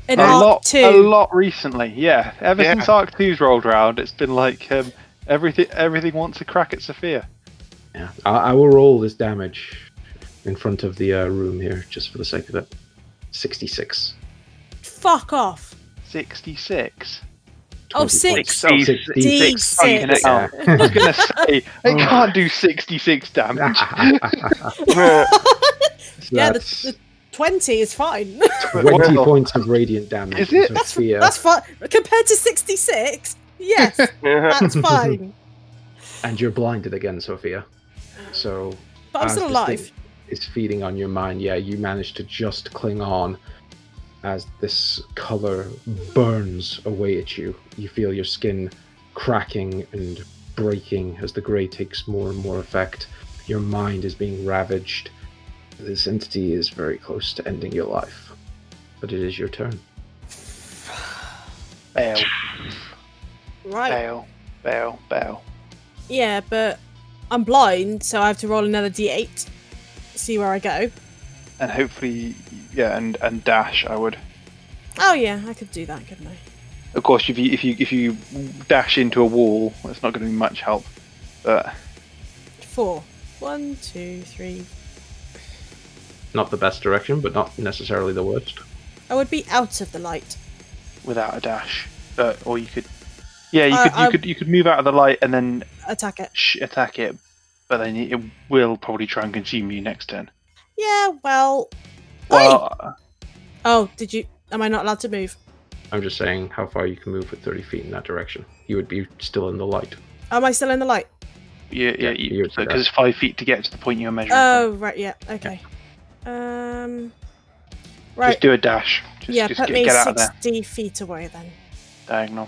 [SPEAKER 2] In
[SPEAKER 4] a
[SPEAKER 2] Arc
[SPEAKER 4] lot,
[SPEAKER 2] two.
[SPEAKER 4] a lot recently. Yeah, ever
[SPEAKER 3] Yeah.
[SPEAKER 4] since Arc Two's rolled round, it's been like um, everything. Everything wants a crack at Sophia.
[SPEAKER 1] Yeah, I, I will roll this damage in front of the uh, room here, just for the sake of it. 66.
[SPEAKER 2] Fuck off.
[SPEAKER 4] Sixty-six.
[SPEAKER 2] Oh,
[SPEAKER 1] 24.
[SPEAKER 2] six.
[SPEAKER 4] Sixty-
[SPEAKER 1] Sixty-six.
[SPEAKER 4] Fucking
[SPEAKER 2] six.
[SPEAKER 4] hell. I was gonna say it can't do sixty-six damage.
[SPEAKER 1] So
[SPEAKER 2] Yeah, the,
[SPEAKER 1] that's
[SPEAKER 2] the 20 is fine.
[SPEAKER 1] 20
[SPEAKER 4] Well,
[SPEAKER 1] points of radiant damage.
[SPEAKER 4] Is it?
[SPEAKER 1] So
[SPEAKER 2] that's
[SPEAKER 1] fear.
[SPEAKER 2] that's fine. Compared to 66, yes, that's fine.
[SPEAKER 1] And you're blinded again, Sophia. So
[SPEAKER 2] But I'm
[SPEAKER 1] as
[SPEAKER 2] still
[SPEAKER 1] this
[SPEAKER 2] alive.
[SPEAKER 1] thing Is feeding on your mind. Yeah, you manage to just cling on as this color burns away at you. You feel your skin cracking and breaking as the gray takes more and more effect. Your mind is being ravaged. This entity is very close to ending your life. But it is your turn.
[SPEAKER 4] Bail,
[SPEAKER 2] Right.
[SPEAKER 4] bail, bail, bail.
[SPEAKER 2] Yeah, but I'm blind, so I have to roll another d8. See where I go.
[SPEAKER 4] And hopefully, yeah, and and dash. I would.
[SPEAKER 2] Oh, yeah, I could do that, couldn't I?
[SPEAKER 4] Of course, if you if you if you dash into a wall, that's not going to be much help. But
[SPEAKER 2] Four. One, two, three.
[SPEAKER 1] Not the best direction, but not necessarily the worst.
[SPEAKER 2] I would be out of the light.
[SPEAKER 4] without a dash, but or you could, yeah, you
[SPEAKER 2] I-
[SPEAKER 4] could you
[SPEAKER 2] I-
[SPEAKER 4] could you could move out of the light and then
[SPEAKER 2] Attack it.
[SPEAKER 4] sh- attack it, but then it will probably try and consume you next turn.
[SPEAKER 2] Yeah, well. Oi!
[SPEAKER 4] Well, uh,
[SPEAKER 2] Oh, did you. Am I not allowed to move?
[SPEAKER 1] I'm just saying how far you can move with 30 feet in that direction. You would be still in the light.
[SPEAKER 2] Am I still in the light?
[SPEAKER 4] yeah,
[SPEAKER 1] Yeah,
[SPEAKER 4] yeah,
[SPEAKER 1] you
[SPEAKER 4] you
[SPEAKER 1] would say
[SPEAKER 4] because
[SPEAKER 1] that.
[SPEAKER 4] it's five feet to get to the point you're measuring.
[SPEAKER 2] Oh, right, yeah, okay. Um.
[SPEAKER 4] from.
[SPEAKER 2] Right.
[SPEAKER 4] Just do a dash. Just,
[SPEAKER 2] yeah,
[SPEAKER 4] just
[SPEAKER 2] put
[SPEAKER 4] get,
[SPEAKER 2] me
[SPEAKER 4] get out of there.
[SPEAKER 2] 60 feet away then.
[SPEAKER 4] Diagonal.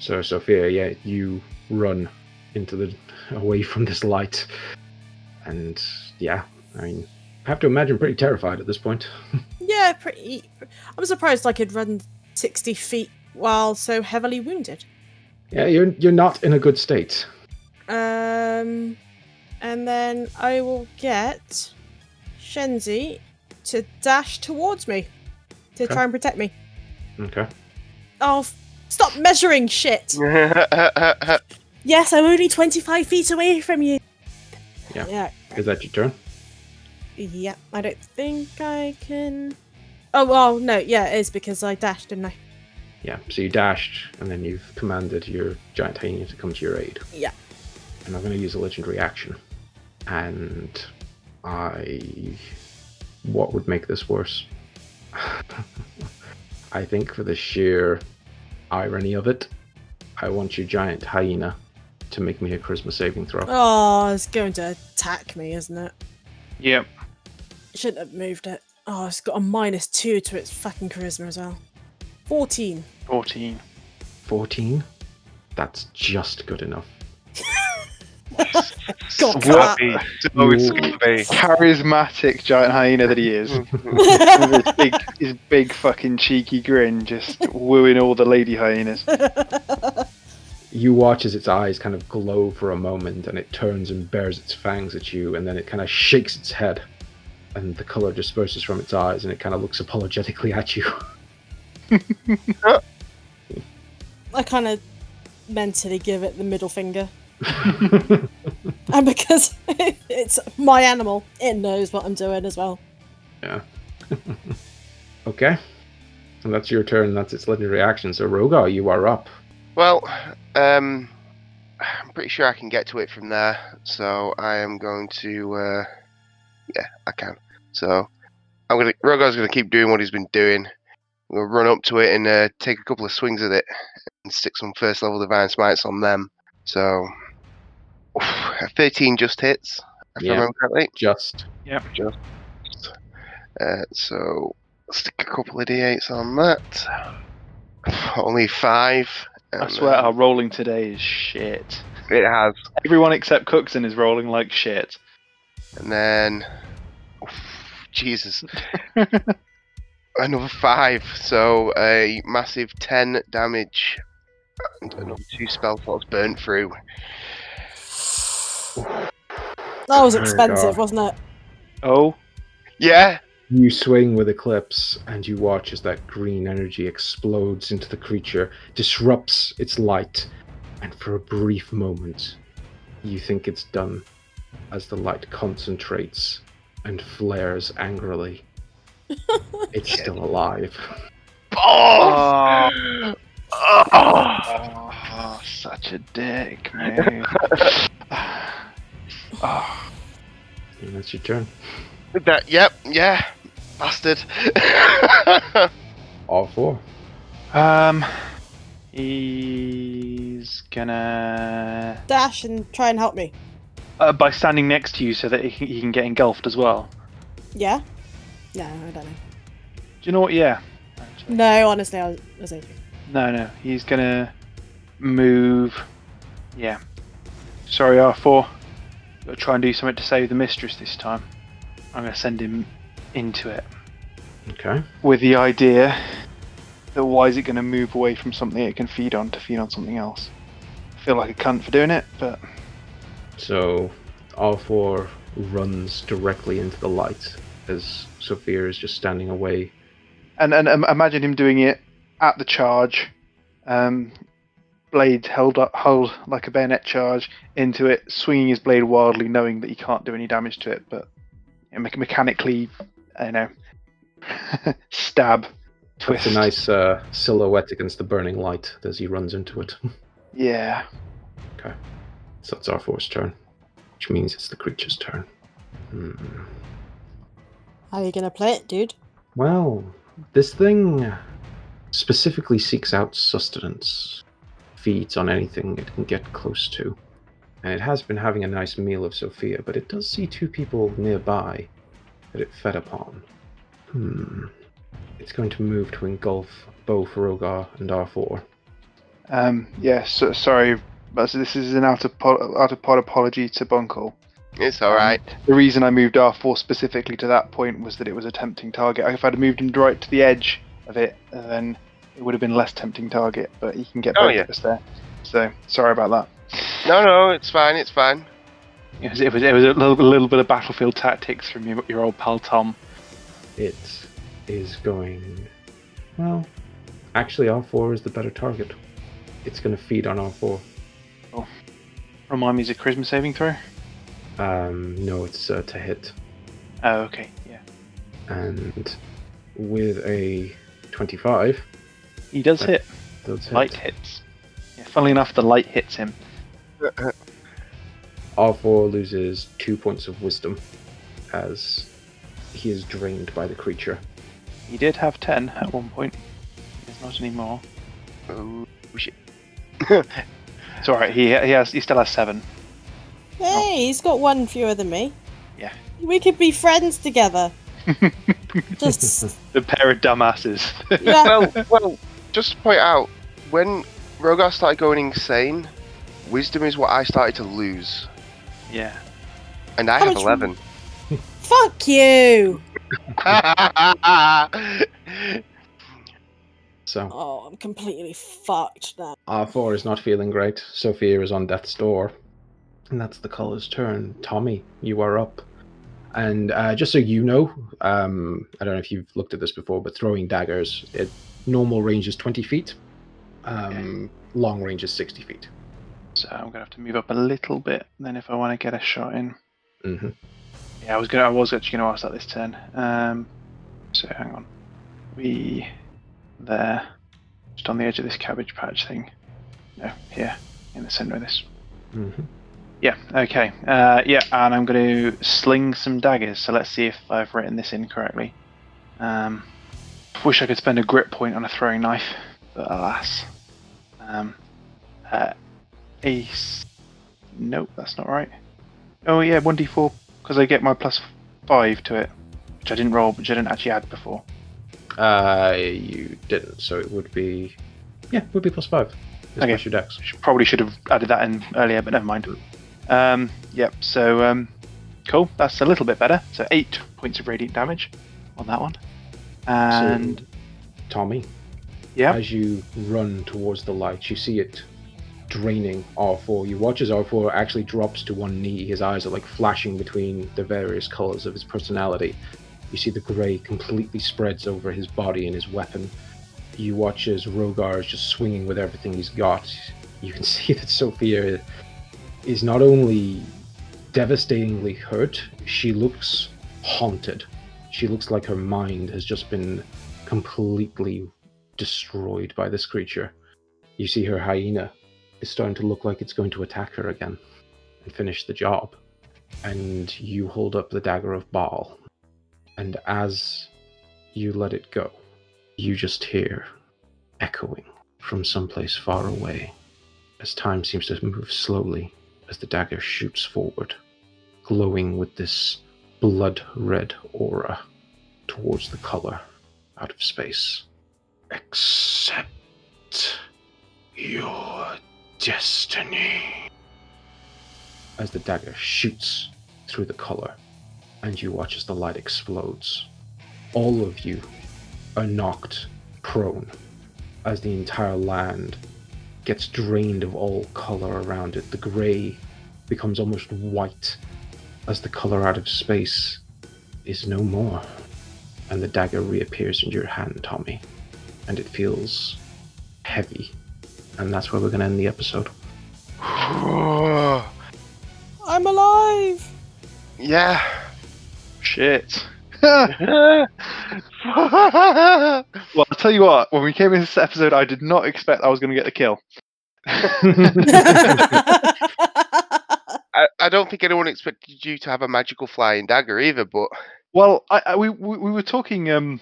[SPEAKER 1] So, Sophia, yeah, you run into the away from this light. And yeah, I mean, I have to imagine pretty terrified at this point.
[SPEAKER 2] Yeah, pretty. I'm surprised I could run 60 feet while so heavily wounded.
[SPEAKER 1] Yeah, you're you're not in a good state.
[SPEAKER 2] Um, and then I will get Shenzi to dash towards me to
[SPEAKER 1] Okay.
[SPEAKER 2] try and protect me.
[SPEAKER 1] Okay.
[SPEAKER 2] Oh, f- stop measuring shit. Yes, I'm only 25 feet away from you.
[SPEAKER 1] Yeah.
[SPEAKER 2] Yeah.
[SPEAKER 1] Is that your turn?
[SPEAKER 2] Yeah. I don't think I can. Oh, well, no. Yeah, it is because I dashed, didn't I?
[SPEAKER 1] Yeah. So you dashed, and then you've commanded your giant hyena to come to your aid.
[SPEAKER 2] Yeah.
[SPEAKER 1] And I'm going to use a legendary action. And I. What would make this worse? I think for the sheer irony of it, I want your giant hyena to make me a charisma saving throw.
[SPEAKER 2] Oh, it's going to attack me, isn't it?
[SPEAKER 4] Yep.
[SPEAKER 2] Shouldn't have moved it. Oh, it's got a minus two to its fucking charisma as well. 14.
[SPEAKER 4] 14.
[SPEAKER 1] 14? That's just good enough.
[SPEAKER 2] God,
[SPEAKER 4] What
[SPEAKER 2] cut.
[SPEAKER 4] a
[SPEAKER 3] so it's gonna be.
[SPEAKER 4] charismatic giant hyena that he is. with his big, his big fucking cheeky grin, just wooing all the lady hyenas.
[SPEAKER 1] you watch as its eyes kind of glow for a moment and it turns and bares its fangs at you and then it kind of shakes its head and the color disperses from its eyes and it kind of looks apologetically at you
[SPEAKER 2] I kind of mentally give it the middle finger. and because it's my animal, it knows what I'm doing as well.
[SPEAKER 1] okay and that's your turn that's its legendary action so rogar you are up
[SPEAKER 3] Well, um, I'm pretty sure I can get to it from there, so I am going to. Uh, yeah, I can. So I'm gonna. Rogar's gonna keep doing what he's been doing. I'm gonna run up to it and uh, take a couple of swings at it and stick some first level divine smites on them. So oof, a 13 just hits, if
[SPEAKER 1] Yeah.
[SPEAKER 3] I remember correctly.
[SPEAKER 1] just
[SPEAKER 3] Uh, so stick a couple of d8s on that. Only five.
[SPEAKER 4] I
[SPEAKER 3] and,
[SPEAKER 4] swear,
[SPEAKER 3] uh,
[SPEAKER 4] our rolling today is shit.
[SPEAKER 3] it has
[SPEAKER 4] Everyone except Cookson is rolling like shit.
[SPEAKER 3] And then, Jesus, another five. So a massive ten damage, and another two spell slots burnt through.
[SPEAKER 2] That was
[SPEAKER 1] Oh my God.
[SPEAKER 2] expensive, wasn't it?
[SPEAKER 4] Oh,
[SPEAKER 3] Yeah,
[SPEAKER 1] you swing with eclipse and you watch as that green energy explodes into the creature disrupts its light and for a brief moment you think it's done as the light concentrates and flares angrily it's still alive
[SPEAKER 4] oh, oh, such a dick, man. oh,
[SPEAKER 1] and that's your turn
[SPEAKER 3] that. Yep, yeah, bastard.
[SPEAKER 1] all four
[SPEAKER 4] um, he's gonna
[SPEAKER 2] Dash and try and help me.
[SPEAKER 4] uh, by standing next to you so that he can, he can get engulfed as well.
[SPEAKER 2] Yeah? No, I don't know.
[SPEAKER 4] Do you know what? Yeah.
[SPEAKER 2] No, honestly, I was, I was joking.
[SPEAKER 4] No, no. He's gonna move. Yeah. Sorry, R4. Gotta try and do something to save the mistress this time. I'm gonna send him into it
[SPEAKER 1] okay
[SPEAKER 4] with the idea that why is it gonna move away from something it can feed on to feed on something else? I feel like a cunt for doing it, but
[SPEAKER 1] so all four runs directly into the light as sophia is just standing away
[SPEAKER 4] and and um, imagine him doing it at the charge, um, blade held up, held like a bayonet charge into it, swinging his blade wildly, knowing that he can't do any damage to it, but you know, me- mechanically, I don't know, stab, twist.
[SPEAKER 1] It's a nice uh, silhouette against the burning light as he runs into it.
[SPEAKER 4] Yeah.
[SPEAKER 1] So that's our force turn, which means it's the creature's turn. Hmm.
[SPEAKER 2] How are you going to play it, dude?
[SPEAKER 1] Well, this thing specifically seeks out sustenance, feeds on anything it can get close to. And it has been having a nice meal of Sophia, but it does see two people nearby that it fed upon. Hmm. It's going to move to engulf both Rogar and R4.
[SPEAKER 4] Um, yeah. So, sorry, But so this is an out of pod, out of pod apology to Bunkle.
[SPEAKER 3] It's all right.
[SPEAKER 4] The reason I moved R4 specifically to that point was that it was a tempting target. If I'd have moved him right to the edge of it, then it would have been less tempting target. But he can get
[SPEAKER 3] Oh,
[SPEAKER 4] both
[SPEAKER 3] yeah.
[SPEAKER 4] of us there. So sorry about that.
[SPEAKER 3] No, no, it's fine. It's fine.
[SPEAKER 4] It was it was, it was a little, little bit of battlefield tactics from your, your old pal Tom.
[SPEAKER 1] It is going. Well, actually, R4 is the better target. It's going to feed on R4.
[SPEAKER 4] Remind me, is it charisma saving throw?
[SPEAKER 1] Um, no, it's uh, to hit.
[SPEAKER 4] Oh, okay, yeah.
[SPEAKER 1] And with a 25,
[SPEAKER 4] He does
[SPEAKER 1] That
[SPEAKER 4] hit.
[SPEAKER 1] that's hit.
[SPEAKER 4] Light hits. Yeah, funnily enough, the light hits him.
[SPEAKER 1] R4 loses two points of wisdom as he is drained by the creature.
[SPEAKER 4] He did have 10 at one point. It's not anymore.
[SPEAKER 3] Oh, shit.
[SPEAKER 4] It's alright, he, he, has, he still has 7.
[SPEAKER 2] Hey, he's got one fewer than me.
[SPEAKER 4] Yeah.
[SPEAKER 2] We could be friends together. Just
[SPEAKER 4] The pair of dumbasses.
[SPEAKER 2] yeah.
[SPEAKER 3] well, well, just to point out, when Rogar started going insane, wisdom is what I started to lose,
[SPEAKER 4] yeah.
[SPEAKER 3] and I
[SPEAKER 2] How
[SPEAKER 3] have
[SPEAKER 2] much-
[SPEAKER 3] eleven.
[SPEAKER 2] Fuck you.
[SPEAKER 1] So
[SPEAKER 2] Oh, I'm completely fucked now.
[SPEAKER 1] R4 is not feeling great. Sophia is on death's door. And that's the caller's turn. Tommy, you are up. And uh, just so you know, um, I don't know if you've looked at this before, but throwing daggers, it normal range is 20 feet, um, long range is 60 feet.
[SPEAKER 4] So I'm gonna have to move up a little bit then if I want to get a shot in.
[SPEAKER 1] Mm-hmm.
[SPEAKER 4] Yeah, I was gonna. I was actually gonna ask that this turn. Um, so hang on. We there, just on the edge of this cabbage patch thing. No, here in the center of this.
[SPEAKER 1] Mm-hmm.
[SPEAKER 4] Yeah. Okay. Uh, yeah, and I'm gonna sling some daggers. So let's see if I've written this in correctly. Um, wish I could spend a grip point on a throwing knife, but alas. Um, uh, ace. Nope, that's not right. Oh yeah, one d4 because I get my plus five to it, which I didn't roll, which I didn't actually add before.
[SPEAKER 1] Uh, you didn't, so it would be, yeah, it would be plus five. It's
[SPEAKER 4] Okay.
[SPEAKER 1] plus your dex.
[SPEAKER 4] Sh- Probably should have added that in earlier, but never mind. Um, yep. So um, cool. That's a little bit better. So eight points of radiant damage on that one. And
[SPEAKER 1] So, Tommy,
[SPEAKER 4] yeah,
[SPEAKER 1] as you run towards the light, you see it draining R4. You watch as R4 actually drops to one knee. His eyes are like flashing between the various colors of his personality. You see the gray completely spreads over his body and his weapon. You watch as Rogar is just swinging with everything he's got. You can see that Sophia is not only devastatingly hurt, she looks haunted. She looks like her mind has just been completely destroyed by this creature. You see her hyena is starting to look like it's going to attack her again and finish the job. And you hold up the dagger of Baal. And as you let it go, you just hear echoing from someplace far away as time seems to move slowly as the dagger shoots forward, glowing with this blood red aura towards the color out of space accept your destiny. As the dagger shoots through the collar, and you watch as the light explodes, all of you are knocked prone as the entire land gets drained of all color around it. The gray becomes almost white as the color out of space is no more, and the dagger reappears in your hand, Tommy and it feels heavy. And that's where we're going to end the episode.
[SPEAKER 2] I'm alive.
[SPEAKER 3] yeah.
[SPEAKER 4] shit.
[SPEAKER 3] well,
[SPEAKER 4] Well, I'll tell you what, when we came into this episode, I did not expect I was going to get the kill.
[SPEAKER 3] I, I don't think anyone expected you to have a magical flying dagger either, but
[SPEAKER 4] Well, I, I, we, we we were talking um,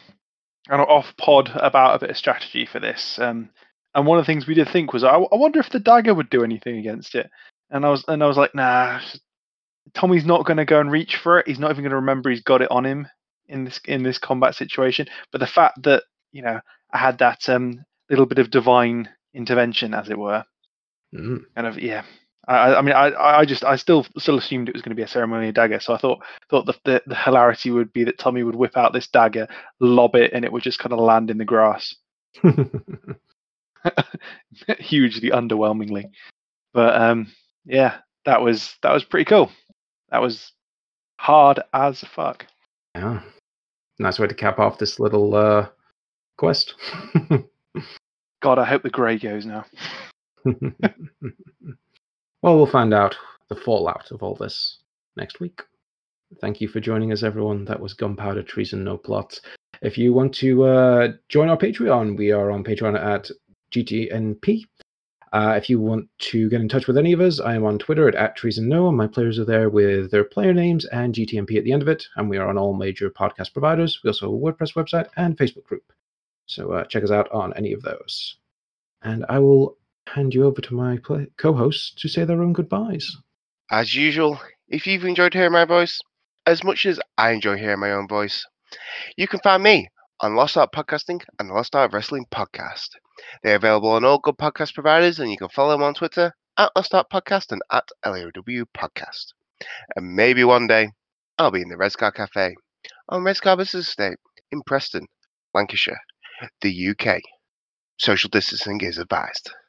[SPEAKER 4] kind of off pod about a bit of strategy for this, um, and one of the things we did think was, I, I wonder if the dagger would do anything against it. And I was and I was like, nah, Tommy's not going to go and reach for it. He's not even going to remember he's got it on him in this in this combat situation. But the fact that you know I had that um, little bit of divine intervention, as it were,
[SPEAKER 1] Mm.
[SPEAKER 4] kind of yeah. I, I- I mean, I, I I just, I still, still assumed it was going to be a ceremonial dagger. So I thought, thought the, the, the hilarity would be that Tommy would whip out this dagger, lob it, and it would just kind of land in the grass, hugely underwhelmingly. But um, yeah, that was, that was pretty cool. That was hard as fuck.
[SPEAKER 1] yeah. Nice way to cap off this little uh, quest.
[SPEAKER 4] God, I hope the grey goes now.
[SPEAKER 1] well, we'll find out the fallout of all this next week. Thank you for joining us, everyone. That was Gunpowder Treason No Plot. If you want to uh, join our Patreon, we are on Patreon at GTNP. Uh, if you want to get in touch with any of us, I am on Twitter at, at Treason No, and my players are there with their player names and GTNP at the end of it. And we are on all major podcast providers. We also have a WordPress website and Facebook group. So uh, check us out on any of those. And I will hand you over to my play- co-hosts to say their own goodbyes.
[SPEAKER 3] As usual, if you've enjoyed hearing my voice, as much as I enjoy hearing my own voice, you can find me on Lost Art Podcasting and the Lost Art Wrestling Podcast. They're available on all good podcast providers, and you can follow them on Twitter at Lost Art Podcast and at LAW Podcast. And maybe one day I'll be in the Red Scar Cafe on Red Scar Business Estate in Preston, Lancashire, the UK. Social distancing is advised.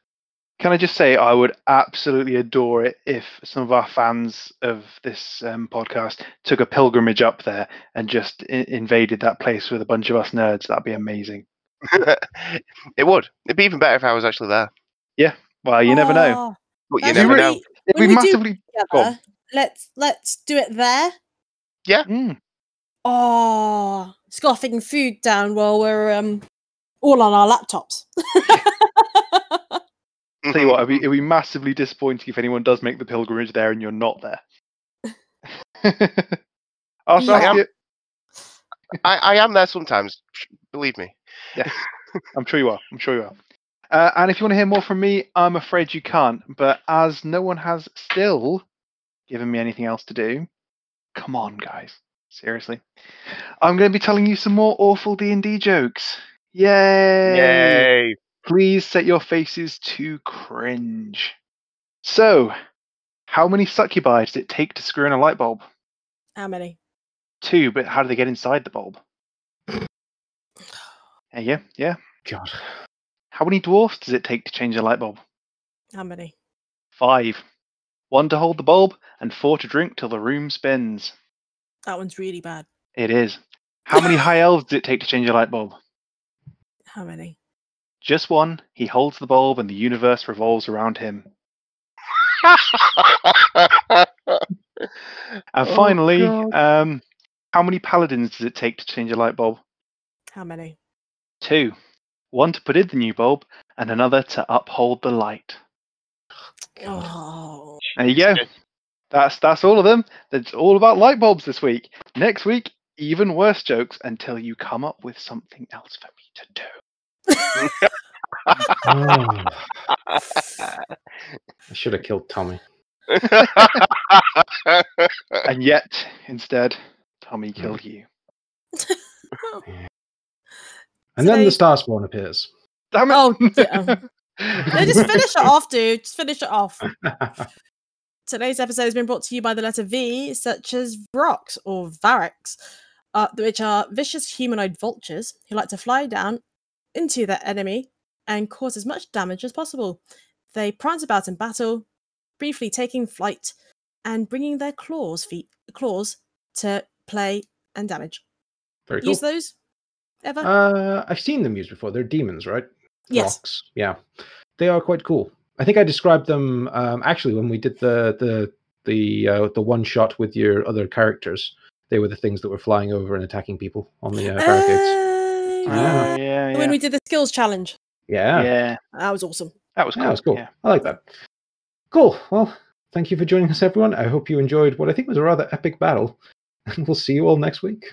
[SPEAKER 4] Can I just say, I would absolutely adore it if some of our fans of this um, podcast took a pilgrimage up there and just I- invaded that place with a bunch of us nerds. That'd be amazing.
[SPEAKER 3] it would. It'd be even better if I was actually there.
[SPEAKER 4] Well, you never know.
[SPEAKER 2] Oh,
[SPEAKER 3] But you
[SPEAKER 2] that's
[SPEAKER 4] You
[SPEAKER 3] never
[SPEAKER 4] really-
[SPEAKER 3] know.
[SPEAKER 4] It'd
[SPEAKER 2] when we
[SPEAKER 4] be
[SPEAKER 2] do-
[SPEAKER 4] massively. Go on.
[SPEAKER 2] together. Let's let's do it there.
[SPEAKER 4] Mm.
[SPEAKER 2] Oh, scoffing food down while we're um all on our laptops.
[SPEAKER 4] Tell you what, it'd be, it'd be massively disappointing if anyone does make the pilgrimage there and you're not there. I'll
[SPEAKER 2] Yeah.
[SPEAKER 4] ask
[SPEAKER 3] I am-
[SPEAKER 4] you-
[SPEAKER 3] I, I am there sometimes. Believe me.
[SPEAKER 4] I'm sure you are. I'm sure you are. Uh, and if you want to hear more from me, I'm afraid you can't. But as no one has still given me anything else to do, come on, guys. Seriously, I'm going to be telling you some more awful D&D jokes. Yay! Please set your faces to cringe. So, how many succubi does it take to screw in a light bulb?
[SPEAKER 2] How many?
[SPEAKER 4] Two, but how do they get inside the bulb? Yeah, yeah, yeah.
[SPEAKER 1] God,
[SPEAKER 4] How many dwarfs does it take to change a light bulb?
[SPEAKER 2] How many?
[SPEAKER 4] Five. One to hold the bulb and four to drink till the room spins.
[SPEAKER 2] That one's really bad.
[SPEAKER 4] It is. How many high elves did it take to change a light bulb?
[SPEAKER 2] How many?
[SPEAKER 4] Just one. He holds the bulb and the universe revolves around him. And
[SPEAKER 3] Oh,
[SPEAKER 4] finally,
[SPEAKER 3] God.
[SPEAKER 4] um, how many paladins does it take to change a light bulb?
[SPEAKER 2] How many?
[SPEAKER 4] Two. One to put in the new bulb and another to uphold the light.
[SPEAKER 2] Oh,
[SPEAKER 4] There you go. That's that's all of them. That's all about light bulbs this week. Next week, even worse jokes until you come up with something else for me to do.
[SPEAKER 1] Oh, I should have killed Tommy.
[SPEAKER 4] and yet, instead, Tommy killed you.
[SPEAKER 1] And then
[SPEAKER 2] Today-
[SPEAKER 1] the star spawn appears.
[SPEAKER 4] Damn it!
[SPEAKER 2] oh dear. no, just
[SPEAKER 4] Oh,
[SPEAKER 2] finish it off, dude. Just finish it off. Today's episode has been brought to you by the letter V, such as Vrox or Varix, uh, which are vicious humanoid vultures who like to fly down into their enemy and cause as much damage as possible. They prance about in battle, briefly taking flight and bringing their claws feet claws to play and damage.
[SPEAKER 1] Very cool.
[SPEAKER 2] Use those ever?
[SPEAKER 1] Uh, I've seen them used before. They're demons, right?
[SPEAKER 2] yes.
[SPEAKER 1] Rocks. Yeah, they are quite cool. I think I described them um, actually when we did the the the uh, the one shot with your other characters. They were the things that were flying over and attacking people on the uh, barricades.
[SPEAKER 2] Oh,
[SPEAKER 1] Ah.
[SPEAKER 4] yeah,
[SPEAKER 2] yeah.
[SPEAKER 4] yeah,
[SPEAKER 2] When we did the skills challenge,
[SPEAKER 1] Yeah,
[SPEAKER 4] yeah.
[SPEAKER 2] that was awesome.
[SPEAKER 4] That was cool.
[SPEAKER 1] Yeah, that was cool.
[SPEAKER 4] Yeah.
[SPEAKER 1] I like that. Cool. Well, thank you for joining us, everyone. I hope you enjoyed what I think was a rather epic battle. And we'll see you all next week.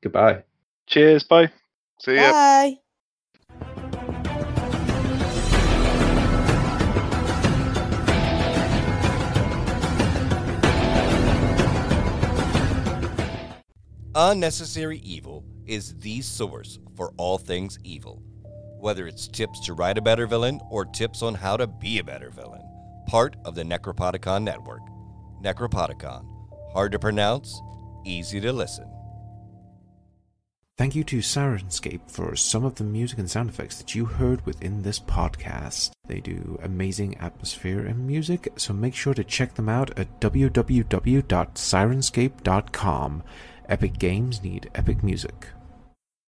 [SPEAKER 1] Goodbye.
[SPEAKER 4] Cheers. Bye.
[SPEAKER 3] See ya.
[SPEAKER 2] Bye.
[SPEAKER 5] Unnecessary Evil is the source for all things evil. Whether it's tips to write a better villain or tips on how to be a better villain, part of the Necropodicon Network. Necropodicon, hard to pronounce, easy to listen.
[SPEAKER 1] Thank you to Sirenscape for some of the music and sound effects that you heard within this podcast. They do amazing atmosphere and music, so make sure to check them out at www.sirenscape.com. Epic games need epic music.